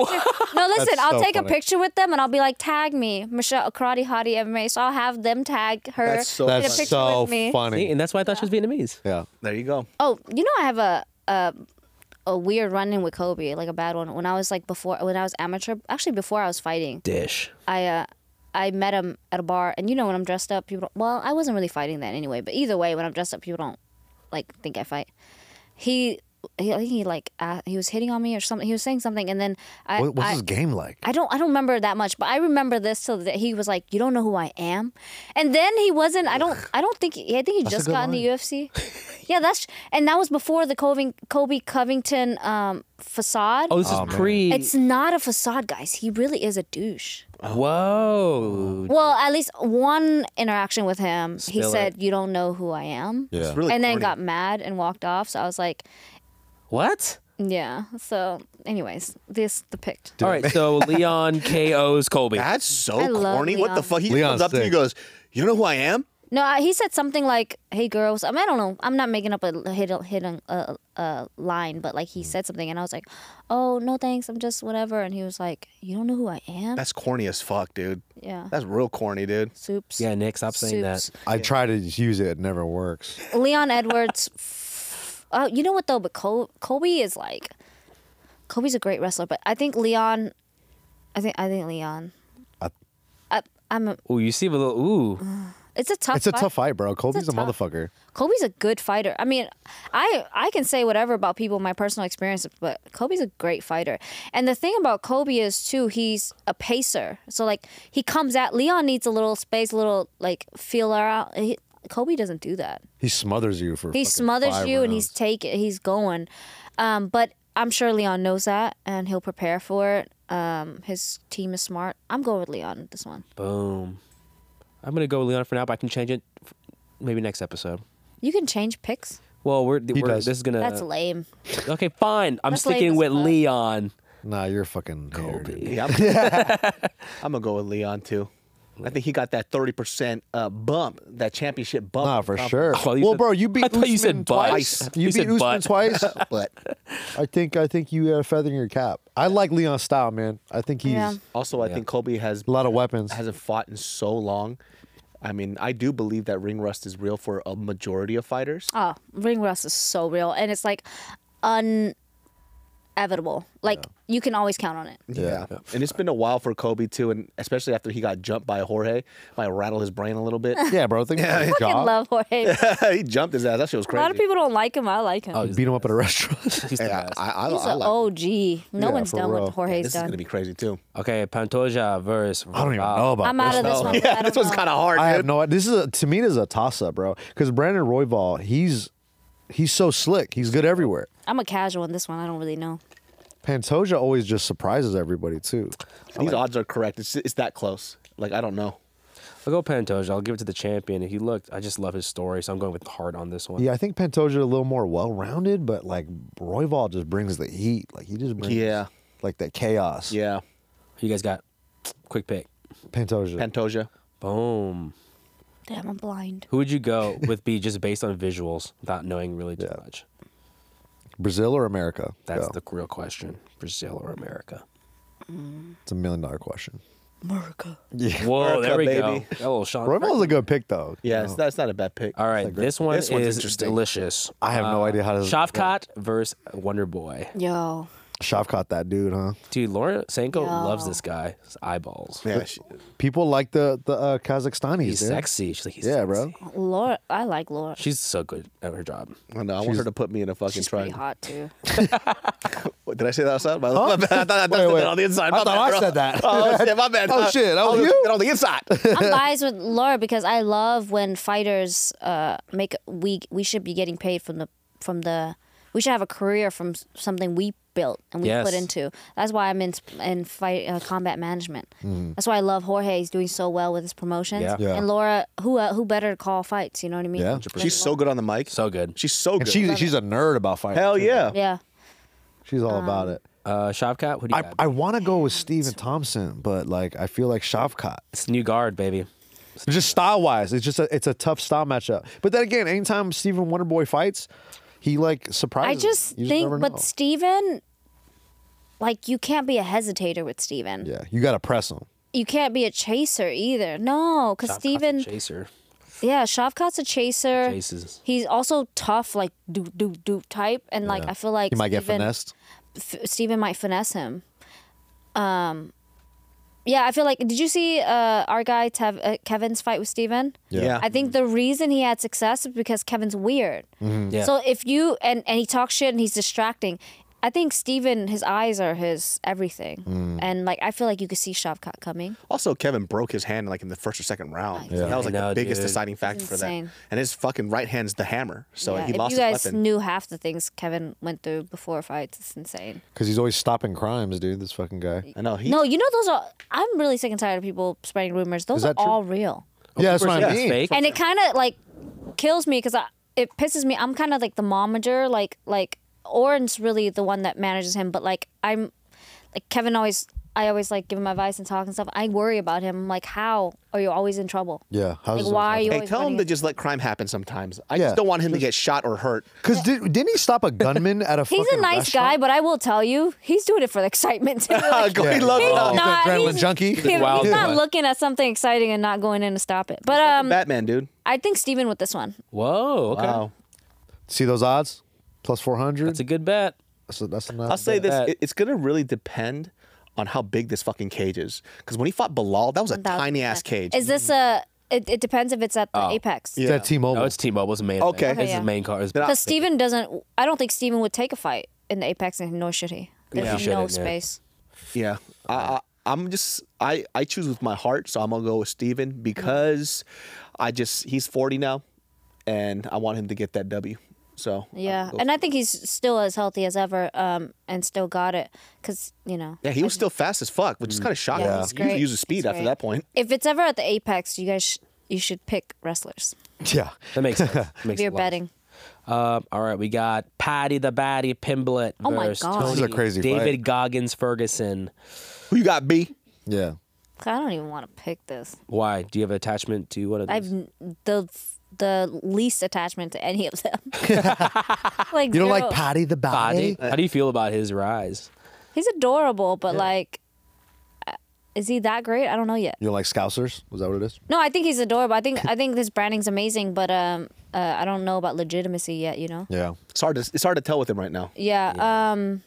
A: no, listen,
C: That's
A: I'll
C: so
A: take a
C: funny.
A: picture with them and I'll be like, tag me, Michelle Karate Hottie MMA. So I'll have them tag her.
E: That's so
A: get a
E: funny.
A: picture
C: That's so
A: with me.
B: See,
C: funny.
B: and that's why I thought she was Vietnamese.
C: Yeah.
E: There you go.
A: Oh, you know I have a a, a weird run in with Kobe, like a bad one. When I was like before, when I was amateur, actually before I was fighting,
B: Dish.
A: I uh, I met him at a bar, and you know when I'm dressed up, people. Don't, well, I wasn't really fighting that anyway, but either way, when I'm dressed up, people don't like think I fight. He. He, I think he like uh, he was hitting on me or something. He was saying something, and then I
C: What, what's
A: I,
C: this game like?
A: I don't I don't remember that much, but I remember this till that he was like, "You don't know who I am," and then he wasn't. I don't I don't think I think he just
C: good
A: got in the UFC. yeah, that's and that was before the Kobe Kobe Covington um, facade.
B: Oh, this
C: Oh,
B: is
C: man.
B: pre.
A: it's not a facade, guys. He really is a douche.
B: Whoa.
A: Well, at least one interaction with him, he
B: Spill
A: said, "You don't know who I am,"
C: Yeah.
E: It's really
A: and then
E: corny.
A: got mad and walked off. So I was like,
B: What?
A: "Yeah." So, anyways, this the pic.
B: All right, so Leon KO's Colby.
E: That's so
A: I love
E: corny. What the
A: Leon.
E: fuck? He
C: Leon's
E: comes up to you and
C: sick.
E: goes, You know who I am?
A: No, I, he said something like, "Hey, girls." I, mean, I don't know. I'm not making up a hidden hidden uh, uh, line, but like he
C: Mm.
A: said something, and I was like, "Oh, no, thanks. I'm just whatever." And he was like, "You don't know who I am?"
E: That's corny as fuck, dude.
A: yeah.
E: That's real corny, dude.
A: Soups.
B: Yeah, Nick, stop saying that.
A: Soups.
C: I try to use it. It never works.
A: Leon Edwards. Oh, you know what though? But Col- Kobe is like, Kobe's a great wrestler, but I think Leon, I think I think Leon.
C: I-
A: I, I'm. A,
B: Ooh, you see a little. Ooh.
A: it's a tough.
C: It's a
A: fight.
C: tough fight, bro. Kobe's a,
A: tough-
C: motherfucker.
A: Kobe's a good fighter. I mean, I I can say whatever about people, my personal experience, but Kobe's a great fighter. And the thing about Kobe is too, he's a pacer. So like he comes at Leon needs a little space, a little like feeler out. He, Kobe doesn't do that.
C: He smothers you for.
A: He
C: fucking
A: smothers
C: five
A: you and he's
C: rounds.
A: taking, he's going. Um, but I'm sure Leon knows that and he'll prepare for it. Um, his team is smart. I'm going with Leon with this one.
B: Boom. I'm going to go with Leon for now, but I can change it f- maybe next episode.
A: You can change picks.
B: Well, we're, we're
C: does.
B: this is gonna.
A: That's lame.
B: okay, fine. I'm
A: That's lame
B: sticking
A: as
B: with
A: fuck.
B: Leon.
C: Nah, you're a fucking Kobe.
E: Yeah, I'm, I'm gonna go with Leon too. I think he got that 30% uh, bump, that championship bump.
C: Nah,
E: in
C: for
E: confidence.
C: sure.
B: Oh, you
C: well,
B: said-
C: bro, you beat
B: I thought you said
C: Usman
B: butt.
C: twice.
B: You
C: You,
B: said
C: beat Usman
B: butt.
C: twice.
E: But
C: I think I think you had a feather in your cap. I like Leon's style, man. I think he's
A: Yeah.
E: also, I think Kobe has
C: a lot of weapons.
E: hasn't fought in so long. I mean, I do believe that ring rust is real for a majority of fighters.
A: Oh, ring rust is so real, and it's like un inevitable. Like you can always count on it.
E: Yeah. And it's been a while for Kobe too, and especially after he got jumped by Jorge, might rattle his brain a little bit.
C: Yeah, bro. Think yeah,
A: I fucking love Jorge. a
E: he jumped his ass. That shit was crazy.
A: lot of people don't like him. I like him.
C: Beat him up at a restaurant.
B: Oh, He's the
E: Yeah,
B: best.
E: I, I,
A: He's
E: I
A: an
E: like
A: OG. No
C: Yeah,
A: one's
C: for
A: done
C: real.
A: what Jorge's
E: this is gonna
A: done.
E: be crazy too.
B: Okay, Pantoja versus.
C: I don't even know about.
A: I'm out of this one. Oh, I
E: yeah,
A: don't
E: this one's
A: know.
E: kind of hard.
C: I have
E: dude.
C: no. This is a, to me. This is a toss up, bro. Because Brandon Royval, he's he's so slick. He's good everywhere.
A: I'm a casual in this one. I don't really know.
C: Pantoja always just surprises everybody too.
E: These odds are correct. It's it's that close. Like I don't know.
B: I'll go Pantoja. I'll give it to the champion. He looked. I just love his story, so I'm going with heart on this one.
C: Yeah, I think Pantoja a little more well rounded, but like Royval just brings the heat. Like he just brings
E: Yeah.
C: like that chaos.
E: Yeah,
B: Who you guys got? Quick pick.
C: Pantoja.
E: Pantoja.
B: Boom.
A: Damn, I'm blind.
B: Who would you go with? Be just based on visuals, without knowing really too
C: Yeah.
B: much.
C: Brazil or America?
B: That's
C: Go.
B: the real question. Brazil or America?
C: it's a million dollar question.
A: America.
B: Whoa, there we
E: America,
B: go.
E: baby.
B: That little Sean.
C: Royval's a good pick though.
E: Yeah, it's not, it's not a bad pick.
B: All right, this one
E: This one's
B: is
E: interesting.
B: delicious. Uh,
C: I have no idea how to
B: Shavkat versus Wonder Boy.
A: Yo,
C: Shav caught that dude, huh?
B: Dude, Laura Senko
A: Yo.
B: loves this guy. His eyeballs.
E: Yeah, she-
C: People like the the uh, Kazakhstanis.
B: He's
C: dude.
B: sexy. She's like, he's
C: Yeah, bro.
B: sexy.
A: Laura. I like Laura.
B: She's so good at her job.
E: I, know, I want her to put me in a fucking
A: She's pretty
E: triangle.
A: hot too.
E: What, Did I say that outside? My, my bad. I thought I thought I said
C: wait.
E: that on the inside. My
C: I thought
E: bad,
C: I
E: bro.
C: said that.
E: Oh shit, my bad.
C: Oh,
E: I-
C: shit, that
E: I
C: was
E: gonna
C: you?
E: put it on the inside.
A: I'm biased with Laura because I love when fighters uh, make we we should be getting paid from the from the we should have a career from s- something we built and we
B: Yes.
A: put into. That's why I'm in sp- in fight uh, combat management. That's why I love Jorge. He's doing so well with his promotions.
B: Yeah.
C: Yeah.
A: And Laura, who uh, who better to call fights? You know what I mean?
C: Yeah.
E: She's so good on the mic.
B: So good.
E: She's so
C: And
E: good.
C: she, she's a nerd about fighting.
E: Hell
C: too.
E: yeah.
A: Yeah.
C: She's all about
A: Um,
C: it.
B: Uh, Shavkat, who do you
C: I,
B: got?
C: I want to go with Steven Thompson, but like I feel like Shavkat.
B: it's new guard, baby.
C: Just style wise, it's just a, it's a tough style matchup. But then again, anytime Steven Wonderboy fights, he like
A: I
C: surprises.
A: just
C: You
A: think,
C: never know.
A: but Steven, like you can't be a hesitator with Steven.
C: yeah, you gotta press him.
A: You can't be a chaser either. No, because
B: Shavkat's a
A: Steven,
B: Chaser.
A: yeah, Shavkat's a chaser.
B: Chases.
A: He's also tough, like do do do type, and like I feel like
C: He might get
A: Steven-
C: finessed.
A: F- Steven might finesse him. Um, yeah, I feel like. Did you see uh, our guy Tev- uh, Kevin's fight with Steven?
E: Yeah.
A: I think the reason he had success is because Kevin's weird.
C: Mm-hmm.
B: Yeah.
A: So if you and and he talks shit and he's distracting, I think Steven, his eyes are his everything,
C: Mm.
A: and like I feel like you could see Shavkat coming.
E: Also, Kevin broke his hand like in the first or second round. That was like
B: I know,
E: the biggest
B: dude.
E: deciding factor for that.
A: insane.
E: And his fucking right hand's the hammer, so
A: Yeah,
E: he
A: if
E: lost
A: you guys
E: his weapon.
A: knew half the things Kevin went through before fights, it's insane.
C: Because he's always stopping crimes, dude. This fucking guy.
E: I know. He,
A: No, you know those are. I'm really sick and tired of people spreading rumors. Those
C: Is
A: are
C: that true?
A: all real,
C: Yeah, that's what
B: Yeah,
C: I
B: it's
C: mean.
B: fake.
A: and it kind of like kills me because it pisses me. I'm kind of like the momager. Like like Oren's really the one that manages him, but like I'm like Kevin always. I always like give him advice and talk and stuff. I worry about him. I'm like, how are you always in trouble?
C: Yeah, how's
A: Like,
C: this
A: why are you?
E: hey,
A: always
E: tell him
A: running-
E: to just let crime happen sometimes. I
C: Yeah.
E: just don't want him to get shot or hurt.
C: Because did, didn't he stop a gunman at a?
A: He's a
C: fucking
A: nice
C: restaurant?
A: guy, but I will tell you, he's doing it for the excitement too. Like,
E: Cody
C: Yeah.
E: loves
A: he's
E: it.
C: Oh, he's an
A: not-
C: adrenaline
A: he's-
C: junkie.
A: He's,
C: He's a
B: wild
A: not
B: one.
A: looking at something exciting and not going in to stop it. But um,
E: Batman, dude.
A: I think Steven with this one.
B: Whoa. Okay.
E: Wow.
C: See those odds? Plus four hundred.
B: That's a good bet.
C: That's a, that's another.
E: I'll say this:
B: that-
E: it- it's gonna really depend on how big this fucking cage is. Because when he fought Bilal, that was a
A: Thousand
E: tiny ass
A: percent.
E: cage.
A: Is this a? It, it depends if it's at
B: Oh.
A: the apex.
C: It's at T-Mobile.
B: No, it's T-Mobile's main.
E: Okay.
B: Thing.
E: Okay,
B: It's
A: yeah.
B: his main card. It's-
E: Then I-
A: Because Steven doesn't. I don't think Steven would take a fight in the apex, and nor should he.
B: Yeah.
A: There's
B: He
A: no
B: shouldn't, yeah.
A: space.
E: Yeah. I, I, I'm just I I choose with my heart, so I'm gonna go with Steven because I just he's 40 now, and I want him to get that W. So
B: Oh,
E: I'm
A: Yeah,
E: gonna go-
A: and I think he's still as healthy as ever, um, and still got it. Cause you know,
E: yeah, he was still fast as fuck, which is
C: Mm.
E: kind of shocking.
A: Yeah, he's
E: He usually
A: great.
E: uses speed
A: He's
E: after
A: great.
E: that point.
A: if it's ever at the apex, you guys sh- you should pick wrestlers.
C: yeah.
B: that makes sense.
A: If
B: Makes
A: you're
B: a lot of
A: betting,
B: Um, all right, we got Patty the Batty Pimblett
A: Oh my
B: versus
A: God. This is
C: a
B: Tony
C: crazy
B: David
C: fight.
B: Goggins Ferguson.
E: Who you got, B?
C: Yeah.
A: I don't even want to pick this.
B: Why? Do you have attachment to one of these?
A: I've n- the the least attachment to any of them. like
C: You
A: zero.
C: don't like Patty the
B: Patty?
C: Batty?
B: How do you feel about his rise?
A: He's adorable, but like, uh, is he that great? I don't know yet.
C: You don't like Scousers? Was that what it is?
A: No, I think he's adorable. I think I think this branding's amazing, but um, uh, I don't know about legitimacy yet. You know.
C: Yeah.
E: It's hard to it's hard to tell with him right now.
A: Yeah. Um,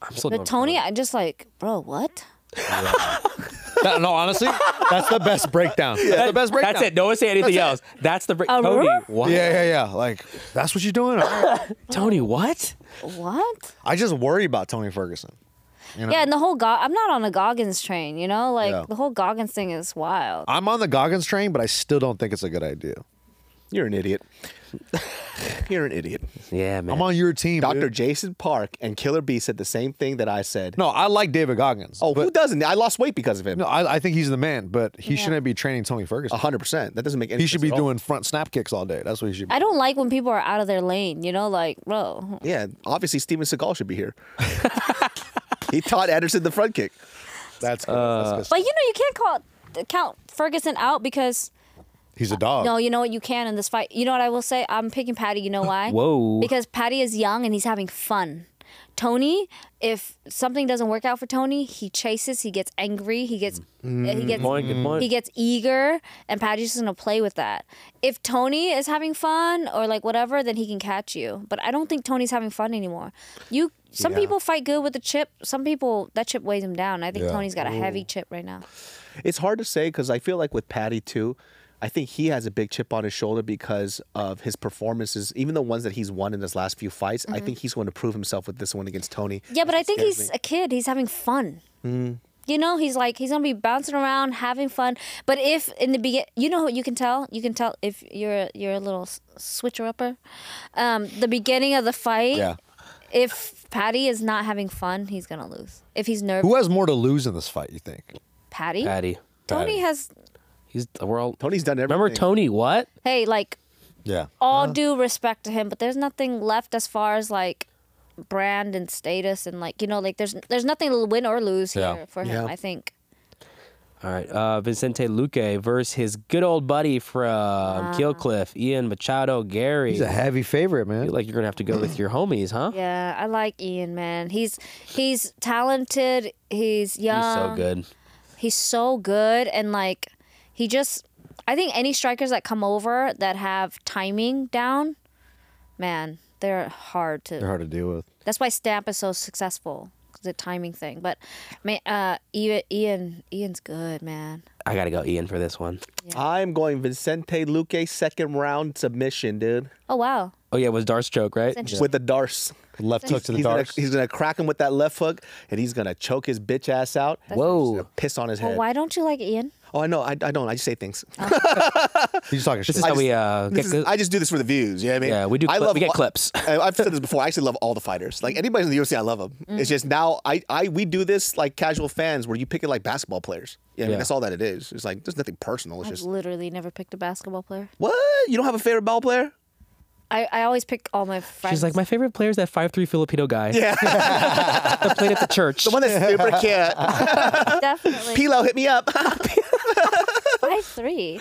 B: I'm still
A: But
B: doing
A: Tony, I just like, bro, what?
C: That- no, honestly, that's the best breakdown. That's the best breakdown.
B: That's it. No one say anything
C: That's
B: else. That's the break.
A: Uh,
B: Tony,
A: ruh?
B: what?
C: Yeah, yeah, yeah. Like that's what you're doing. All right.
B: Tony, what?
A: What?
C: I just worry about Tony Ferguson.
A: Yeah, and the whole Gog I'm not on a Goggins train, you know? Like
C: Yeah.
A: the whole Goggins thing is wild.
C: I'm on the Goggins train, but I still don't think it's a good idea.
E: You're an idiot. You're an idiot.
B: Yeah, man.
C: I'm on your team,
E: Dr.
C: dude.
E: Jason Park and Killer B said the same thing that I said.
C: No, I like David Goggins.
E: oh, who
C: but,
E: doesn't? I lost weight because of him.
C: no, I, I think he's the man, but he shouldn't be training Tony Ferguson.
E: 100%. That doesn't make any
C: he should
E: sense
C: be
E: at all.
C: doing front snap kicks all day. That's what he should. be
A: I don't like when people are out of their lane, you know? Like, bro.
E: Yeah, obviously Steven Seagal should be here. he taught Anderson the front kick.
C: That's good.
B: Uh,
C: that's
A: But
C: good.
A: you know, you can't call count Ferguson out because
C: He's a dog.
A: no, you know what? You can in this fight. You know what I will say? I'm picking Patty. You know why?
B: Whoa.
A: Because Patty is young and he's having fun. Tony, if something doesn't work out for Tony, he chases. He gets angry. He gets he gets
B: Point,
C: Mm.
B: good point.
A: he gets eager, and Patty's just gonna play with that. If Tony is having fun or like whatever, then he can catch you. But I don't think Tony's having fun anymore. You. Some
E: Yeah.
A: people fight good with the chip. Some people that chip weighs him down. I think
C: Yeah.
A: Tony's got a heavy chip right now.
E: It's hard to say because I feel like with Patty too, I think he has a big chip on his shoulder because of his performances, even the ones that he's won in his last few fights. I
A: Mm-hmm.
E: think he's going to prove himself with this one against Tony.
A: Yeah, but I think
E: scares
A: he's a kid. He's having fun. You know, he's like he's gonna be bouncing around, having fun. But if in the begin, you know, what you can tell. You can tell if you're you're a little s- switcher upper. Um, the beginning of the fight.
C: Yeah.
A: If Patty is not having fun, he's gonna lose. If he's nervous,
C: Who has more to lose in this fight? You think?
A: Patty.
B: Patty.
A: Tony has.
B: He's we're all.
E: Tony's done everything.
B: Remember Tony? What?
A: Hey, like
C: Yeah.
A: all due respect to him, but there's nothing left as far as like brand and status and like you know like there's there's nothing to win or lose here
C: Yeah.
A: for him.
E: Yeah.
A: I think.
B: All right, uh, Vicente Luque versus his good old buddy from
A: Ah.
B: Killcliff, Ian Machado Gary.
C: He's a heavy favorite,
B: I
C: man.
B: feel like you're gonna have to go with your homies, huh?
A: Yeah, I like Ian, man. He's he's talented. He's
B: He's
A: young.
B: so good.
A: He's so good, and like he just. I think any strikers that come over that have timing down, man, they're hard to.
C: They're hard to deal with.
A: That's why Stamp is so successful. The timing thing, but man, uh, Ian, Ian, Ian's good, man.
B: I gotta go Ian for this one.
E: I'm going Vicente Luque second round submission, dude,
A: Oh wow,
B: Oh yeah, it was Darce choke, right?
A: That's
E: with a darce.
C: Left hook to the
E: he's gonna,
C: dark.
E: he's gonna crack him with that left hook, and he's gonna choke his bitch ass out.
B: Whoa.
E: Gonna piss on his
A: well,
E: head.
A: Oh, why don't you like Ian?
E: Oh, I know. I, I don't. I just say things.
C: He's talking shit.
B: This is how we uh, get
E: This is-
B: good-
E: I just do this for the views. You know what I mean?
B: Yeah, we do
E: I
B: cli- we get
E: all-
B: clips.
E: I- I've said this before. I actually love all the fighters. Like anybody in the UFC, I love them.
B: Mm-hmm.
E: It's just now I, I we do this like casual fans where you pick it like basketball players. Yeah, I
B: Yeah.
E: mean that's all that it is. It's like there's nothing personal. It's
A: I've
E: just
A: literally never picked a basketball player.
E: what you don't have a favorite ball player.
A: I, I always pick all my friends.
B: She's like, my favorite player is that five three Filipino guy. Yeah, that played at the church.
E: The one that's super cute.
A: definitely
E: Pilo, hit me up.
A: five three.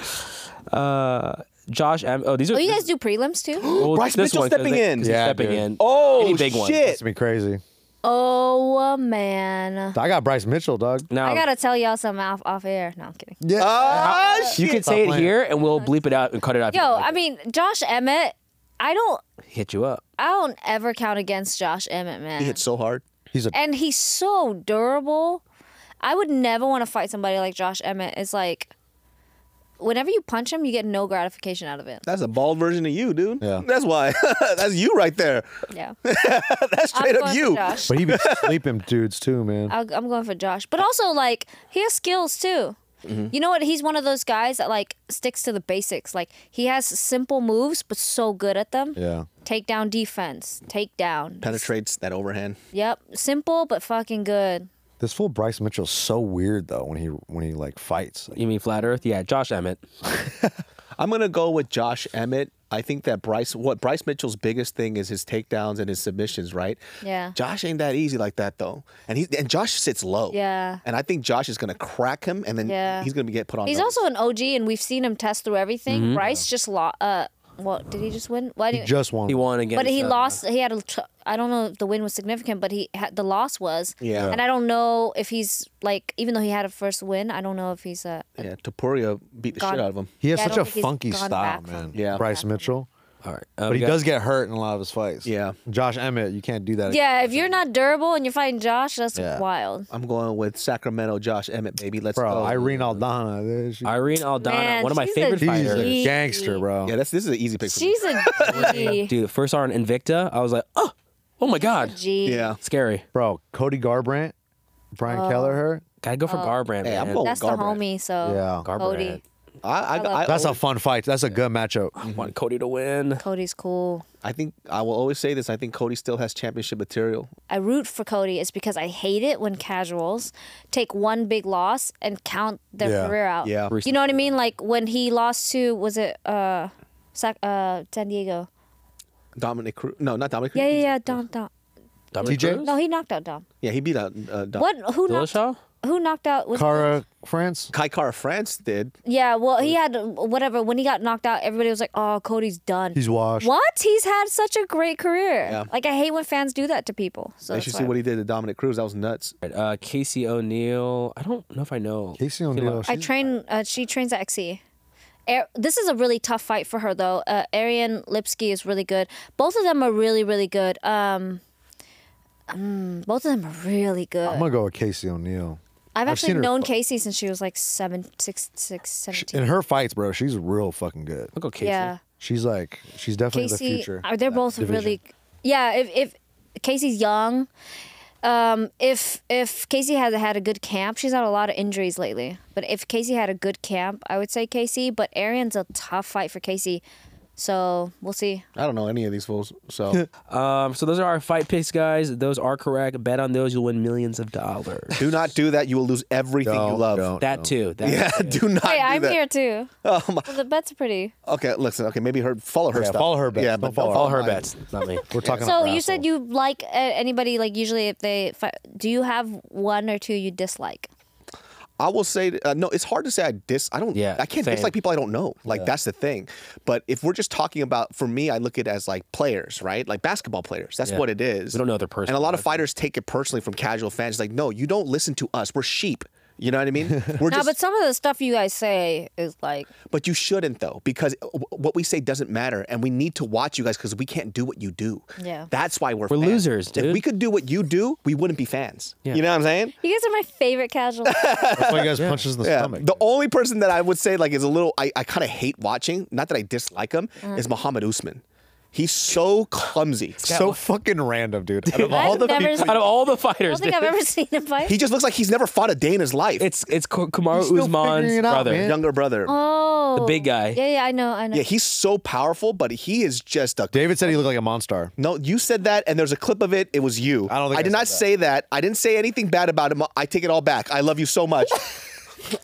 B: Josh, Am- oh these are.
A: Oh, you guys do prelims too?
B: well,
E: Bryce
B: this
E: Mitchell
B: one, 'cause
E: stepping
B: they-
E: in.
B: he's
C: Yeah,
B: stepping
C: dude.
B: in.
E: Oh
B: Any big one.
E: shit!
C: It's gonna be crazy.
A: oh man,
C: I got Bryce Mitchell, dog.
B: Now
A: I gotta tell y'all something off off air. No, I'm kidding.
C: Yeah.
E: Ah,
B: you
E: shit.
B: can say it
C: playing.
B: here, and we'll bleep it out and cut it out. if you
A: Yo,
B: don't like
A: I
B: it.
A: mean Josh Emmett. I don't.
B: hit you up.
A: I don't ever count against Josh Emmett,
E: He
A: man.
E: hit so hard.
C: He's a
A: And he's so durable. I would never want to fight somebody like Josh Emmett. It's like, whenever you punch him, you get no gratification out of it.
E: That's a bald version of you, dude.
C: Yeah.
E: That's why. that's you right there.
A: Yeah,
E: That's straight
A: I'm
E: up
A: going
E: you.
A: for Josh.
C: but he be sleeping dudes too, man.
A: I'll, I'm going for Josh. But also, like, he has skills too. You know what? He's one of those guys that like sticks to the basics. Like he has simple moves, but so good at them.
C: Yeah.
A: Take down defense. Take down.
E: Penetrates that overhand.
A: Yep. Simple but fucking good.
C: This fool Bryce Mitchell's so weird though when he when he like fights.
B: You mean flat Earth? Yeah, Josh Emmett.
E: I'm gonna go with Josh Emmett. I think that Bryce, what Bryce Mitchell's biggest thing is his takedowns and his submissions, right?
A: Yeah.
E: Josh ain't that easy like that though, and he and Josh sits low.
A: Yeah.
E: And I think Josh is gonna crack him, and then
A: Yeah.
E: he's gonna be get put on.
A: He's
E: notice.
A: also an OG, and we've seen him test through everything. Bryce just lost. Uh, what did he just win? Why
C: He
A: did
C: just won.
E: Oh.
B: He won against.
A: But he
B: uh,
A: lost. He had a. Tr- I don't know if the win was significant, but he had the loss was.
E: Yeah.
A: And I don't know if he's like, even though he had a first win, I don't know if he's a.
E: yeah. Topuria beat the
A: Gone.
E: shit out of him.
C: He has
A: Yeah, I
C: such
A: don't
C: a
A: think he's
C: funky
A: gone
C: style,
A: back
C: man.
A: from-
E: Yeah.
C: Bryce Mitchell.
B: All right.
C: But he does get hurt in a lot of his fights.
E: Yeah.
C: Josh Emmett, you can't do that.
A: Yeah, if you're not durable and you're fighting Josh, that's
C: Yeah.
A: wild.
E: I'm going with Sacramento Josh Emmett, baby. Let's
C: bro.
E: go.
C: Irene Aldana, dude, she-
B: Oh, Irene Aldana,
A: Man,
B: one of my
A: she's a She's
B: favorite
C: she's
B: fighters.
A: G.
C: a gangster, bro.
E: Yeah, that's this is an easy pick. For me.
A: She's a G.
B: Dude, first saw her in Invicta, I was like, oh, oh my god,
A: G.
E: Yeah.
B: scary.
C: Bro, Cody Garbrandt, Brian
A: Oh.
C: Kelleher.
B: Gotta go for Garbrandt.
E: Hey, I'm
B: man.
E: going-
A: That's the
E: Garbrandt.
A: homie, so
C: Yeah.
B: Garbrandt.
A: Cody.
E: I, I, I,
C: That's a
E: always,
C: fun fight. That's a good matchup.
B: I want Cody to win.
A: Cody's cool.
E: I think I will always say this. I think Cody still has championship material.
A: I root for Cody is because I hate it when casuals take one big loss and count their
C: Yeah.
A: career out.
E: Yeah.
A: You know what I mean? Like when he lost to was it uh, Sac- uh San Diego?
E: Dominic Cruz. No, not Dominic.
A: Yeah,
E: Cruz.
A: yeah, yeah. Dom, Dom.
B: Dominic
C: TJ?
B: Cruz?
A: No, he knocked out Dom.
E: Yeah, he beat out uh, Dom-
A: What? Who knocked?
B: Dillashaw?
A: Who knocked out? Was
C: Cara France.
E: Kai Kara France did.
A: Yeah, well, he had whatever. When he got knocked out, everybody was like, "Oh, Cody's done."
C: He's washed.
A: What? He's had such a great career.
E: Yeah.
A: Like I hate when fans do that to people. So
E: I
A: that's
E: should
A: why-
E: see what he did to Dominic Cruz. That was nuts.
B: Uh, Casey O'Neill. I don't know if I know.
C: Casey O'Neill.
A: I
C: she's-
A: train. Uh, she trains at XC. Ar- this is a really tough fight for her though. Uh, Arian Lipsky is really good. Both of them are really really good. Um, mm, both of them are really good.
C: I'm gonna go with Casey O'Neill.
A: I've
C: I've
A: actually
C: seen her
A: known
C: fight.
A: Casey since she was like seven, six, six, seventeen.
C: In her fights, bro, she's real fucking good.
B: I'll go Casey.
A: yeah.
C: She's like, she's definitely the
A: Casey,
C: future.
A: are they're both
C: division.
A: really? Yeah, if if Casey's young, um, if if Casey has had a good camp, she's had a lot of injuries lately. But if Casey had a good camp, I would say Casey. But Arian's a tough fight for Casey, so we'll see.
E: I don't know any of these fools. So
B: Um, so those are our fight picks, guys. Those are correct. Bet on those, you'll win millions of dollars.
E: do not do that. You will lose everything you
C: Don't,
E: love.
C: don't.
B: That too. That
E: Yeah, do not.
A: Hey,
E: do
A: I'm
E: that.
A: here too.
E: Oh my.
A: Well, the bets are pretty.
E: Okay, listen. Okay, maybe her follow her
C: Yeah,
E: stuff.
C: follow her bets.
E: Yeah,
C: Don't
E: but
C: follow
E: don't
B: All
E: follow
B: her
E: mine.
B: bets, not me.
C: We're talking.
A: So
C: about
A: you said you like uh, anybody like usually if they fight, do you have one or two you dislike?
E: I will say uh, no. It's hard to say I dis. I don't.
B: Yeah,
E: I can't
B: same.
E: dislike people I don't know. Like that's the thing. But if we're just talking about, for me, I look at it as like players, right? Like basketball players. That's
B: Yeah.
E: what it is.
B: We don't know their person,
E: And a lot of
B: right?
E: fighters take it personally from casual fans. Like, no, you don't listen to us. We're sheep. You know what I mean? We're
A: No,
E: just.
A: but some of the stuff you guys say is like
E: But you shouldn't though, because w- what we say doesn't matter, and we need to watch you guys because we can't do what you do.
A: Yeah.
E: that's why we're
B: We're
E: fans.
B: losers, dude.
E: If we could do what you do, we wouldn't be fans. You know what I'm saying? Uh,
A: you guys are my favorite casual.
C: That's why you guys punches in the stomach.
E: The only person that I would say like is a little I, I kind of hate watching, not that I dislike him,
A: Mm.
E: is Muhammad Usman. He's so clumsy.
C: so fucking random, dude. Out of
A: I've
C: all the
A: never
C: people,
A: seen-
B: Out of all the
A: I
B: fighters,
A: don't think
B: dude.
A: I've ever seen him fight.
E: He just looks like he's never fought a day in his life.
B: it's it's K-
C: He's still
B: Kamaru Usman's
C: figuring it out,
B: brother.
C: man.
E: younger brother.
A: Oh,
B: The big guy.
A: Yeah, yeah, I know, I know.
E: yeah, he's so powerful, but he is just a
C: David said he looked like a monster.
E: No, you said that, and there's a clip of it. It was you.
C: I don't think
E: I
C: I
E: did
C: said
E: not
C: that.
E: say that. I didn't say anything bad about him. I take it all back. I love you so much.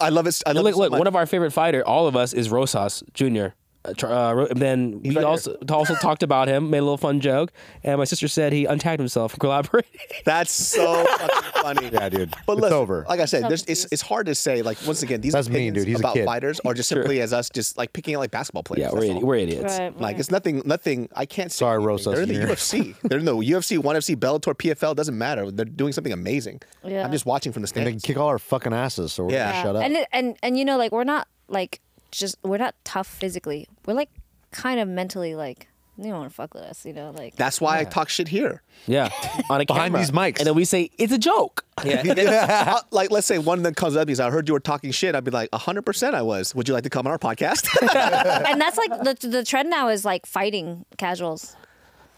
E: I love it. I love
B: Look,
E: it so
B: look,
E: much.
B: one of our favorite fighter, all of us, is Rosas Jr. Uh, tr- uh, Ro- and then we
E: right here.
B: also also talked about him, made a little fun joke, and my sister said he untagged himself from collaborating.
E: That's so fucking funny.
C: Yeah, dude.
E: But
C: it's
E: listen,
C: over.
E: like I said, there's, it's it's hard to say. Like once again, these
C: That's mean,
E: opinions
C: dude. He's a
E: about
C: kid.
E: fighters are just simply as us just like picking out like basketball players.
B: yeah, we're
E: That's
B: idi-
E: all.
B: we're idiots.
A: Right, right.
E: Like it's nothing. Nothing. I can't. Say
C: Sorry,
E: anything.
C: Rosas
E: They're in the
C: Jr..
E: UFC. They're in the UFC, ONE FC, Bellator, PFL. Doesn't matter. They're doing something amazing.
A: Yeah.
E: I'm just watching from the
C: and they
E: stands.
C: kick all our fucking asses, so we're
E: Yeah.
C: gonna shut up.
A: And it, and and you know, like we're not like just we're not tough physically. We're like kind of mentally like you don't want to fuck with us, you know, like.
E: That's why I talk shit here.
B: Yeah, on a
C: Behind
B: camera.
C: these mics.
B: and then we say it's a joke. Yeah,
E: I'll- Uh, like let's say one of them comes up and says, I heard you were talking shit. I'd be like, hundred percent I was. Would you like to come on our podcast?
A: and that's like the the trend now is like fighting casuals.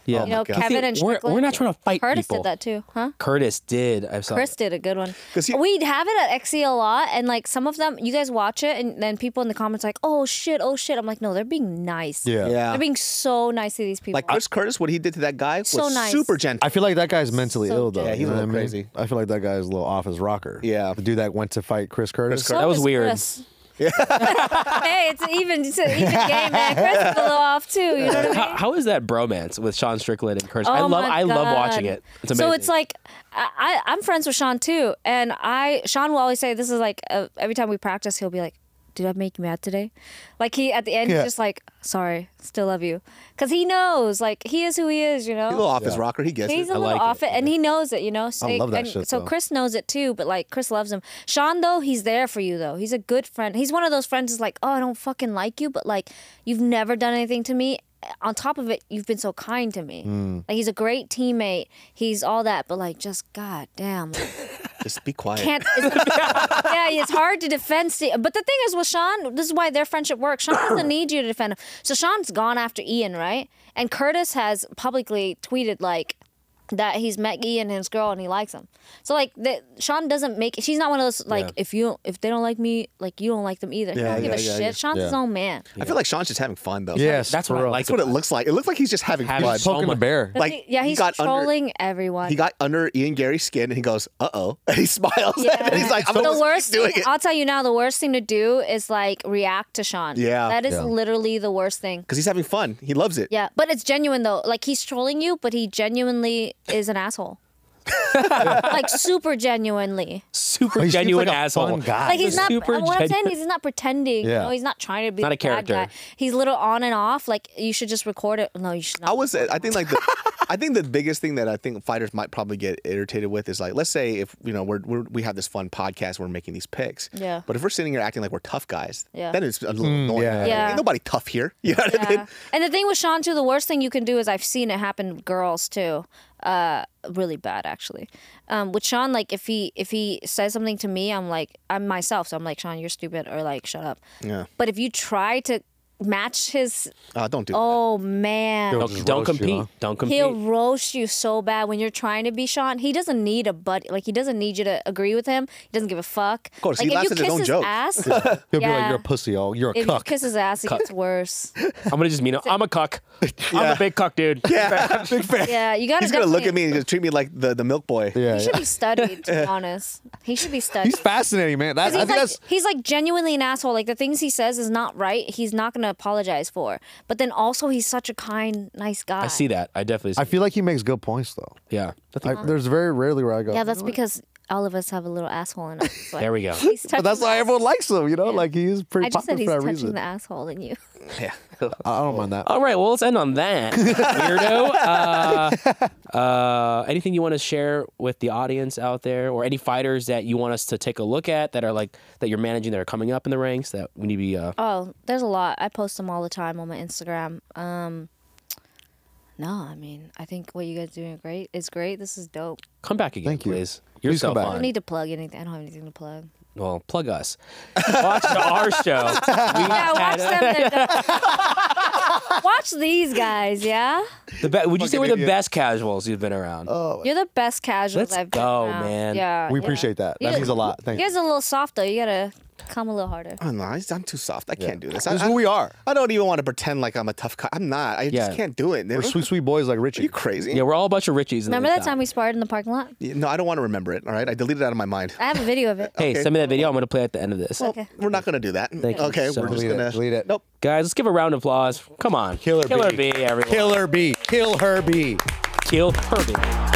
B: yeah.
A: You know,
E: God.
A: Kevin
B: Oh See,
A: and
B: we're-
A: Strickland.
B: we're not trying to fight
A: Curtis
B: people. Uh,
A: did that too, huh?
B: Curtis did. I saw.
A: Chris did a good one.
E: 'Cause he-
A: we have it at XE a lot, and like some of them, you guys watch it, and then people in the comments like, "Oh shit, oh shit." I'm like, no, they're being nice.
C: yeah.
A: they're being so nice to these people.
E: like Chris Curtis, what he did to that guy was
A: So nice.
E: super gentle.
C: I feel like that guy's mentally
A: So
C: ill though.
A: Yeah,
E: he's
C: you
E: a
C: know
E: little
C: what I mean?
E: crazy.
C: I feel like that guy's a little off his rocker.
E: Yeah.
C: The dude that went to fight Chris Curtis.
A: So
B: That was
A: does
B: weird.
A: Chris. hey, it's an even it's an even game, man. Chris blew off too. You know what I mean?
B: How, how is that bromance with Sean Strickland and Curtis? I
A: Oh
B: love
A: my
B: I love
A: God.
B: watching it. It's amazing.
A: So it's like I, I I'm friends with Sean too, and I Sean will always say this is like uh, every time we practice he'll be like, "Did I make you mad today?" Like he at the end
C: Yeah.
A: he's just like, "Sorry, still love you," because he knows like he is who he is, you know.
E: He's a little off his rocker. He gets
A: He's
E: it.
A: a little
B: like
A: off
B: it.
A: it, and he knows it, you know. So,
C: love that
A: and
C: shit,
A: so
C: though.
A: Chris knows it too, but like Chris loves him. Sean though, he's there for you though. He's a good friend. He's one of those friends that's like, oh, I don't fucking like you, but like you've never done anything to me, on top of it, you've been so kind to me.
C: Hmm.
A: Like he's a great teammate. He's all that, but like just goddamn, like,
E: Just be quiet.
A: can't. It's, yeah, it's hard to defend. Steve. But the thing is with Sean, this is why their friendship works. Sean doesn't need you to defend him. So Sean's gone after Ian, right? And Curtis has publicly tweeted like that he's met Ian and his girl and he likes him. So like the, Sean doesn't make. She's not one of those like
B: Yeah.
A: if you if they don't like me, like you don't like them either.
E: Yeah,
A: he don't
E: yeah,
A: give a
E: yeah,
A: shit.
E: yeah.
A: Sean's his
C: Yeah.
A: own man.
E: I feel like Sean's just having fun though.
C: Yes,
B: That's
C: for
B: what I
C: real.
B: like.
E: That's what it looks like. It looks like he's just having
B: Having
E: fun.
B: so
C: Poking the
B: much-
C: bear.
E: Like,
A: yeah,
E: he
A: he's
E: got under-
A: trolling everyone.
E: He got under Ian Gary's skin and he goes, "Uh oh," and he smiles
A: Yeah.
E: and he's like, "I'm
A: the
E: almost
A: worst
E: doing
A: thing,
E: it."
A: I'll tell you now, the worst thing to do is like react to Sean.
E: Yeah.
A: That is
C: Yeah.
A: literally the worst thing.
E: Because he's having fun. He loves it.
A: Yeah. But it's genuine though. Like he's trolling you, but he genuinely is an asshole. like super genuinely.
B: Super
C: He seems like
B: genuine
C: a fun
B: asshole.
C: guy.
A: Like he's not
B: super
A: what I'm saying
B: genuine.
A: is he's not pretending.
C: Yeah.
A: You know, he's not trying to be
B: Not
A: the
B: a
A: bad
B: character.
A: guy. He's little on and off. Like you should just record it. No, you should not.
E: I was. I think like the. I think the biggest thing that I think fighters might probably get irritated with is like, let's say if you know we're, we're we have this fun podcast, we're making these picks.
A: Yeah.
E: But if we're sitting here acting like we're tough guys,
A: Yeah.
E: then it's a little annoying.
C: yeah.
E: Like,
A: Yeah.
E: Ain't nobody tough here. You know what I
A: Yeah.
E: mean?
A: And the thing with Sean too, the worst thing you can do is I've seen it happen with girls too. Uh, really bad actually. Um, with Sean, like if he if he says something to me, I'm like I'm myself, so I'm like Sean, you're stupid, or like shut up.
E: Yeah.
A: But if you try to match his,
E: Uh, don't do.
A: oh man,
C: Don't-
B: Don't,
C: Just
B: don't
C: roast you,
B: compete.
C: huh?
B: Don't compete.
A: he'll roast you so bad when you're trying to be Sean. He doesn't need a buddy. Like he doesn't need you to agree with him. He doesn't give a fuck. Of
E: course,
A: like,
E: he
A: if
E: laughs
A: you
E: at his
A: kiss
E: own
A: his
E: jokes.
A: ass,
C: He'll be
A: yeah.
C: like, "You're a pussy, oh, you're a
A: If you
C: cuck."
A: kiss his ass, it gets worse.
B: I'm gonna just mean it. I'm a cuck. I'm a big cuck, dude.
E: Yeah. Big fan.
A: Yeah, you gotta.
E: He's gonna look
A: definitely-
E: at me and just treat me like the the milk boy.
C: yeah,
A: He
C: yeah.
A: should be studied, to be honest. He should be studied.
C: he's fascinating, man. That, I
A: 'Cause He's
C: think
A: like,
C: that's
A: he's like genuinely an asshole. Like the things he says is not right. He's not gonna apologize for. But then also he's such a kind, nice guy.
B: I see that. I definitely. See
C: I feel like he makes good points though.
B: yeah.
C: I, there's very rarely where I go.
A: Uh-huh. Yeah, that's because all of us have a little asshole in us. but
B: There we go.
A: he's touching
C: But that's
A: the
C: why everyone
A: asshole.
C: likes him, you know. Like he is pretty
A: I just said
C: popular
A: he's touching
C: for that reason.
A: the asshole in you.
C: I I don't mind that.
B: All right. Well, let's end on that. Weirdo. Uh, uh, anything you want to share with the audience out there, or any fighters that you want us to take a look at that are like that you're managing that are coming up in the ranks that we need to be. Uh,
A: Oh, there's a lot. I post them all the time on my Instagram. Um, no, I mean, I think what you guys are doing great is great. This is dope.
B: come back again,
C: Thank you.
B: please.
C: Please come
B: Yourself
C: back.
A: I
B: on.
A: don't need to plug anything. I don't have anything to plug.
B: well, plug us. Watch our show. We
A: Yeah, watch
B: had-
A: them. They're dumb. watch these guys. Yeah,
B: The be- would you say
E: Fucking
B: we're the
E: idiot.
B: best casuals you've been around?
C: Oh.
A: you're the best casuals
B: Let's
A: I've been
B: go,
A: around.
B: man.
A: Yeah,
C: We
A: yeah.
C: appreciate that. That
A: You-
C: means a lot.
A: You
C: Thank you.
A: guys are a little soft though. You gotta come a little harder.
E: Oh, no, I- I'm too soft. I can't do this. I,
C: This is
E: I-
C: who we are.
E: I don't even want to pretend like I'm a tough guy. I'm not. I
B: Yeah.
E: just can't do it.
C: We're
E: Are
C: sweet, sweet boys like Richie.
E: you crazy?
B: yeah, we're all a bunch of Richies.
A: Remember that time we sparred in the parking lot?
E: Yeah, No, I don't want to remember it. All right, I deleted it out of my mind.
A: I have a video of it.
B: Hey, send me that video. I'm gonna play it at the end of this.
E: Well,
A: Okay.
E: We're not gonna do that.
B: you
E: okay,
B: so
E: we're
B: much.
E: just
C: Delete it,
E: gonna
C: delete it.
E: Nope.
B: Guys, let's give a round of applause. Come on,
C: Killer
B: Killer B,
C: B.
B: everyone.
C: Killer B. Kill her B.
B: Kill Herbie.